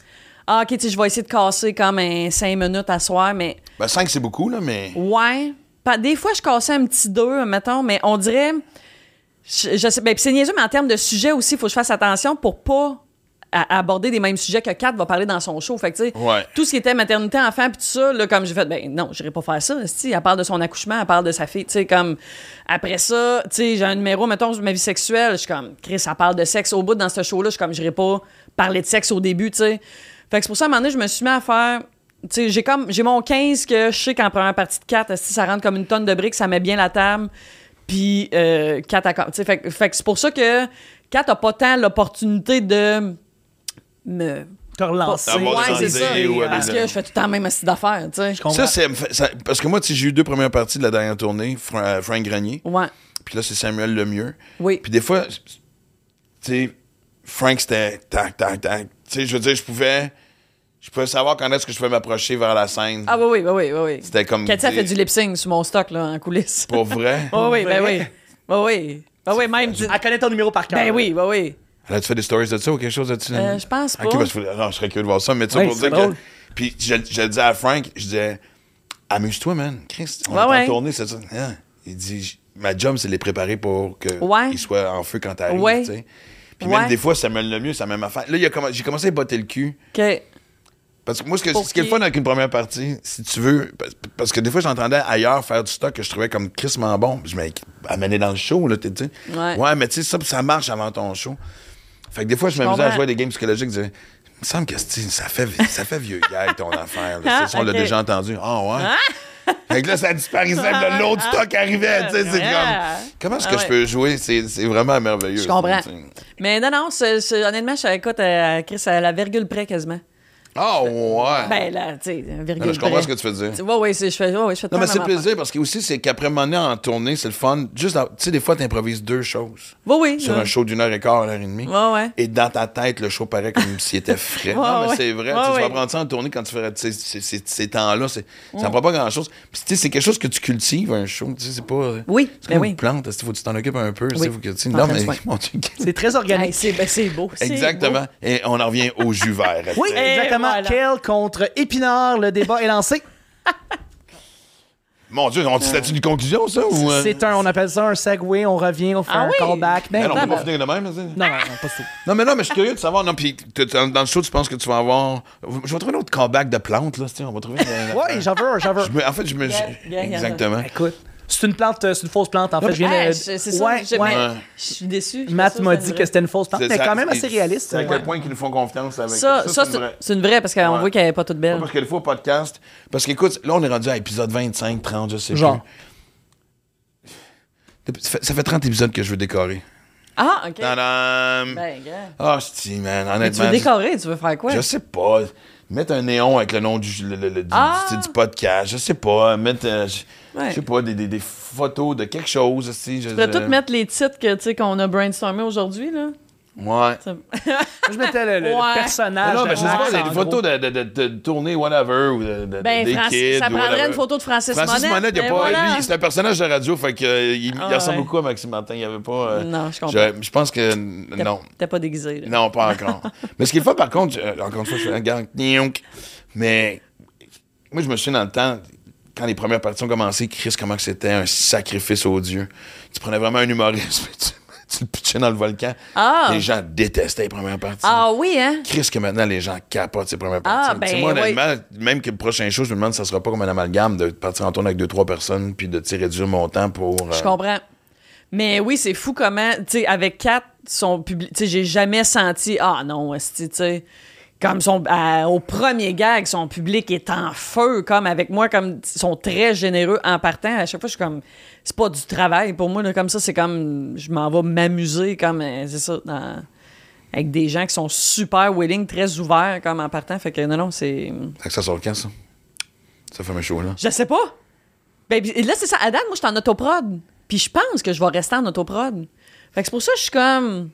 S4: ah, OK, tu sais, je vais essayer de casser comme un 5 minutes à soir mais
S1: Ben, 5, c'est beaucoup, là, mais.
S4: ouais, Pa- des fois je cassais un petit 2 mettons, mais on dirait je, je sais ben, puis c'est niaiseux mais en termes de sujet aussi, il faut que je fasse attention pour pas à- à aborder des mêmes sujets que Kat va parler dans son show. Fait que, tu sais,
S1: Ouais.
S4: tout ce qui était maternité, enfant, puis tout ça, là, comme j'ai fait, ben non, j'irai pas faire ça. Si, elle parle de son accouchement, elle parle de sa fille, tu sais, comme après ça, tu sais, j'ai un numéro, mettons, sur ma vie sexuelle, je suis comme, Chris, elle parle de sexe au bout dans ce show-là, je suis comme, j'irai pas parler de sexe au début, tu sais. Fait que c'est pour ça, à un moment donné, je me suis mis à faire. Tu sais, j'ai comme j'ai mon 15 que je sais qu'en première partie de 4, si ça rentre comme une tonne de briques, ça met bien la table. Puis euh, 4 à 4. tu sais, Fait, que- fait que c'est pour ça que 4 a pas tant l'opportunité de me
S2: Te relancer.
S1: Avoir
S4: ouais,
S1: des
S4: c'est ça.
S1: idées ou
S4: parce
S1: des-
S4: que je fais tout le temps même assis d'affaires, tu sais.
S2: Je comprends.
S1: Ça, c'est- me fait- ça- parce que moi, tu sais, j'ai eu deux premières parties de la dernière tournée, Fra- euh, Frank Grenier,
S4: Ouais.
S1: puis là, c'est Samuel Lemieux.
S4: Oui.
S1: Puis des fois, tu sais, Frank, c'était tac, tac, tac. Tu sais, je veux dire, je pouvais, je pouvais savoir quand est-ce que je pouvais m'approcher vers la scène.
S4: Ah, oui, oui, oui, oui, oui.
S1: C'était comme
S4: Cathy a
S1: des-
S4: fait du lip sync sur mon stock, là, en coulisses. <laughs>
S1: Pour vrai.
S4: Oui, oui,
S2: <laughs>
S4: ben oui. Oui, oui. Ben oui, même.
S2: Elle connaît ton numéro par cœur.
S4: Ben oui, ben oui.
S1: Elle a-tu fait des stories de ça ou quelque chose de ça?
S4: Euh, je pense pas.
S1: Ok, parce que- non, je serais curieux de voir ça, mais tu sais,
S2: Ouais,
S1: pour
S2: c'est
S1: dire que.
S2: drôle.
S1: Puis je, je le disais à Frank, je disais, amuse-toi, man. Chris, on
S4: Ouais,
S1: est en
S4: ouais.
S1: tournée, c'est ça. Hein? Il dit, j- ma job, c'est de les préparer pour qu'ils
S4: Ouais.
S1: soient en feu quand t'arrives,
S4: Ouais.
S1: tu sais. Puis
S4: Ouais.
S1: même des fois, ça me le mieux, ça même affaire. Là, il a comm- j'ai commencé à botter le cul.
S4: OK.
S1: Parce que moi, ce, que,
S4: Pour
S1: ce qui est le
S4: qui?
S1: fun avec une première partie, si tu veux, parce- parce que des fois, j'entendais ailleurs faire du stock que je trouvais comme crissement bon. Je m'ai amené dans le show, là, tu sais.
S4: Ouais.
S1: mais tu sais, ça, ça marche avant ton show. Fait que des fois, je m'amusais à
S4: comprends.
S1: jouer à des games psychologiques. Je disais, il me semble que c'est- ça fait, ça fait vieux gag,
S4: <laughs>
S1: ton affaire. là. Tu sais,
S4: Ah,
S1: ça, on l'a
S4: ok.
S1: déjà entendu. Ah, ouais. Fait que là, ça disparaissait, puis là, l'autre stock arrivait. Tu sais, c'est
S4: Ah.
S1: comme. Comment est-ce que
S4: Ah,
S1: je
S4: ouais.
S1: peux jouer? C'est c'est vraiment merveilleux.
S4: Je comprends.
S1: tu sais.
S4: Mais non, non, ce- ce- honnêtement, je suis écoute, euh, Chris, à la virgule euh, près quasiment.
S1: Ah, ouais.
S4: Ben là, tu sais, une virgule.
S1: Non, non, je comprends
S4: près.
S1: ce que tu veux dire.
S4: Tu- Ouais, ouais, c'est- je fais, ouais, ouais, je fais
S1: Non, mais
S4: tout
S1: c'est
S4: la même
S1: plaisir parce que aussi, c'est qu'après mon année en tournée, c'est le fun. Juste, dans- tu sais, des fois, t'improvises deux choses.
S4: affaire. Ouais, oui.
S1: Sur un show d'une heure et quart, une heure et demie.
S4: Ouais, ouais.
S1: Et dans ta tête, le show paraît comme s'il était frais. non, mais
S4: <laughs> Ouais, ouais.
S1: c'est vrai. tu
S4: Ouais,
S1: sais, tu vas
S4: ouais.
S1: prendre ça en tournée quand tu feras tu sais, ces, ces- ces temps-là. c'est- Ça prend pas grand-chose. Puis, tu sais, c'est quelque chose que tu cultives, un show. Tu sais, c'est pas. euh,
S4: Oui,
S1: C'est
S4: ben
S1: comme
S4: oui.
S1: une plante. Il faut que tu t'en occupes un peu. tu sais,
S4: Oui.
S1: faut que tu-
S4: T'en
S1: Non,
S4: prennes
S1: mais.
S4: soin.
S1: <laughs> Mon Dieu, qu'est-ce-
S2: C'est très organique.
S4: Hey, c'est ben, c'est beau. c'est
S1: Exactement.
S4: beau.
S1: Et on en revient au jus vert.
S2: Oui,
S1: tu sais.
S4: Et
S2: exactement.
S4: voilà.
S2: Quel contre Épinard, le débat est lancé.
S1: Mon Dieu,
S4: Euh,
S1: on c'était-tu une conclusion, ça? Ou, euh?
S2: C'est un, on appelle ça un segway, on revient, on fait
S4: Ah
S2: un
S4: oui?
S2: callback. Ben,
S1: Mais non, on
S2: non,
S1: peut pas
S2: non,
S1: finir de même. là, tu sais.
S2: non, non, pas ça.
S1: Non, mais non, mais je suis curieux de savoir. Non, puis t- t- dans le show, tu penses que tu vas avoir. Je vais trouver un autre comeback de plantes, là. tiens, on va trouver.
S2: <laughs>
S1: une-
S2: Oui, j'en veux un, j'en veux un.
S1: Je me- En fait, je me. je-
S4: bien, bien.
S1: Exactement.
S2: Écoute, c'est une plante, euh, c'est une fausse plante, en fait. Je viens
S4: Ah,
S2: de-
S4: je- C'est ça.
S2: Ouais,
S4: je-
S2: ouais.
S4: mais
S1: Ouais.
S4: Je suis déçu.
S2: Matt m'a dit que c'était une fausse plante,
S1: C'est-
S2: mais
S1: ça-
S2: quand même
S1: c'est-
S2: assez réaliste.
S1: C'est à
S2: Ouais.
S1: quel point qu'ils nous font confiance avec
S4: Ça, ça,
S1: c'est
S4: c'est-
S1: vrai.
S4: c'est une vraie, parce qu'on
S1: Ouais.
S4: voit qu'elle n'est pas toute belle.
S1: Parce que des fois, au podcast. Parce qu'écoute, là, on est rendu à épisode 25, 30, je sais
S2: Genre.
S1: plus. Ça fait- Ça fait 30 épisodes que je veux décorer.
S4: Ah, OK.
S1: Tadam!
S4: Ben, gars.
S1: Ah, je man, honnêtement.
S4: Mais tu veux
S1: je-
S4: décorer, tu veux faire quoi?
S1: Je
S4: <laughs>
S1: sais pas. Mettre un néon avec le nom du, le- le- le- du-
S4: Ah!
S1: du- du podcast. Je sais pas. Mettre, euh, je
S4: Ouais.
S1: je sais pas, des, des- des photos de quelque chose. Aussi, je,
S4: Tu peux tout mettre les titres que, tu sais, qu'on a brainstormé aujourd'hui, là.
S1: <laughs> Ouais.
S4: Ça-
S2: Je mettais le, le- le
S4: Ouais.
S2: personnage.
S1: Ah, Non, non, mais
S2: de
S1: je sais pas,
S2: Max,
S1: des
S2: en
S1: photos de,
S2: gros.
S1: de, de, de tournée, whatever, ou de, de-
S4: Ben,
S1: des
S4: Francis-
S1: kids.
S4: ça
S1: ou
S4: prendrait
S1: whatever.
S4: une photo de Francis,
S1: Francis
S4: Monette,
S1: Monette, il y a
S4: ben
S1: pas.
S4: voilà.
S1: Lui, c'est un personnage de radio, fait que, euh, il, il
S4: Ah,
S1: ressemble
S4: ouais.
S1: beaucoup à Maxime Martin. Il y avait pas. euh,
S4: Non, je comprends.
S1: Je, je pense que. n-
S4: T'as-
S1: Non.
S4: T'as pas déguisé, là.
S1: Non, pas encore. <laughs> mais ce qui est fun, par contre, euh, encore une fois, je suis un gars. gnionc. Mais moi, je me souviens dans le temps, quand les premières parties ont commencé, Chris, comment que c'était un sacrifice odieux. Tu prenais vraiment un humoriste, <laughs> puis tu, tu le pitchais dans le volcan.
S4: Ah!
S1: Les gens détestaient les premières parties.
S4: Ah oui, hein?
S1: Chris, que maintenant les gens capotent ces premières
S4: Ah,
S1: parties. Tu sais,
S4: ben
S1: moi,
S4: oui.
S1: honnêtement, même que le prochain show, je me demande si ça sera pas comme un amalgame de partir en tourne avec deux, trois personnes puis de tu sais, réduire mon temps pour. euh,
S4: Je comprends. Mais oui, c'est fou comment, tu sais, avec Kat, son public, tu sais, j'ai jamais senti, ah non, esti, tu sais, comme son, à- au premier gag, son public est en feu, comme avec moi, comme ils sont très généreux en partant. À chaque fois, je suis comme, c'est pas du travail pour moi, là, comme ça, c'est comme, je m'en vais m'amuser, comme, euh, c'est ça, dans- avec des gens qui sont super willing, très ouverts, comme en partant. Fait que non, non, c'est.
S1: Fait que Ça sort quand, ça? Ça fait mes shows, là.
S4: Je sais pas. Ben, pis là, c'est ça. À date, moi, je suis en autoprod. Puis je pense que je vais rester en autoprod. Fait que c'est pour ça que je suis comme.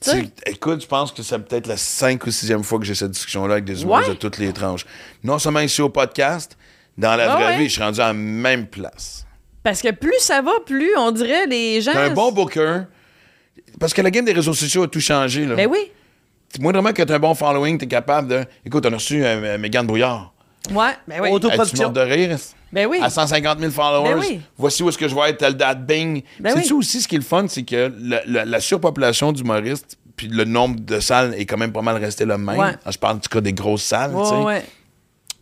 S4: tu sais,
S1: Tu- écoute, je pense que c'est peut-être la cinq ou sixième fois que j'ai cette discussion-là avec des humoristes
S4: Ouais.
S1: de toutes les tranches. Non seulement ici au podcast, dans la
S4: Ah
S1: vraie
S4: ouais.
S1: vie, je suis rendu à la même place.
S4: Parce que plus ça va, plus on dirait les gens.
S1: T'as un bon booker, parce que la game des réseaux sociaux a tout changé. Là.
S4: Ben oui.
S1: Moi, vraiment, que t'as un bon following, t'es capable de... Écoute, on a reçu euh, Mégane Brouillard.
S4: Ouais. Ben oui.
S2: Auto-
S1: Hey, tu
S2: Production.
S1: mortes de rire?
S4: Ben oui.
S1: À 150 000 followers.
S4: Ben oui.
S1: Voici où est-ce que je vais être, telle date, bing.
S4: Ben
S1: C'est
S4: oui.
S1: aussi ce qui est le fun, c'est que le- le- la surpopulation d'humoristes, puis le nombre de salles est quand même pas mal resté le même. Ah,
S4: Ouais.
S1: Je parle en tout cas des grosses salles. tu sais.
S4: Ouais, ouais.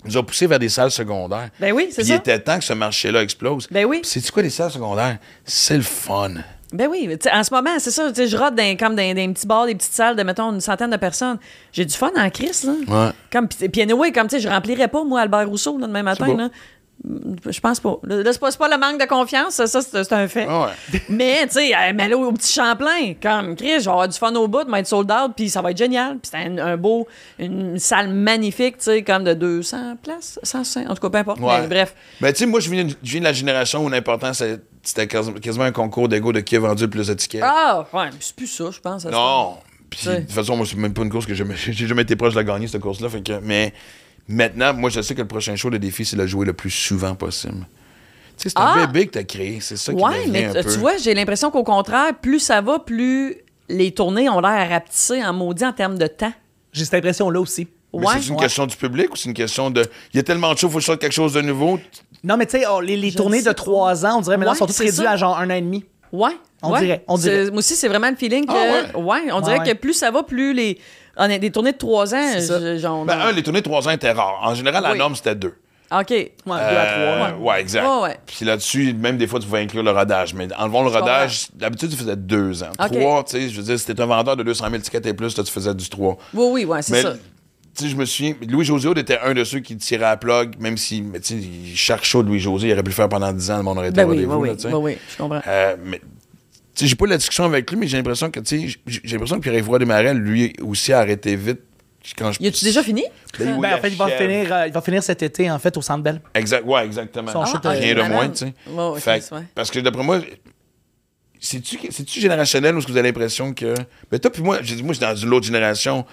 S1: nous a poussés vers des salles secondaires.
S4: Ben oui, c'est
S1: Puis
S4: ça.
S1: il était temps que ce marché-là explose.
S4: Ben oui.
S1: C'est-tu quoi les salles secondaires? C'est le fun.
S4: Ben oui, tu sais, en ce moment, c'est ça, tu sais, je rate dans, comme dans, dans des petits bars, des petites salles de, mettons, une centaine de personnes. J'ai du fun en crise, là.
S1: Ouais.
S4: Comme, puis puis anyway, comme, tu sais, je remplirais pas, moi, Albert Rousseau, là, demain matin,
S1: pas.
S4: là. Mm, Je pense pas. Là, là, c'est pas, c'est pas le manque de confiance, ça, ça, c'est c'est un fait.
S1: Ah ouais.
S4: <laughs> Mais, tu sais, euh, mais là, au petit Champlain, comme, Chris, je vais avoir du fun au bout, je vais être sold out, puis ça va être génial. Puis c'est un, un beau, une salle magnifique, tu sais, comme de 200 places, 105, en tout cas, peu importe.
S1: Ouais.
S4: Mais bref.
S1: Mais tu sais, moi, je viens, je viens de la génération où l'important, c'est- c'était quasi- quasiment un concours d'ego de qui a vendu le plus de tickets.
S4: Ah, ouais, c'est plus ça, je pense. à ce
S1: non. Puis, de
S4: Ouais.
S1: toute façon, moi, c'est même pas une course que j'ai jamais- <laughs> j'ai jamais été proche de la gagner, cette course-là. Fait que, mais maintenant, moi, je sais que le prochain show, le défi, c'est de la jouer le plus souvent possible. Tu sais, c'est un
S4: Ah!
S1: bébé que t'as créé. C'est ça qui
S4: Ouais,
S1: devient
S4: mais
S1: un
S4: tu-
S1: peu.
S4: tu vois, j'ai l'impression qu'au contraire, plus ça va, plus les tournées ont l'air rapetisser en maudit en termes de temps.
S2: J'ai cette impression-là aussi.
S1: Mais
S4: Ouais.
S1: c'est une
S2: Ouais.
S1: question du public ou c'est une question de. Il y a tellement de shows, il faut que je sorte quelque chose de nouveau.
S2: Non, mais tu sais, oh, les, les
S4: Je
S2: tournées de
S4: sais
S2: trois ans, on dirait maintenant,
S4: Ouais,
S2: sont toutes
S4: c'est
S2: réduites
S4: ça.
S2: à genre un an et demi.
S4: Ouais.
S2: On
S4: ouais.
S2: dirait, on
S4: C'est-
S2: dirait.
S4: Moi aussi, c'est vraiment le feeling que.
S1: Ah
S4: ouais. on dirait
S2: ouais.
S4: que plus ça va, plus les. On a des tournées de trois ans,
S2: C'est ça.
S4: je- j'en-
S1: Ben, un, les tournées de trois ans étaient rares. En général, la
S4: Oui.
S1: norme, c'était deux.
S4: OK. Ouais, deux
S1: Euh,
S4: à trois.
S1: ouais. exact.
S4: Ouais, ouais.
S1: Puis là-dessus, même des fois, tu pouvais inclure le rodage. Mais enlevons le
S4: Je
S1: rodage, d'habitude, tu faisais deux ans.
S4: Ok.
S1: Trois, tu sais, je veux dire, si t'étais un vendeur de 200 000 tickets et plus, là, tu faisais du trois.
S4: Oui, oui, ouais, c'est
S1: Mais,
S4: ça.
S1: tu sais, je me souviens, Louis-José Hood était un de ceux qui tirait à plug, même si, mais tu sais, chaque show de Louis-José, il aurait pu le faire pendant 10 ans, le monde aurait été
S4: Ben
S1: au
S4: oui, oui,
S1: rendez-vous,
S4: oui,
S1: là, tu sais.
S4: oui, oui, je comprends.
S1: Euh, mais tu sais, j'ai pas eu la discussion avec lui, mais j'ai l'impression que tu sais, j'ai j'ai l'impression que Pierre-Yves Roy Desmarais, lui aussi, a arrêté vite Quand je-
S4: Y a-tu déjà fini?
S1: Ben oui,
S2: Ben, en fait, il va,
S1: achève.
S2: finir, euh, il va finir cet été, en fait, au Centre Bell.
S1: Exact, ouais, exactement.
S2: Son show de-
S1: Rien de
S4: Ah, malade.
S1: moins, tu sais.
S4: Ouais, ouais,
S1: Fait
S4: je
S1: que-
S4: pense, ouais.
S1: Parce que d'après moi, c'est-tu c'est-tu générationnel ou est-ce que vous avez l'impression que. Mais toi, puis moi, je dis, moi, je suis dans une autre génération.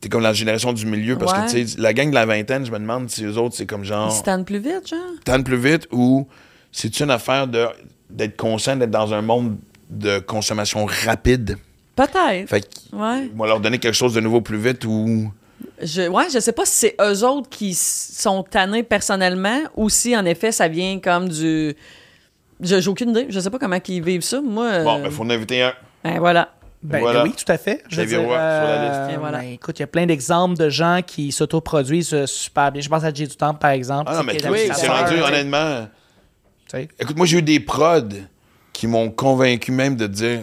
S1: T'es comme la génération du milieu parce que,
S4: Ouais.
S1: tu sais, la gang de la vingtaine, je me demande si eux autres, c'est comme
S4: Ils
S1: genre.
S4: se tannent plus vite, genre?
S1: Tanne plus vite ou c'est-tu une affaire de- d'être conscient d'être dans un monde de consommation rapide?
S4: Peut-être.
S1: Fait qu'ils
S4: Ouais.
S1: vont leur donner quelque chose de nouveau plus vite ou.
S4: Je, ouais, je sais pas si c'est eux autres qui s- sont tannés personnellement ou si, en effet, ça vient comme du. Je- J'ai aucune idée. Je sais pas comment ils vivent ça. Moi.
S1: Bon,
S4: euh,
S1: ben, faut en inviter un.
S4: ben, voilà.
S2: Ben
S1: Voilà.
S2: oui, tout à fait. Je veux
S1: Xavier
S2: dire,
S1: Roy, sur la
S2: euh,
S1: liste.
S4: Et voilà.
S2: ben, écoute, il y a plein d'exemples de gens qui s'autoproduisent euh, super bien. Je pense à Jay du Temple, par exemple.
S1: Ah non, mais
S2: qui est
S1: Chris,
S2: réalisateur,
S1: c'est rendu,
S2: tu sais.
S1: honnêtement.
S2: Tu sais.
S1: Écoute, moi, j'ai eu des prods qui m'ont convaincu même de dire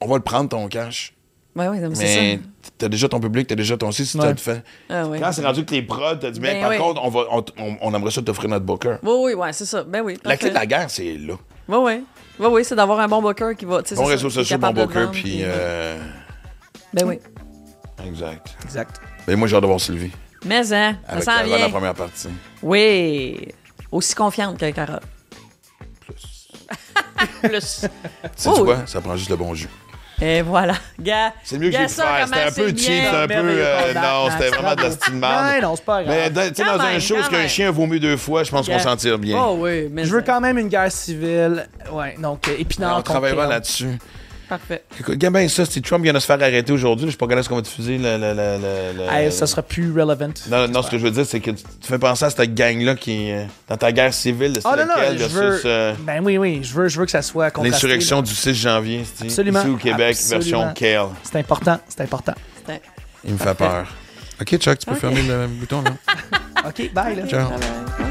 S1: on va le prendre ton cash.
S4: Ouais, ouais, non, mais c'est
S1: Mais
S4: ça.
S1: t'as déjà ton public, t'as déjà ton site, si
S2: Ouais.
S1: t'as le fait.
S4: Ah, ouais.
S1: Quand c'est rendu que les prods, t'as dit, mais
S4: Ben
S1: par
S4: oui.
S1: contre, on, va, on, t- on- on aimerait ça t'offrir notre booker.
S4: Oui, oui, ouais, c'est ça. Ben oui.
S1: La
S4: parfait.
S1: clé de la guerre, c'est là.
S4: Oui, oui. Oui, oui, c'est d'avoir un bon booker qui va. tu sais,
S1: Bon
S4: c'est ça,
S1: réseau
S4: qui est
S1: social, bon
S4: capable de
S1: booker,
S4: vendre,
S1: puis. euh,
S4: Ben oui.
S1: exact.
S2: Exact.
S1: Mais moi, j'ai hâte de voir Sylvie.
S4: Mais, hein, ça
S1: Avec
S4: s'en
S1: avant la
S4: vient.
S1: première partie.
S4: Oui. Aussi confiante que Cara. Plus.
S1: Tu sais
S4: Oh.
S1: quoi Ça prend juste le bon jus.
S4: <laughs> Et voilà. Gars.
S1: C'est mieux que j'ai
S4: gars,
S1: pu
S4: ça,
S1: faire.
S4: comment
S1: C'était un peu
S4: c'est
S1: cheap,
S4: bien.
S1: c'était
S4: Ben
S1: un peu.
S2: Merveilleux
S1: euh,
S2: combat,
S1: non,
S2: hein,
S1: c'était vraiment de la
S2: bravo.
S1: style de merde.
S2: Ouais, non, c'est pas grave.
S1: Mais dans- tu sais,
S4: Quand
S1: dans un
S4: même,
S1: show,
S4: quand
S1: parce qu'un
S4: même.
S1: chien vaut mieux deux fois, je pense qu'on
S4: Gars.
S1: s'en tire bien.
S4: Oh oui, mais
S2: Je veux
S4: ça.
S2: quand même une guerre civile. Ouais, donc, euh, et puis non,
S1: on travaillera
S2: compétent.
S1: là-dessus.
S4: Parfait.
S1: Écoute, Gabin, ça, c'est Trump qui vient de se faire arrêter aujourd'hui. Je sais pas quand est-ce qu'on va diffuser le. le, le, le- le-
S2: Hey, Eh, ça sera plus relevant.
S1: Non, non, ce que je veux dire, c'est que tu tu fais penser à cette gang-là qui. euh, dans ta guerre civile, de
S2: Ah non, non,
S1: lequel
S2: je
S1: versus
S2: veux.
S1: euh,
S2: Ben oui, oui, je veux, je veux que ça soit contrasté.
S1: l'insurrection du 6 janvier, c'est-tu,
S2: Absolument,
S1: ici au Québec,
S2: absolument.
S1: version Kale.
S2: là. C'est important, c'est important.
S4: Putain.
S2: <laughs>
S1: Il me fait peur. Ok, Chuck, tu peux
S4: Ok.
S1: fermer le bouton, là.
S2: OK, bye, là.
S1: Ciao.
S4: Ah ben,